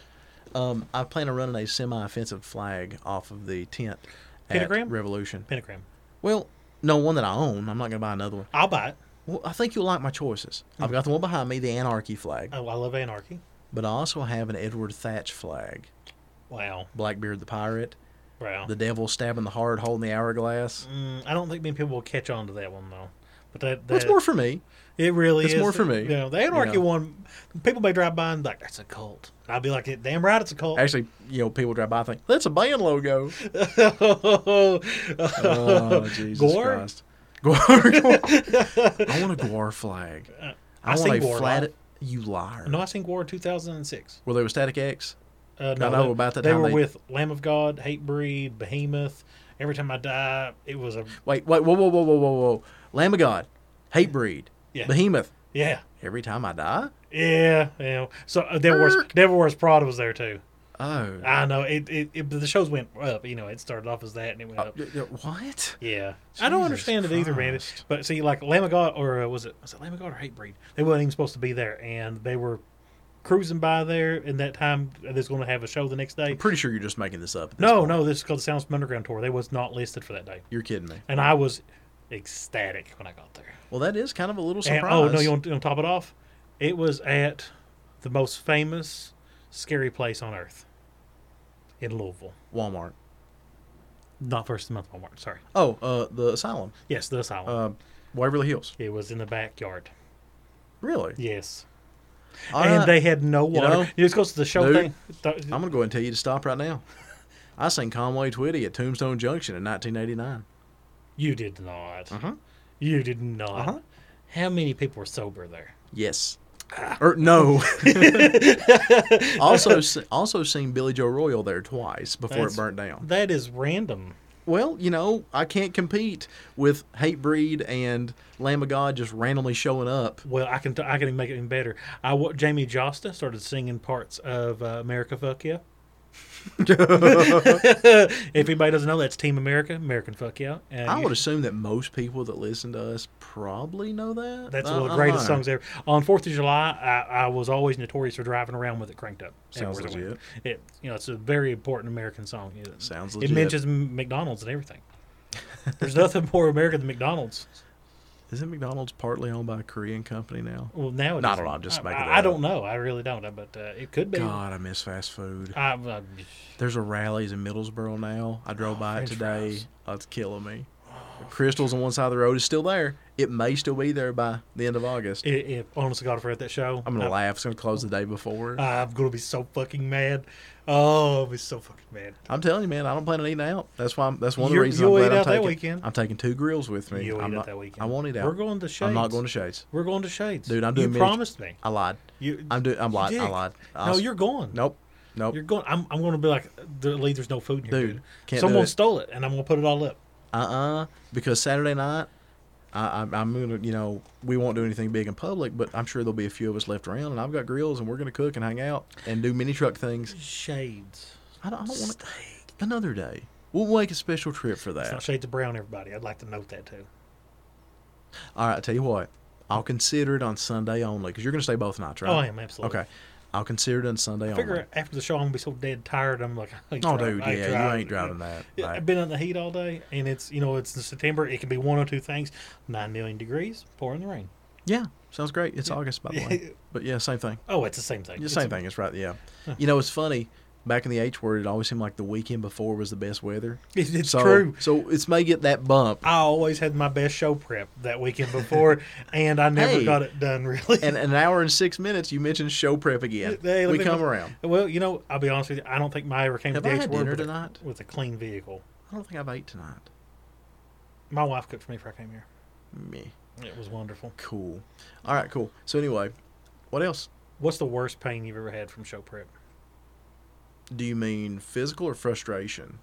S3: Um, I plan on running a semi-offensive flag off of the tent at
S2: Pentagram?
S3: Revolution.
S2: pentagram.
S3: Well, no, one that I own. I'm not going to buy another one.
S2: I'll buy it.
S3: Well, I think you'll like my choices. I've got the one behind me, the Anarchy flag,
S2: Oh, I love anarchy.
S3: but I also have an Edward Thatch flag,
S2: Wow,
S3: Blackbeard the pirate,
S2: wow.
S3: the devil stabbing the hard hole in the hourglass.
S2: Mm, I don't think many people will catch on to that one though. But that, that
S3: That's more for me.
S2: it really
S3: it's
S2: is.
S3: more for me,
S2: You know, the anarchy
S3: you know.
S2: one, people may drive by and be like, "That's a cult." I'll be like, "Damn right, it's a [LAUGHS] cult."
S3: Actually, you know, people drive by and think that's a band logo. [LAUGHS] Oh, Jesus
S2: Gore?
S3: Christ. Gore.
S2: [LAUGHS]
S3: gore. I want a Gore flag. I,
S2: I
S3: want
S2: seen
S3: a
S2: Gore
S3: flat.
S2: live.
S3: You liar.
S2: no, I seen War two thousand and six.
S3: Were they with Static X?
S2: Uh,
S3: I
S2: no,
S3: know
S2: they,
S3: about the
S2: they
S3: time
S2: were
S3: they-
S2: with Lamb of God, Hate Breed, Behemoth. Every time I die, it was a
S3: Wait, wait, whoa, whoa, whoa, whoa, whoa, whoa. Lamb of God, Hate Breed,
S2: Yeah.
S3: Behemoth.
S2: yeah,
S3: Every time I die.
S2: yeah, yeah. So uh, Devil Wears
S3: Erk.
S2: Devil Wears Prada was there too.
S3: Oh.
S2: I know it, it, it. but The shows went up. You know, it started off as that and it went
S3: Uh,
S2: up.
S3: y- y- what?
S2: Yeah, I don't
S3: Jesus
S2: understand it either, man.
S3: Christ.
S2: But see, like Lamb of God, or uh, was it was it Lamb of God or Hate Breed? They weren't even supposed to be there, and they were cruising by there. In that time, they was going to have a show the next day.
S3: I'm pretty sure you're just making this up. At this
S2: No,
S3: point.
S2: no, this is called the Sounds from Underground tour. They was not listed for that day,
S3: You're kidding me.
S2: and I was ecstatic when I got there.
S3: Well, that is kind of a little surprise.
S2: And, oh no, you want, you want to top it off? It was at the most famous scary place on earth in Louisville.
S3: Walmart.
S2: not first of the month Walmart. Sorry.
S3: Oh, uh, the asylum,
S2: Yes, the asylum.
S3: uh, Waverly Hills.
S2: it was in the backyard.
S3: Really?
S2: Yes,
S3: All
S2: and
S3: right.
S2: they had no water.
S3: know,
S2: it just goes to the show
S3: dude,
S2: thing. Th-
S3: I'm gonna go ahead and tell you to stop right now. I seen Conway Twitty at Tombstone Junction in 1989.
S2: you did not.
S3: Mhm.
S2: You did not.
S3: Uh-huh.
S2: How many people were sober there?
S3: Yes. Or Ah. Er, no. [LAUGHS] also, se- also seen Billy Joe Royal there twice before
S2: That's-
S3: it burnt down.
S2: That is random.
S3: Well, you know, I can't compete with Hate Breed and Lamb of God just randomly showing up.
S2: Well, I can t- I can make it even better. I wa- Jamie Josta started singing parts of uh, America Fuck Yeah. [LAUGHS] if anybody doesn't know, that's Team America, American Fuck Yeah. And
S3: I
S2: you-
S3: would assume that most people that listen to us probably know that.
S2: That's
S3: I-
S2: one of
S3: I
S2: the greatest
S3: don't know.
S2: songs ever. On Fourth of July, I, I was always notorious for driving around with it cranked up. everywhere
S3: Sounds
S2: I went.
S3: legit.
S2: It, you know, it's a very important American song. It,
S3: Sounds
S2: It
S3: legit.
S2: mentions M- McDonald's and everything. There's nothing more American than McDonald's.
S3: Isn't McDonald's partly owned by a Korean company now?
S2: Well, now it
S3: Not
S2: is.
S3: at all, just
S2: I,
S3: making
S2: I,
S3: it
S2: I
S3: up.
S2: don't know. I really don't. But uh, it could be.
S3: God, I miss fast food.
S2: I, I,
S3: There's a rallies in Middlesboro now. I drove by
S2: French
S3: it today.
S2: fries.
S3: Oh, it's killing me. Crystals on one side of the road is still there. It may still be there by the end of August.
S2: i- if honest to God, if we're at that show,
S3: I'm gonna
S2: I-
S3: laugh. It's gonna close the day before.
S2: I'm gonna be so fucking mad. Oh, I'll be so fucking mad.
S3: I'm telling you, man. I don't plan on eating out. That's why. I'm, that's one of the
S2: You'll-
S3: reasons.
S2: you'll
S3: I'm glad
S2: eat
S3: I'm
S2: out that
S3: taking,
S2: weekend.
S3: I'm taking two grills with me.
S2: You'll
S3: I'm
S2: eat
S3: not,
S2: out that weekend.
S3: I won't eat out.
S2: We're going to Shades.
S3: I'm not going to Shades.
S2: We're going to Shades,
S3: Dude, I'm
S2: You
S3: doing mini-
S2: promised me.
S3: I lied.
S2: You,
S3: I'm doing. I'm
S2: you
S3: lying. I
S2: dick.
S3: lied. I
S2: No,
S3: was-
S2: you're going.
S3: Nope. Nope.
S2: You're going. I'm, I'm going to be like, "There- Lee, there's no food in here, dude.
S3: Dude, can't do
S2: Someone
S3: it.
S2: stole it, and I'm going to put it all up.
S3: uh-uh because saturday night I, I, i'm gonna you know we won't do anything big in public but i'm sure there'll be a few of us left around and i've got grills and we're gonna cook and hang out and do mini truck things
S2: Shades.
S3: i don't, I don't want to another day we'll make a special trip for
S2: It's not
S3: that
S2: Shades of Brown, everybody. I'd like to note that too.
S3: all right i tell you what i'll consider it on sunday only because you're gonna stay both nights right
S2: Oh, I am absolutely.
S3: okay i'll consider it on sunday
S2: I figure
S3: only
S2: after the show, I'm gonna be so dead tired. I'm like, [LAUGHS] I ain't
S3: oh
S2: driving-
S3: dude
S2: I
S3: yeah you ain't driving that
S2: Yeah,
S3: Like,
S2: I've been in the heat all day, and it's you know it's in September. It can be one or two things: nine million degrees, pouring the rain.
S3: yeah sounds great it's august by the
S2: [LAUGHS]
S3: way but yeah same thing
S2: Oh, it's the same thing.
S3: The
S2: It's
S3: same
S2: a-
S3: thing. It's right. Yeah. You know, it's funny. Back in the H word, it always seemed like the weekend before was the best weather.
S2: [LAUGHS] It- it's
S3: so,
S2: true.
S3: So it's may get that bump.
S2: I always had my best show prep that weekend
S3: [LAUGHS]
S2: before, and I never
S3: Hey.
S2: got it done really. [LAUGHS]
S3: And an hour and six minutes, you mentioned show prep again.
S2: Hey, let
S3: we
S2: me
S3: come
S2: know.
S3: around.
S2: well, you know, I'll be honest with you. I don't think my ever came
S3: Have
S2: to
S3: I
S2: the
S3: had
S2: H word
S3: dinner
S2: with, a-
S3: tonight?
S2: with a clean vehicle.
S3: I don't think I've ate tonight.
S2: My wife cooked for me before I came here.
S3: Me.
S2: It was wonderful.
S3: Cool. All right. Cool. So anyway, what else?
S2: What's the worst pain you've ever had from show prep? [LAUGHS]
S3: Do you mean physical or frustration?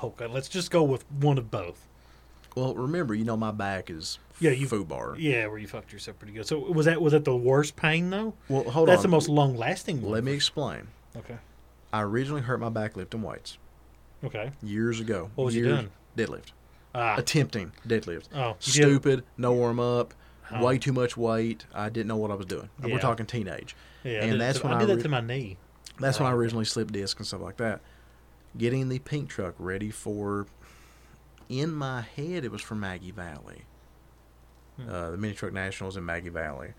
S2: Oh God, let's just go with one of both.
S3: Well, remember, you know my back is
S2: Yeah, you-
S3: foo bar.
S2: Yeah, where you fucked yourself pretty good. So was that was that the worst pain though?
S3: Well, hold
S2: That's
S3: on.
S2: the most long lasting one.
S3: Let me explain.
S2: Okay.
S3: I originally hurt my back lifting weights
S2: Okay.
S3: years ago.
S2: What was you
S3: years,
S2: doing?
S3: Deadlift.
S2: Ah,
S3: attempting deadlift.
S2: Oh, you did-
S3: Stupid, no warm up,
S2: Oh.
S3: way too much weight. I didn't know what I was doing. And
S2: Yeah.
S3: We're talking teenage.
S2: yeah. I
S3: and
S2: did,
S3: that's
S2: that's
S3: when
S2: I
S3: I
S2: did that
S3: re-
S2: to my knee.
S3: That's when I originally slipped disc and stuff like that. Getting the pink truck ready for, in my head, it was for Maggie Valley. Uh, the Mini Truck Nationals in Maggie Valley.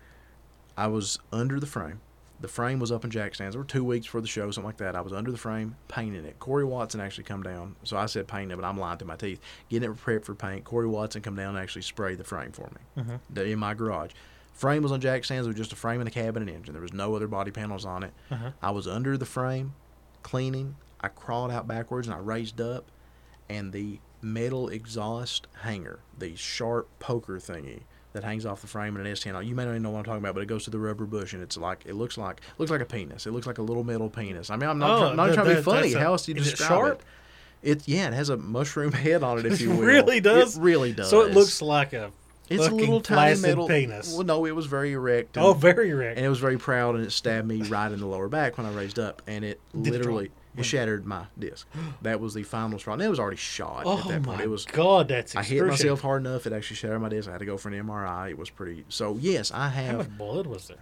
S3: I was under the frame. The frame was up in jack stands. There were two weeks for the show, something like that. I was under the frame, painting it. Corey Watson actually come down. So I said painting it, but I'm lying to my teeth. Getting it prepared for paint. Corey Watson come down and actually spray the frame for me The- in my garage. Frame was on jack stands. It was just a frame and a cab and an engine. There was no other body panels on it. I was under the frame, cleaning. I crawled out backwards and I raised up, and the metal exhaust hanger, the sharp poker thingy that hangs off the frame in an S10. You may not even know what I'm talking about, but it goes to the rubber bush and it's like it looks like looks like a penis. It looks like a little metal penis. I mean, I'm not,
S2: Oh,
S3: try- not
S2: that-
S3: trying to be
S2: that-
S3: funny.
S2: that's a-
S3: How else do you
S2: is it
S3: describe
S2: sharp?
S3: it? It yeah, it has a mushroom [LAUGHS] head on [LAUGHS] it, if
S2: It
S3: you will.
S2: really does.
S3: It really does.
S2: So it looks like a
S3: it's a
S2: fucking
S3: little tiny
S2: flaccid
S3: metal
S2: penis.
S3: Well, no, it was very erect. and-
S2: oh, very rare.
S3: and it was very proud, and it stabbed me right in the lower back when I raised up, and it
S2: it
S3: literally it shattered my disc. That was the final straw. And it was already shot
S2: oh
S3: at that
S2: my
S3: point. It was.
S2: God, that's
S3: I hit
S2: excruciating.
S3: myself hard enough; it actually shattered my disc. I had to go for an MRI. It was pretty. So yes, I
S2: How
S3: have.
S2: much blood was there?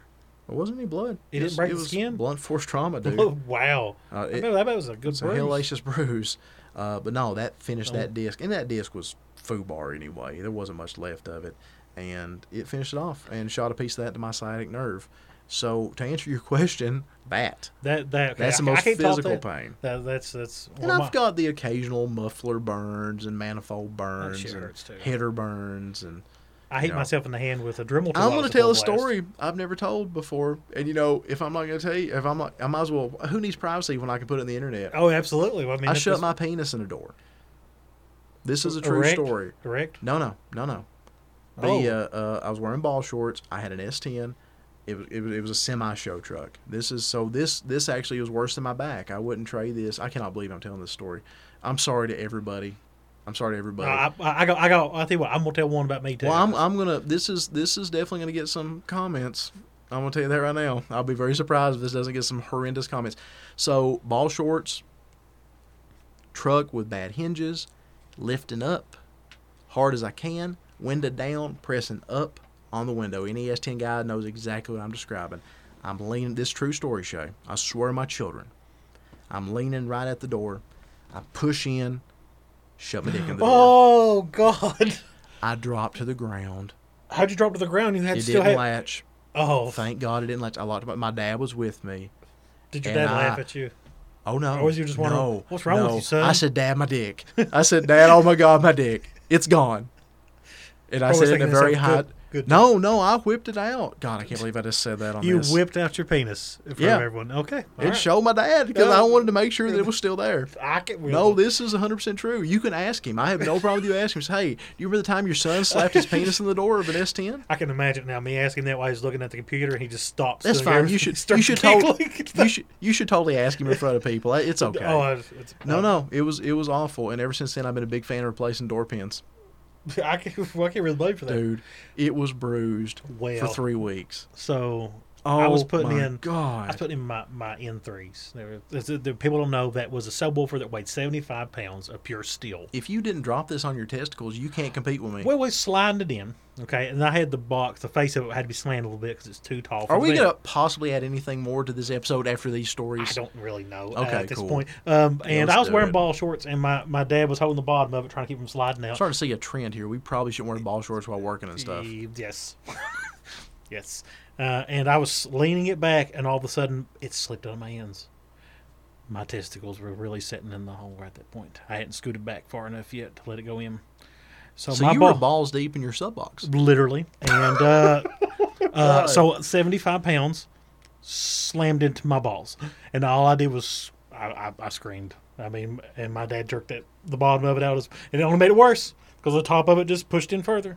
S3: There wasn't any blood.
S2: It didn't
S3: was-
S2: break
S3: it
S2: the
S3: was
S2: skin?
S3: Blunt force trauma, dude.
S2: Oh, wow.
S3: Uh,
S2: I
S3: it-
S2: bet that was a good
S3: It's a
S2: bruise.
S3: hellacious bruise. Uh, but no, that finished
S2: Oh.
S3: that disc, and that disc was foobar anyway. There wasn't much left of it, and it finished it off and shot a piece of that to my sciatic nerve, So to answer your [LAUGHS] question, that
S2: That that okay,
S3: That's
S2: I-
S3: the most
S2: I can't talk
S3: physical
S2: that-
S3: pain.
S2: That, that's that's.
S3: And
S2: well,
S3: I've
S2: my-
S3: got the occasional muffler burns and manifold burns
S2: shit
S3: and
S2: hurts too.
S3: header burns and
S2: I hit
S3: no.
S2: myself in the hand with a Dremel.
S3: I'm
S2: going
S3: gonna
S2: to
S3: tell a story I've never told before. And you know, if I'm not gonna tell you if I'm like I might as well who needs privacy when I can put it on the internet?
S2: Oh, absolutely. Well, I mean,
S3: I
S2: if
S3: shut
S2: this-
S3: my penis in a door. This is a true
S2: erect,
S3: story.
S2: Erect.
S3: No, no, no, no. The
S2: Oh.
S3: uh, uh, I was wearing ball shorts. I had an S10. It was, it was it was a semi show truck. This is so this this actually was worse than my back. I wouldn't trade this. I cannot believe I'm telling this story. I'm sorry to everybody. I'm sorry to everybody.
S2: I, I, I got. I got. I tell you what. I'm gonna tell one about me too.
S3: well, I'm, I'm gonna. This is this is definitely gonna get some comments. I'm gonna tell you that right now. I'll be very surprised if this doesn't get some horrendous comments. So ball shorts, truck with bad hinges, lifting up, hard as I can, window down, pressing up on the window. Any S10 guy knows exactly what I'm describing. I'm leaning. This true story, Shay. I swear, my children. I'm leaning right at the door. I push in, shove my dick in the door.
S2: [LAUGHS] oh God! [LAUGHS]
S3: I drop to the ground.
S2: How'd you drop to the ground? You had
S3: It
S2: still had.
S3: didn't latch.
S2: Oh,
S3: Thank God it didn't latch. I locked my, my dad was with me.
S2: did your
S3: and
S2: dad laugh
S3: I-
S2: at you?
S3: Oh no!
S2: Or was you just wondering,
S3: No,
S2: "What's wrong with
S3: no."
S2: you, son?"
S3: I said, "Dad, my dick." I said, "Dad, oh my God, my dick, it's gone." And I
S2: Probably
S3: said it in a
S2: thinking to
S3: very high.
S2: himself, "Good- good
S3: no, no, I whipped it out. God, I can't believe I just said that on
S2: You
S3: this.
S2: whipped out your penis in front
S3: Yeah.
S2: of everyone. Okay. all
S3: It
S2: right.
S3: showed my dad because I
S2: No.
S3: wanted to make sure that it was still there.
S2: I can,
S3: No, this is 100% true. You can ask him. I have no problem with you asking him. Say, hey, do you remember the time your son slapped his penis in the door of an S10?
S2: I can imagine now me asking that while he's looking at the computer and he just stops.
S3: That's
S2: doing
S3: fine.
S2: everything
S3: You
S2: and [LAUGHS]
S3: should you
S2: starts
S3: should, totally,
S2: giggling. It's
S3: [LAUGHS] you, should, you should totally ask him in front of people. It's okay.
S2: like, [LAUGHS] Oh, I, it's,
S3: No, no, it was it was awful, and ever since then I've been a big fan of replacing door pins,
S2: [LAUGHS] I can't, well, I can't really blame for that.
S3: dude. It was bruised for
S2: Well.
S3: three weeks.
S2: So
S3: Oh,
S2: I was putting
S3: my
S2: in. I was
S3: God,
S2: putting in my, my N3s. They were- it's- the people don't know that was a subwoofer that weighed 75 pounds of pure steel.
S3: if you didn't drop this on your testicles, you can't compete with me.
S2: Well, we slid it in, okay, and I had the box. The face of it had to be slanted a little bit because it's too tall. For
S3: Are
S2: the
S3: we
S2: bed.
S3: gonna possibly add anything more to this episode after these stories?
S2: I don't really know uh,
S3: Okay,
S2: at this
S3: cool.
S2: point. Um, and
S3: let's
S2: I was
S3: do
S2: wearing
S3: it.
S2: ball shorts, and my, my dad was holding the bottom of it, trying to keep them sliding out.
S3: I'm starting to see a trend here. We probably should wear the ball shorts while working and stuff.
S2: Y- Yes. [LAUGHS] yes. Uh, and I was leaning it back, and all of a sudden, it slipped on my ends. My testicles were really sitting in the hole at that point. I hadn't scooted back far enough yet to let it go in. So,
S3: So
S2: my
S3: you
S2: ball,
S3: were balls deep in your sub box.
S2: literally, and uh, uh, so seventy-five pounds slammed into my balls, and all I did was I, I, I screamed. I mean, and my dad jerked it, the bottom of it out, as- and it only made it worse because the top of it just pushed in further.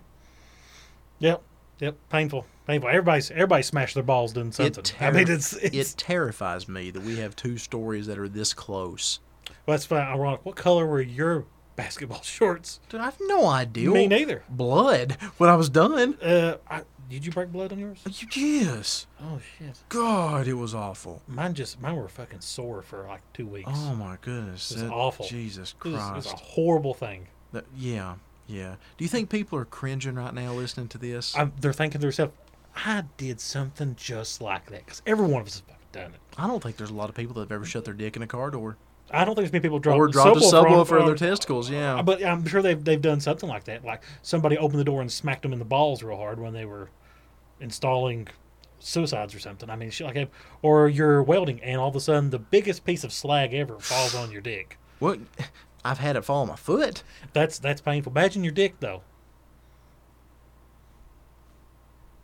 S2: Yep, yep, painful, painful. Everybody's everybody smashed their balls doing something.
S3: It,
S2: I mean,
S3: terri-
S2: it's, it's
S3: it terrifies me that we have two stories that are this close.
S2: well, that's fine, ironic. What color were your basketball [LAUGHS] shorts?
S3: Dude, I have no idea.
S2: Me neither.
S3: Blood when I was done.
S2: Uh, I, did you break blood on yours?
S3: Yes.
S2: Oh shit.
S3: God, it was awful.
S2: Mine just mine were fucking sore for like two weeks.
S3: Oh my goodness,
S2: was awful.
S3: Jesus
S2: It was,
S3: Christ!
S2: it was a horrible thing.
S3: That- yeah, yeah. Do you think people are cringing right now listening to this? I,
S2: I, they're thinking to themselves, I did something just like that because every one of us has fucking done it.
S3: don't think there's a lot of people that have ever shut their dick in a car door
S2: I don't think there's many people drop
S3: or dropped a subwoofer for
S2: on-
S3: their testicles. Yeah,
S2: on- But I'm sure they've they've done something like that. Like somebody opened the door and smacked them in the balls real hard when they were installing suicides or something. I mean, shit like that. Or you're welding and all of a sudden the biggest piece of slag ever falls on your dick.
S3: what? I've had it fall on my foot.
S2: That's that's painful. Imagine your dick though.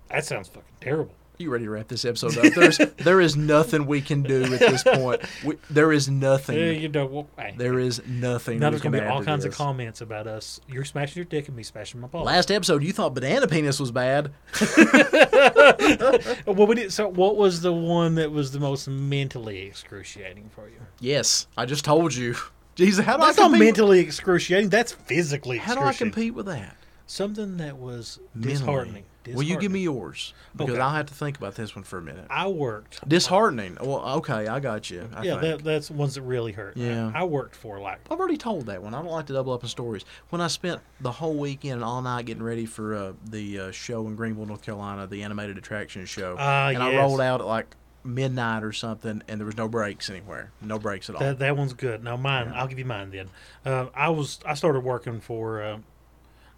S2: That sounds fucking terrible.
S3: You ready to wrap this episode up?
S2: [LAUGHS]
S3: There's there is nothing we can do at this point. We, there is nothing.
S2: Yeah, Uh, you know, well, hey.
S3: There is nothing.
S2: now
S3: we
S2: there's
S3: can
S2: gonna be
S3: add
S2: all
S3: to
S2: kinds of
S3: this.
S2: comments about us. You're smashing your dick and me smashing my balls.
S3: Last episode, you thought banana penis was bad.
S2: Uh, [LAUGHS] well, we did, so what was the one that was the most mentally excruciating for you?
S3: Yes, I just told you. [LAUGHS] Jesus, how do
S2: That's
S3: I
S2: not
S3: compete?
S2: mentally excruciating. That's physically.
S3: How do I
S2: excruciating.
S3: compete with that?
S2: Something that was
S3: Mentally.
S2: disheartening.
S3: Will you give me
S2: Disheartening.
S3: yours? Because
S2: Okay.
S3: I'll have to think about this one for a minute.
S2: I worked.
S3: Disheartening. Well, okay, I got you. I
S2: yeah,
S3: think.
S2: that, that's ones that really hurt. I-
S3: Yeah.
S2: I, worked for like.
S3: I've already told that one. I don't like to double up on stories. When I spent the whole weekend and all night getting ready for uh, the uh, show in Greenville, North Carolina, the animated attraction show,
S2: Ah,
S3: and I
S2: yes.
S3: rolled out at like midnight or something, and there was no breaks anywhere, no breaks at all.
S2: That, that one's good. Now mine, I'll give you mine then. Uh, I was I started working for, uh,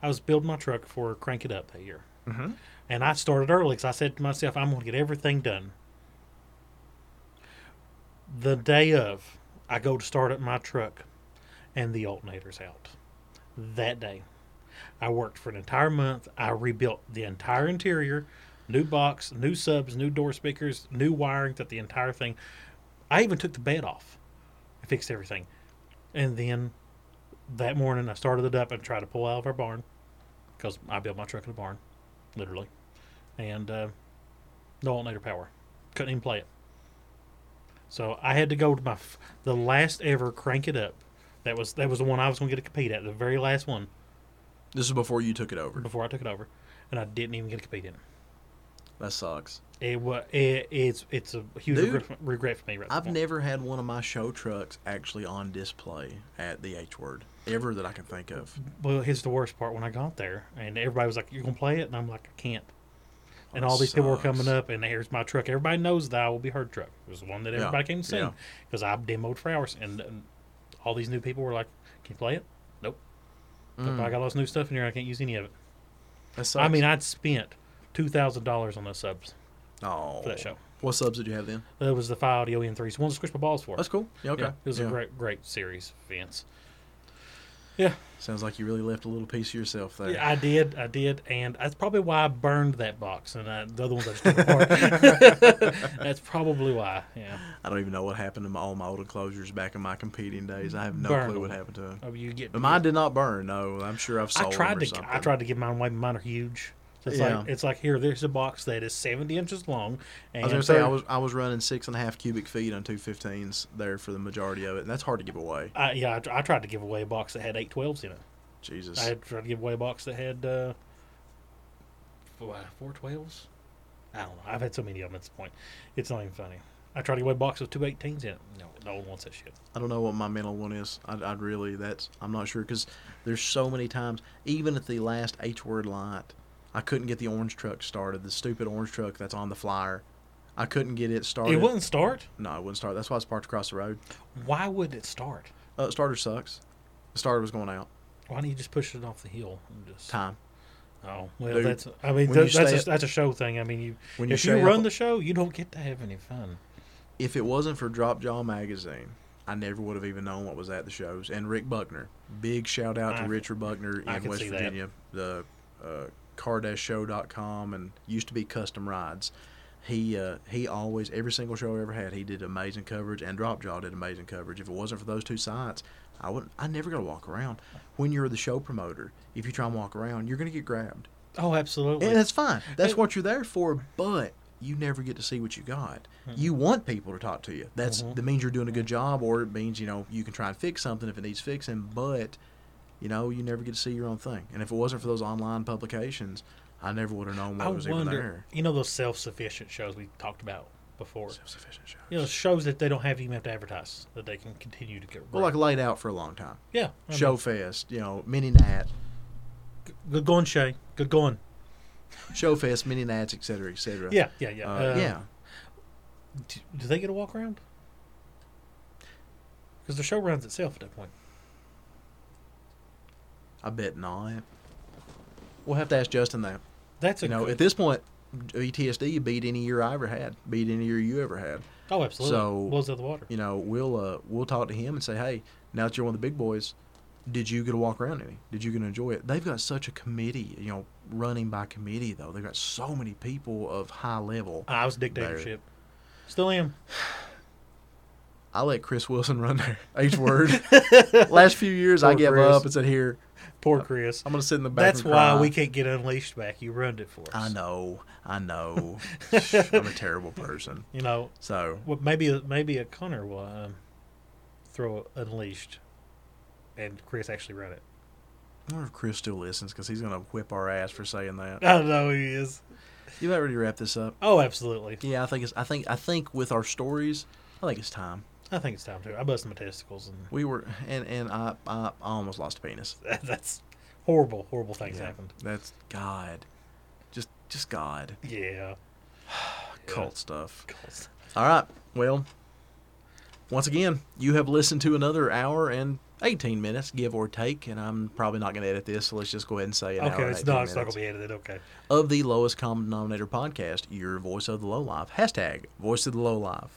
S2: I was building my truck for Crank It Up that year, mm-hmm. and I started early because I said to myself, I'm going to get everything done. The day of, I go to start up my truck, and the alternator's out. That day, I worked for an entire month. I rebuilt the entire interior, new box, new subs, new door speakers, new wiring, that the entire thing. I even took the bed off. I fixed everything, and then that morning I started it up and tried to pull out of our barn because I built my truck in a barn, literally, and uh, no alternator power. Couldn't even play it. So I had to go to my f- the last ever crank it up. That was that was the one I was going to get to compete at, the very last one
S3: This is before you took it over.
S2: before I took it over, and I didn't even get to compete in it.
S3: That sucks.
S2: It was it, it's it's a huge
S3: Dude,
S2: regret, regret for me right
S3: I've
S2: now.
S3: never had one of my show trucks actually on display at the H word ever that I can think of.
S2: Well, here's the worst part when I got there, and everybody was like, "You're gonna play it," and I'm like, "I can't." And
S3: That
S2: all these people were
S3: sucks.
S2: coming up, and here's my truck. Everybody knows that I will be her truck. It was the one that
S3: Yeah,
S2: everybody came to see
S3: yeah.
S2: because I demoed for hours, and, and all these new people were like, "Can you play it?" Nope. But I got all this new stuff in here. I can't use any of it.
S3: That Mm. sucks.
S2: I mean, I'd spent two thousand dollars on those subs.
S3: oh,
S2: for that show.
S3: What subs did you have then?
S2: That was the five audio N threes. Ones to squish my balls for.
S3: That's cool. Yeah, okay.
S2: Yeah, it was
S3: Yeah.
S2: a great, great series, Vince. Yeah,
S3: Sounds like you really left a little piece of yourself there.
S2: I did, I did, and that's probably why I burned that box, and I, the other ones I just took apart. that's probably why. Yeah,
S3: I don't even know what happened to my, all my old enclosures back in my competing days. I have no
S2: Burned
S3: clue what
S2: them.
S3: happened to them.
S2: oh, you get.
S3: But mine did not burn. No, I'm sure I've sold
S2: I
S3: them
S2: tried
S3: or
S2: to,
S3: something.
S2: I tried to give mine away. but Mine are huge. So it's
S3: Yeah.
S2: like it's like here, there's a box that is seventy inches long, and
S3: I was gonna say I
S2: thirty-
S3: was I was running six and a half cubic feet on two fifteens there for the majority of it, and that's hard to give away.
S2: I, yeah, I, tr- I tried to give away a box that had eight twelves in it.
S3: Jesus,
S2: I had tried to give away a box that had uh, four, four 12s. I don't know. I've had so many of them at this point. It's not even funny. I tried to give away a box with two 18s in it. No, no one wants that shit.
S3: I don't know what my mental one is. I, I really that's I'm not sure because there's so many times even at the last H word light, I couldn't get the orange truck started. The stupid orange truck that's on the flyer, I couldn't get it started.
S2: It wouldn't start.
S3: No, it wouldn't start. That's why it's parked across the road.
S2: Why would it start?
S3: Uh, starter sucks. The starter was going out.
S2: Why don't you just push it off the hill? And just,
S3: Time.
S2: oh, well,
S3: Dude,
S2: that's. I mean,
S3: when
S2: th-
S3: you
S2: that's,
S3: stay
S2: a,
S3: up-
S2: that's a show thing. I mean, you
S3: When you
S2: if you
S3: stay up-
S2: run the show, you don't get to have any fun.
S3: If it wasn't for Drop Jaw Magazine, I never would have even known what was at the shows. And Rick Buckner. Big shout out to
S2: I-
S3: Richard Buckner
S2: I
S3: in
S2: can
S3: West
S2: see that.
S3: Virginia. The uh, car-show.com and used to be Custom Rides. He uh, he always every single show I ever had he did amazing coverage and Drop Jaw did amazing coverage. If it wasn't for those two sites, I wouldn't. I never gonna walk around. When you're the show promoter, if you try and walk around, you're gonna get grabbed.
S2: Oh, absolutely.
S3: And that's fine. That's
S2: It-
S3: what you're there for, but you never get to see what you got.
S2: Mm-hmm.
S3: You want people to talk to you. That's that means you're doing a good job or it means, you know, you can try and fix something if it needs fixing, but you know, you never get to see your own thing. And if it wasn't for those online publications, I never would have known what
S2: I
S3: was even
S2: wonder.
S3: there.
S2: You know those self-sufficient shows we talked about before.
S3: Self-sufficient shows.
S2: You know, shows that they don't have even have to advertise that they can continue to get.
S3: Well, like laid out for a long time.
S2: Yeah. I mean,
S3: Show fest, you know, mini nat,
S2: Good going, Shay. Good going.
S3: show fest, mini nats, et cetera, et cetera.
S2: Yeah, yeah, yeah.
S3: Uh,
S2: Uh,
S3: yeah.
S2: Do, do they get a walk around? Because the show runs itself at that point.
S3: I bet not. We'll have to ask Justin that.
S2: That's a
S3: you know,
S2: good-
S3: at this point, E ETSD beat any year I ever had, beat any year you ever had.
S2: oh absolutely
S3: so,
S2: blows out the water.
S3: You know, we'll uh, we'll talk to him and say, hey, now that you're one of the big boys, did you get to walk around any? Did you get to enjoy it? They've got such a committee, you know, running by committee though. They've got so many people of high level.
S2: I was dictatorship. Still am.
S3: I let Chris Wilson run there. [LAUGHS] H word. Last few years, I
S2: Poor
S3: gave
S2: Chris.
S3: up and said, here,
S2: [LAUGHS] Poor Chris.
S3: I'm gonna sit in the back.
S2: That's
S3: and
S2: why
S3: cry."
S2: we can't get unleashed back. You ruined it for us.
S3: I know, I know.
S2: [LAUGHS]
S3: I'm a terrible person.
S2: You know,
S3: So
S2: what? Maybe a, maybe a Connor will um, throw unleashed, and Chris actually run it. [LAUGHS]
S3: I wonder if Chris still listens because he's gonna whip our ass for saying [LAUGHS] that.
S2: I know he is.
S3: You about ready to wrap this up?
S2: Oh, absolutely.
S3: Yeah, I think it's. I think. I think with our stories, I think it's time.
S2: I think it's time to. I bust my testicles, and [LAUGHS]
S3: We were and and I I, I almost lost a penis.
S2: that's horrible. Horrible things
S3: Yeah,
S2: happened.
S3: That's God. Just just God.
S2: Yeah.
S3: Cult stuff.
S2: Goals.
S3: All right. Well, Once again, you have listened to another hour and 18 minutes, give or take, and I'm probably not going to edit this, so let's just go ahead and say an hour.
S2: Okay,
S3: and
S2: it's
S3: 18
S2: not. It's not
S3: minutes
S2: gonna be edited. Okay.
S3: of the lowest common denominator podcast, your voice of the low life. Hashtag voice of the low life.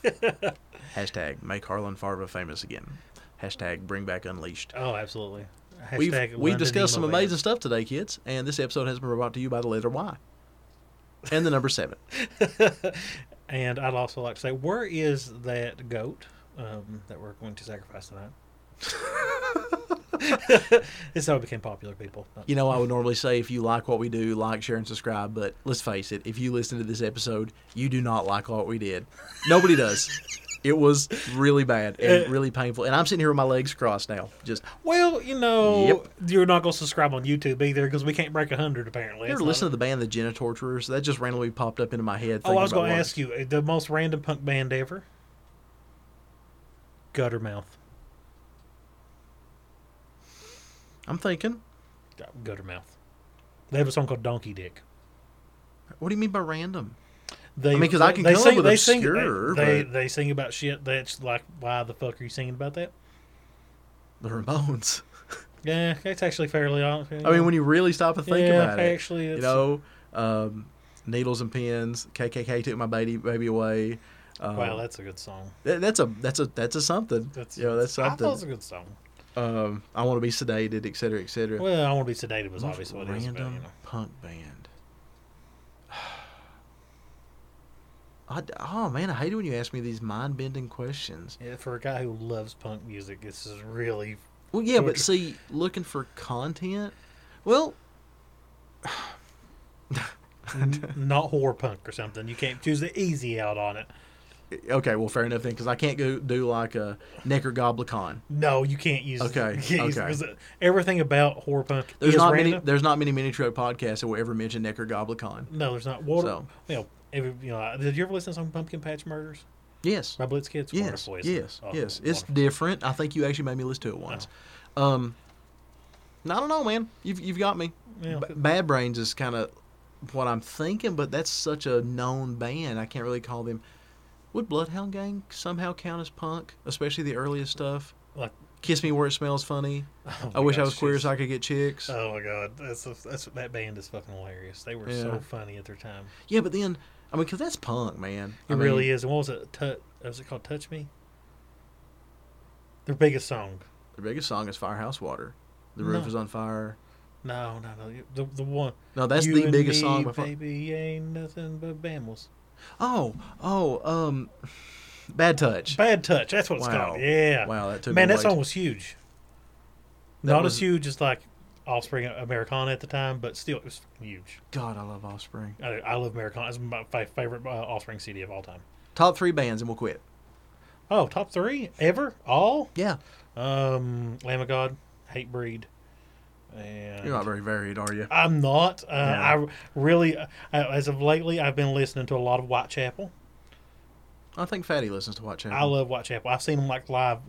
S3: Hashtag make Harlan Farva famous again. Hashtag bring back unleashed.
S2: Oh, absolutely.
S3: We've,
S2: Hashtag
S3: we've
S2: London
S3: discussed some
S2: emo band.
S3: amazing stuff today, kids, and this episode has been brought to you by the letter Y and the number seven.
S2: [LAUGHS] And I'd also like to say, where is that goat um, that we're going to sacrifice tonight? [LAUGHS] this is how it became popular, people. Not-
S3: You know, I would normally say if you like what we do, like, share, and subscribe, but let's face it, if you listen to this episode, you do not like what we did. Nobody does. It was really bad and really painful. And I'm sitting here with my legs crossed now. Just
S2: Well, you know,
S3: Yep.
S2: you're not going to subscribe on YouTube either because we can't break 100, apparently.
S3: You ever listen to the band The Jenna Torturers? That just randomly popped up into my head.
S2: Oh, I was
S3: going to
S2: ask you uh, the most random punk band ever? Guttermouth.
S3: I'm thinking,
S2: Uh, Guttermouth. They have a song called Donkey Dick.
S3: what do you mean by random?
S2: They,
S3: mean, 'cause I can come up with
S2: Sing,
S3: obscure,
S2: they,
S3: but-
S2: they sing about shit that's like, why the fuck are you singing about that?
S3: The Ramones.
S2: Yeah, that's actually fairly honest.
S3: I mean, when you really stop and think
S2: Yeah,
S3: about it,
S2: actually,
S3: you
S2: it's-
S3: know, um, Needles and Pins, KKK took my baby baby away. Um,
S2: wow, that's a good song.
S3: that, that's a that's a that's a something.
S2: That's
S3: you know, that's
S2: I thought it was a
S3: something.
S2: good song.
S3: um, I want to be sedated, et cetera, et cetera.
S2: Well, I want to be sedated was
S3: Most
S2: obviously what it
S3: random
S2: was about. You know.
S3: punk band. [SIGHS] I d oh man, I hate it when you ask me these mind bending questions.
S2: Yeah, for a guy who loves punk music, this is
S3: [LAUGHS]
S2: really
S3: Well, yeah, but
S2: Torture.
S3: see, looking for content. Well,
S2: n- not horror punk or something. You can't choose the easy out on it.
S3: okay, well, fair enough then, because I can't go do like a Necrogoblicon.
S2: No, you can't use.
S3: Okay,
S2: you [LAUGHS] can't use-
S3: okay.
S2: 'cause, uh, everything about horror punk
S3: There's
S2: is
S3: not
S2: random.
S3: many. There's not many mini truck podcasts that will ever mention Necrogoblicon.
S2: no, there's not. Water.
S3: So.
S2: You know, every, you know, uh, did you ever listen to some Pumpkin Patch Murders
S3: Yes.
S2: by Blitzkid? It's
S3: Yes.
S2: wonderful. isn't it?
S3: Yes.
S2: Oh,
S3: yes. It's
S2: wonderful.
S3: different. I think you actually made me listen to it once.
S2: Oh.
S3: Um, no, I don't know, man. You've you've got me.
S2: Yeah.
S3: B- Bad Brains is kind of what I'm thinking, but that's such a known band. I can't really call them. Would Bloodhound Gang somehow count as punk, especially the earliest stuff?
S2: Like,
S3: Kiss Me Where It Smells Funny.
S2: [LAUGHS] oh
S3: I
S2: my
S3: wish I
S2: gosh,
S3: was queer
S2: it's-
S3: so I could get chicks.
S2: Oh my god, that's that's that band is fucking hilarious. They were
S3: Yeah.
S2: so funny at their time.
S3: yeah, but then I mean, 'cause that's punk, man.
S2: It really is. And what was it? Touch, was it called Touch Me? Their biggest song.
S3: The biggest song is Firehouse Water. The roof
S2: No.
S3: is on fire.
S2: No, no, no. you- The, the one.
S3: No, that's
S2: You
S3: the
S2: and
S3: biggest
S2: me,
S3: song. by far.
S2: Baby, ain't nothing but bambles.
S3: Oh, oh, um, Bad Touch.
S2: Bad Touch. That's what it's
S3: Wow.
S2: called. Yeah.
S3: Wow, that took
S2: Man,
S3: me
S2: that
S3: way
S2: song was huge.
S3: That
S2: Not
S3: was-
S2: as huge as like Offspring Americana at the time, but still, it was huge.
S3: God, I love Offspring.
S2: I, I love Americana. It's my fi- favorite uh, Offspring CD of all time.
S3: Top three bands, and we'll quit.
S2: Oh, top three ever? All?
S3: Yeah,
S2: Um, Lamb of God, Hate Breed, and
S3: you're not very varied, are you?
S2: I'm not. Uh,
S3: Yeah.
S2: I really, uh, as of lately, I've been listening to a lot of Whitechapel.
S3: I think Fatty listens to Watch
S2: I love Whitechapel. I've seen them like live,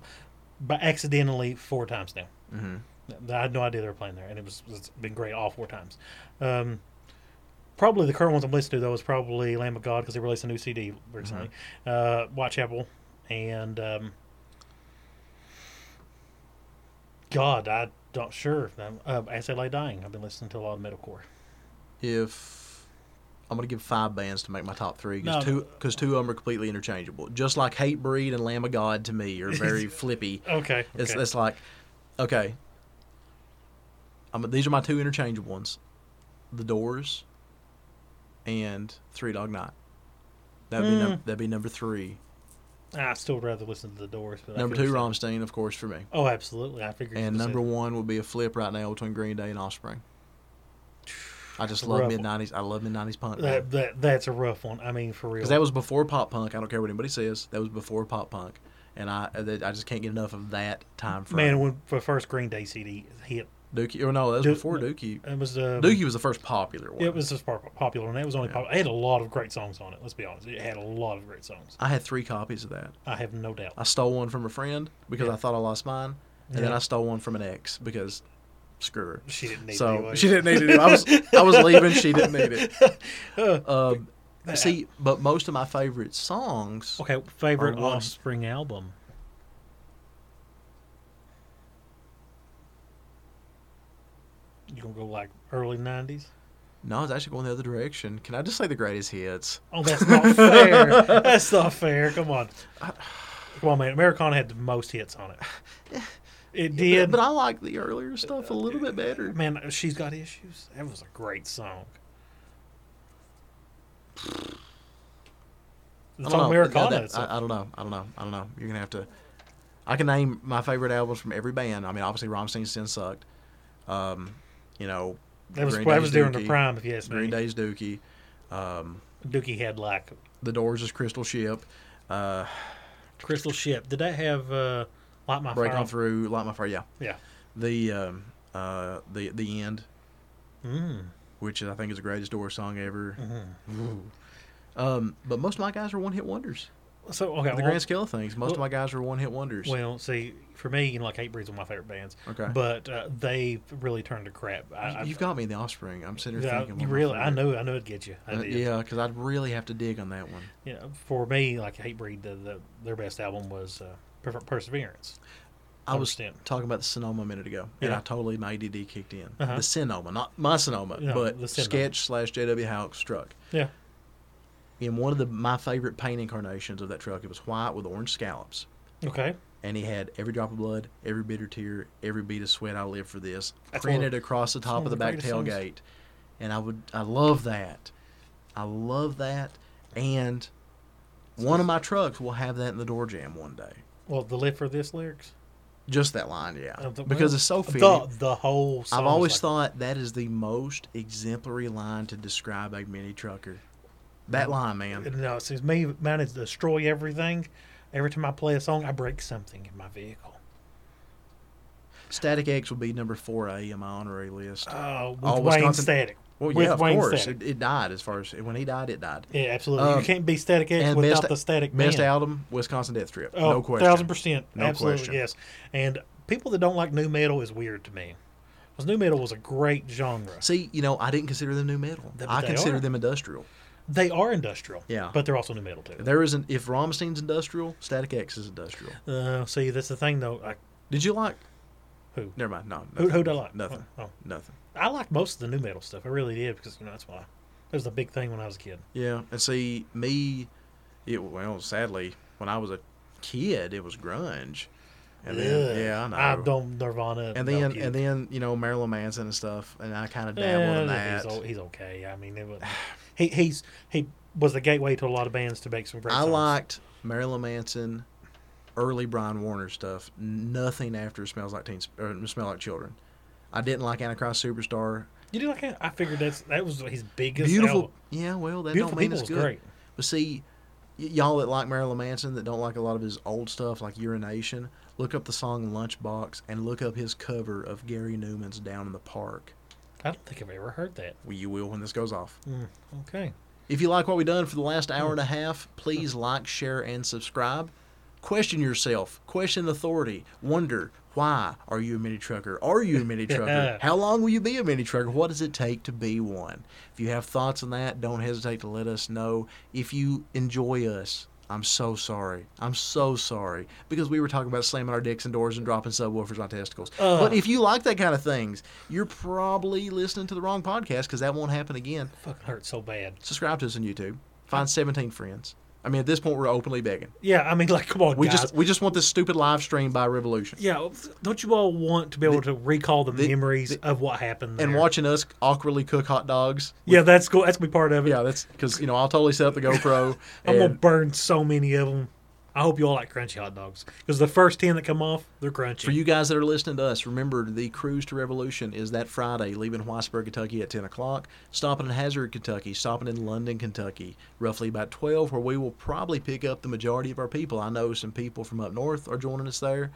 S2: by accidentally four times now.
S3: Mhm.
S2: Th- I had no idea they were playing there, and it was it's been great all four times. Um, probably the current ones I'm listening to though is probably Lamb of God because they released a new CD recently.
S3: Mm-hmm.
S2: Uh, Whitechapel and um, God, I don't sure. Um, Uh, As I Lay Dying, I've been listening to a lot of metalcore.
S3: If I'm gonna give five bands to make my top three,
S2: No,
S3: because two, because two of them are completely interchangeable. Just like Hate Breed and Lamb of God to me
S2: [LAUGHS]
S3: are very flippy.
S2: Okay, okay.
S3: It's it's like, okay, I'm, these are my two interchangeable ones, The Doors, and Three Dog Night. That'd be
S2: Hmm.
S3: num- that'd be number three.
S2: I still rather listen to the Doors. But I
S3: Number
S2: feel
S3: two,
S2: the same.
S3: Rammstein, of course, for me.
S2: Oh, absolutely. I figured.
S3: And
S2: you'd say
S3: number
S2: that.
S3: one would be a flip right now between Green Day and Offspring. I just love
S2: Rough.
S3: mid '90s. I love mid '90s punk
S2: That, that that's a rough one. I mean, for real.
S3: because that was before pop punk. I don't care what anybody says. That was before pop punk, and I I I just can't get enough of that time frame.
S2: man when the first Green Day CD hit,
S3: Dookie. Or no, that was
S2: Duke-
S3: before Dookie.
S2: it was uh,
S3: Dookie was the first popular one.
S2: It was just pop- popular, and it was only pop- it had a lot of great songs on it. Let's be honest, it had a lot of great songs.
S3: I had three copies of that.
S2: I have no doubt.
S3: I stole one from a friend because I thought I lost mine, and then
S2: Yeah.
S3: I stole one from an ex because screw her.
S2: She didn't need
S3: so
S2: it anyway.
S3: she didn't need it. I was I was leaving. She didn't need it.
S2: [LAUGHS] Uh,
S3: Um, see, but most of my favorite songs.
S2: Okay, favorite
S3: Or one.
S2: Offspring album. gonna go like early nineties.
S3: No, it's actually going the other direction. Can I just say the greatest hits?
S2: Oh, that's not fair.
S3: [LAUGHS]
S2: That's not fair. Come on, come on, man. Americana had the most hits on it. It did.
S3: But I like the earlier stuff a little bit better.
S2: man, she's got issues. That was a great song.
S3: I
S2: It's
S3: don't
S2: on
S3: know.
S2: Americana.
S3: That-
S2: it's
S3: that-
S2: a-
S3: I, I don't know. I don't know. I don't know. You're gonna have to. I can name my favorite albums from every band. I mean, obviously, Rammstein's Sin sucked. Um, you know,
S2: that was
S3: Green
S2: that
S3: Day's
S2: was during the
S3: Dookie.
S2: prime, if you ask me.
S3: Green Day's Dookie,
S2: Dookie had like
S3: The Doors' is Crystal Ship, uh,
S2: Crystal Ship. Did that have uh, Light My
S3: Break
S2: Fire?
S3: On Through, Light My Fire. Yeah,
S2: Yeah.
S3: the um, uh, the the end, Mm-hmm. which I think is the greatest Doors song ever.
S2: Mm-hmm.
S3: Ooh. Um, but most of my guys are one hit wonders.
S2: So okay,
S3: In the
S2: Hmm. well,
S3: grand scale of things, most of my guys are one hit wonders.
S2: Well, see, for me, you know, like Hate Breed's one of my favorite bands.
S3: Okay.
S2: But uh, they really turned to crap. I,
S3: You've
S2: I,
S3: got me in the offspring. I'm sitting here
S2: yeah,
S3: thinking.
S2: you
S3: what my
S2: really, I
S3: favorite-
S2: knew, I knew it'd get you. I
S3: Uh,
S2: did.
S3: yeah, because I'd really have to dig on that one.
S2: You know, for me, like Hate Breed, the, the, their best album was uh, per- Perseverance.
S3: I was
S2: Understand.
S3: talking about the Sonoma a minute ago, and
S2: Yeah.
S3: I totally my ADD kicked in.
S2: Uh-huh.
S3: The Sonoma, not my Sonoma,
S2: No,
S3: but
S2: the Sonoma.
S3: sketch slash JW Hawk struck.
S2: Yeah.
S3: In one of the my favorite paint incarnations of that truck, it was white with orange scallops,
S2: Okay.
S3: and he had every drop of blood, every bitter tear, every bead of sweat I live for this
S2: That's one of-
S3: printed across the top
S2: one
S3: of
S2: of
S3: the
S2: the
S3: back
S2: greatest songs.
S3: tailgate, and I would I love that, I love that, and one of my trucks will have that in the door jam one day.
S2: Well, the live for this lyrics.
S3: Just that line, yeah.
S2: Uh, the-
S3: because
S2: well,
S3: it's so fitting.
S2: The, the whole song
S3: I've
S2: is
S3: always
S2: like-
S3: thought that is the most exemplary line to describe a mini trucker. That line, man.
S2: No, it's it's uh, me. Mine is destroy everything. Every time I play a song, I break something in my vehicle.
S3: Static X would be number 4A on my honorary list.
S2: Oh, with
S3: Oh,
S2: Wayne
S3: Wisconsin-
S2: Static.
S3: well,
S2: with
S3: yeah, of
S2: Wayne
S3: course.
S2: Static.
S3: It, it died as far as when he died, it died.
S2: Yeah, absolutely.
S3: Um,
S2: you can't be Static X without the Static
S3: best
S2: Man.
S3: album, Wisconsin Death Trip.
S2: Oh,
S3: no question.
S2: thousand percent.
S3: No
S2: Absolutely,
S3: question.
S2: yes. And people that don't like new metal is weird to me. Because new metal was a great genre.
S3: See, you know, I didn't consider them new metal.
S2: Th- but
S3: I
S2: they
S3: consider
S2: are.
S3: them industrial.
S2: They are industrial.
S3: Yeah.
S2: But they're also new metal too.
S3: There isn't if Rammstein's industrial, Static X is industrial.
S2: Uh, see, that's the thing though. Like,
S3: Did you like?
S2: who?
S3: Never mind. No.
S2: Who-
S3: nothing.
S2: who'd I like?
S3: Nothing.
S2: Oh, oh.
S3: Nothing.
S2: I liked most of the new metal stuff. I really did because you know that's why. That was the big thing when I was a kid.
S3: Yeah, and see me, it well sadly when I was a kid it was grunge, and then
S2: Ugh.
S3: yeah I know,
S2: don't Nirvana.
S3: and
S2: no
S3: then
S2: puke.
S3: and then you know Marilyn Manson and stuff, and I kind of
S2: Eh,
S3: dabbled in
S2: He's,
S3: that.
S2: o- he's okay. I mean, it was, he he's he was the gateway to a lot of bands to make some great.
S3: I
S2: songs.
S3: liked Marilyn Manson, early Brian Warner stuff. Nothing after Smells Like Teen Sp- or Smell Like Children. I didn't like Antichrist Superstar.
S2: You did like that? I figured that's that was his biggest.
S3: Beautiful,
S2: album.
S3: yeah. Well, that
S2: Beautiful
S3: don't mean
S2: People
S3: it's
S2: was
S3: good.
S2: great.
S3: But see, y- y'all that like Marilyn Manson that don't like a lot of his old stuff like Urination, look up the song Lunchbox and look up his cover of Gary Newman's Down in the Park.
S2: I don't think I've ever heard that.
S3: Well, you will when this goes off.
S2: Okay.
S3: If you like what we've done for the last hour and a half, please like, share, and subscribe. Question yourself, question authority, wonder why are you a mini trucker? Are you a mini trucker? How long will you be a mini trucker? What does it take to be one? If you have thoughts on that, don't hesitate to let us know. If you enjoy us, I'm so sorry. I'm so sorry because we were talking about slamming our dicks and doors and dropping subwoofers on testicles. but if you like that kind of things, you're probably listening to the wrong podcast because that won't happen again
S2: Fucking hurt so bad.
S3: subscribe to us on YouTube. Find 17 friends. I mean, at this point, we're openly begging.
S2: Yeah, I mean, like, come on,
S3: We
S2: guys.
S3: just we just want this stupid live stream by Revolution.
S2: yeah, don't you all want to be able to recall the,
S3: the-
S2: memories of what happened
S3: And
S2: there?
S3: watching us awkwardly cook hot dogs.
S2: Yeah, that's cool. That's gonna be part of it.
S3: Yeah, that's because you know I'll totally set up the GoPro.
S2: [LAUGHS] I'm gonna
S3: and
S2: burn so many of them. I hope you all like crunchy hot dogs because the first ten that come off, they're crunchy.
S3: for you guys that are listening to us, remember the cruise to Revolution is that Friday, leaving Whitesburg, Kentucky at 10 o'clock, stopping in Hazard, Kentucky, stopping in London, Kentucky, roughly about 12, where we will probably pick up the majority of our people. I know some people from up north are joining us there.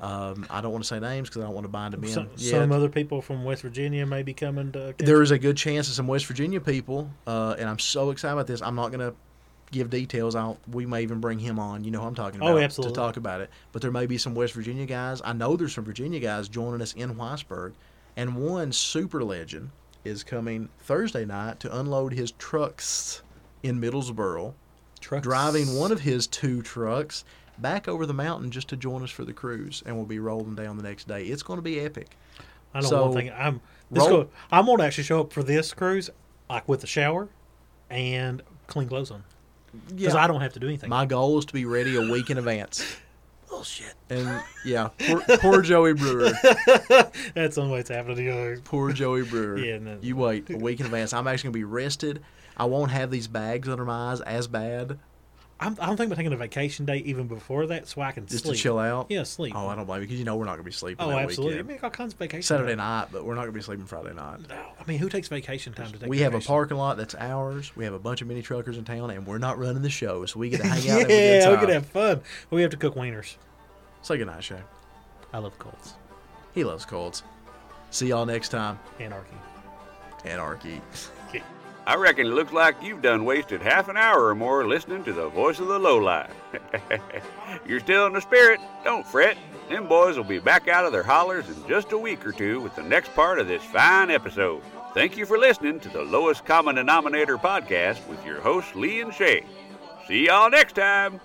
S3: Um, I don't want to say names because I don't want to bind them in.
S2: Mm-hmm. some,
S3: yet.
S2: some other people from West Virginia may be coming to. uh,
S3: there is a good chance of some West Virginia people, uh, and I'm so excited about this. I'm not going to give details. I'll, we may even bring him on. You know who I'm talking
S2: Oh,
S3: about
S2: absolutely.
S3: to talk about it. But there may be some West Virginia guys. I know there's some Virginia guys joining us in Whitesburg, and one super legend is coming Thursday night to unload his trucks in Middlesboro,
S2: trucks.
S3: driving one of his two trucks back over the mountain just to join us for the cruise, and we'll be rolling down the next day. It's going to be epic.
S2: I know
S3: So,
S2: one thing. I'm this
S3: roll-
S2: go, I'm gonna actually show up for this cruise like with a shower and clean clothes on because I don't have to do anything.
S3: My goal is to be ready a week in advance.
S2: bullshit.
S3: And yeah, poor, poor Joey Brewer.
S2: That's the only way it's happening. to you.
S3: Poor Joey Brewer.
S2: Yeah, no.
S3: You wait a week in advance. I'm actually gonna be rested. I won't have these bags under my eyes as bad.
S2: I'm, I'm thinking about taking a vacation day even before that, so I can
S3: Just to
S2: sleep.
S3: chill out?
S2: Yeah, sleep.
S3: Oh, I don't blame you because you know we're not gonna be sleeping.
S2: Oh,
S3: that
S2: absolutely.
S3: Weekend.
S2: Make all kinds of vacation.
S3: Saturday
S2: time.
S3: night, but we're not gonna be sleeping Friday night.
S2: No, I mean, who takes vacation time to take?
S3: We have a
S2: vacation? [LAUGHS]
S3: parking lot that's ours. We have a bunch of mini truckers in town, and we're not running the show, so we get to hang out. and have a
S2: yeah,
S3: good
S2: we
S3: time.
S2: could have fun. We have to cook wieners.
S3: Say goodnight, Shay.
S2: I love Colts.
S3: He loves Colts. See y'all next time.
S2: Anarchy.
S3: Anarchy.
S1: I reckon it looks like you've done wasted half an hour or more listening to the voice of the lowlife. [LAUGHS] You're still in the spirit, don't fret. Them boys will be back out of their hollers in just a week or two with the next part of this fine episode. Thank you for listening to the Lowest Common Denominator podcast with your hosts, Lee and Shay. See y'all next time.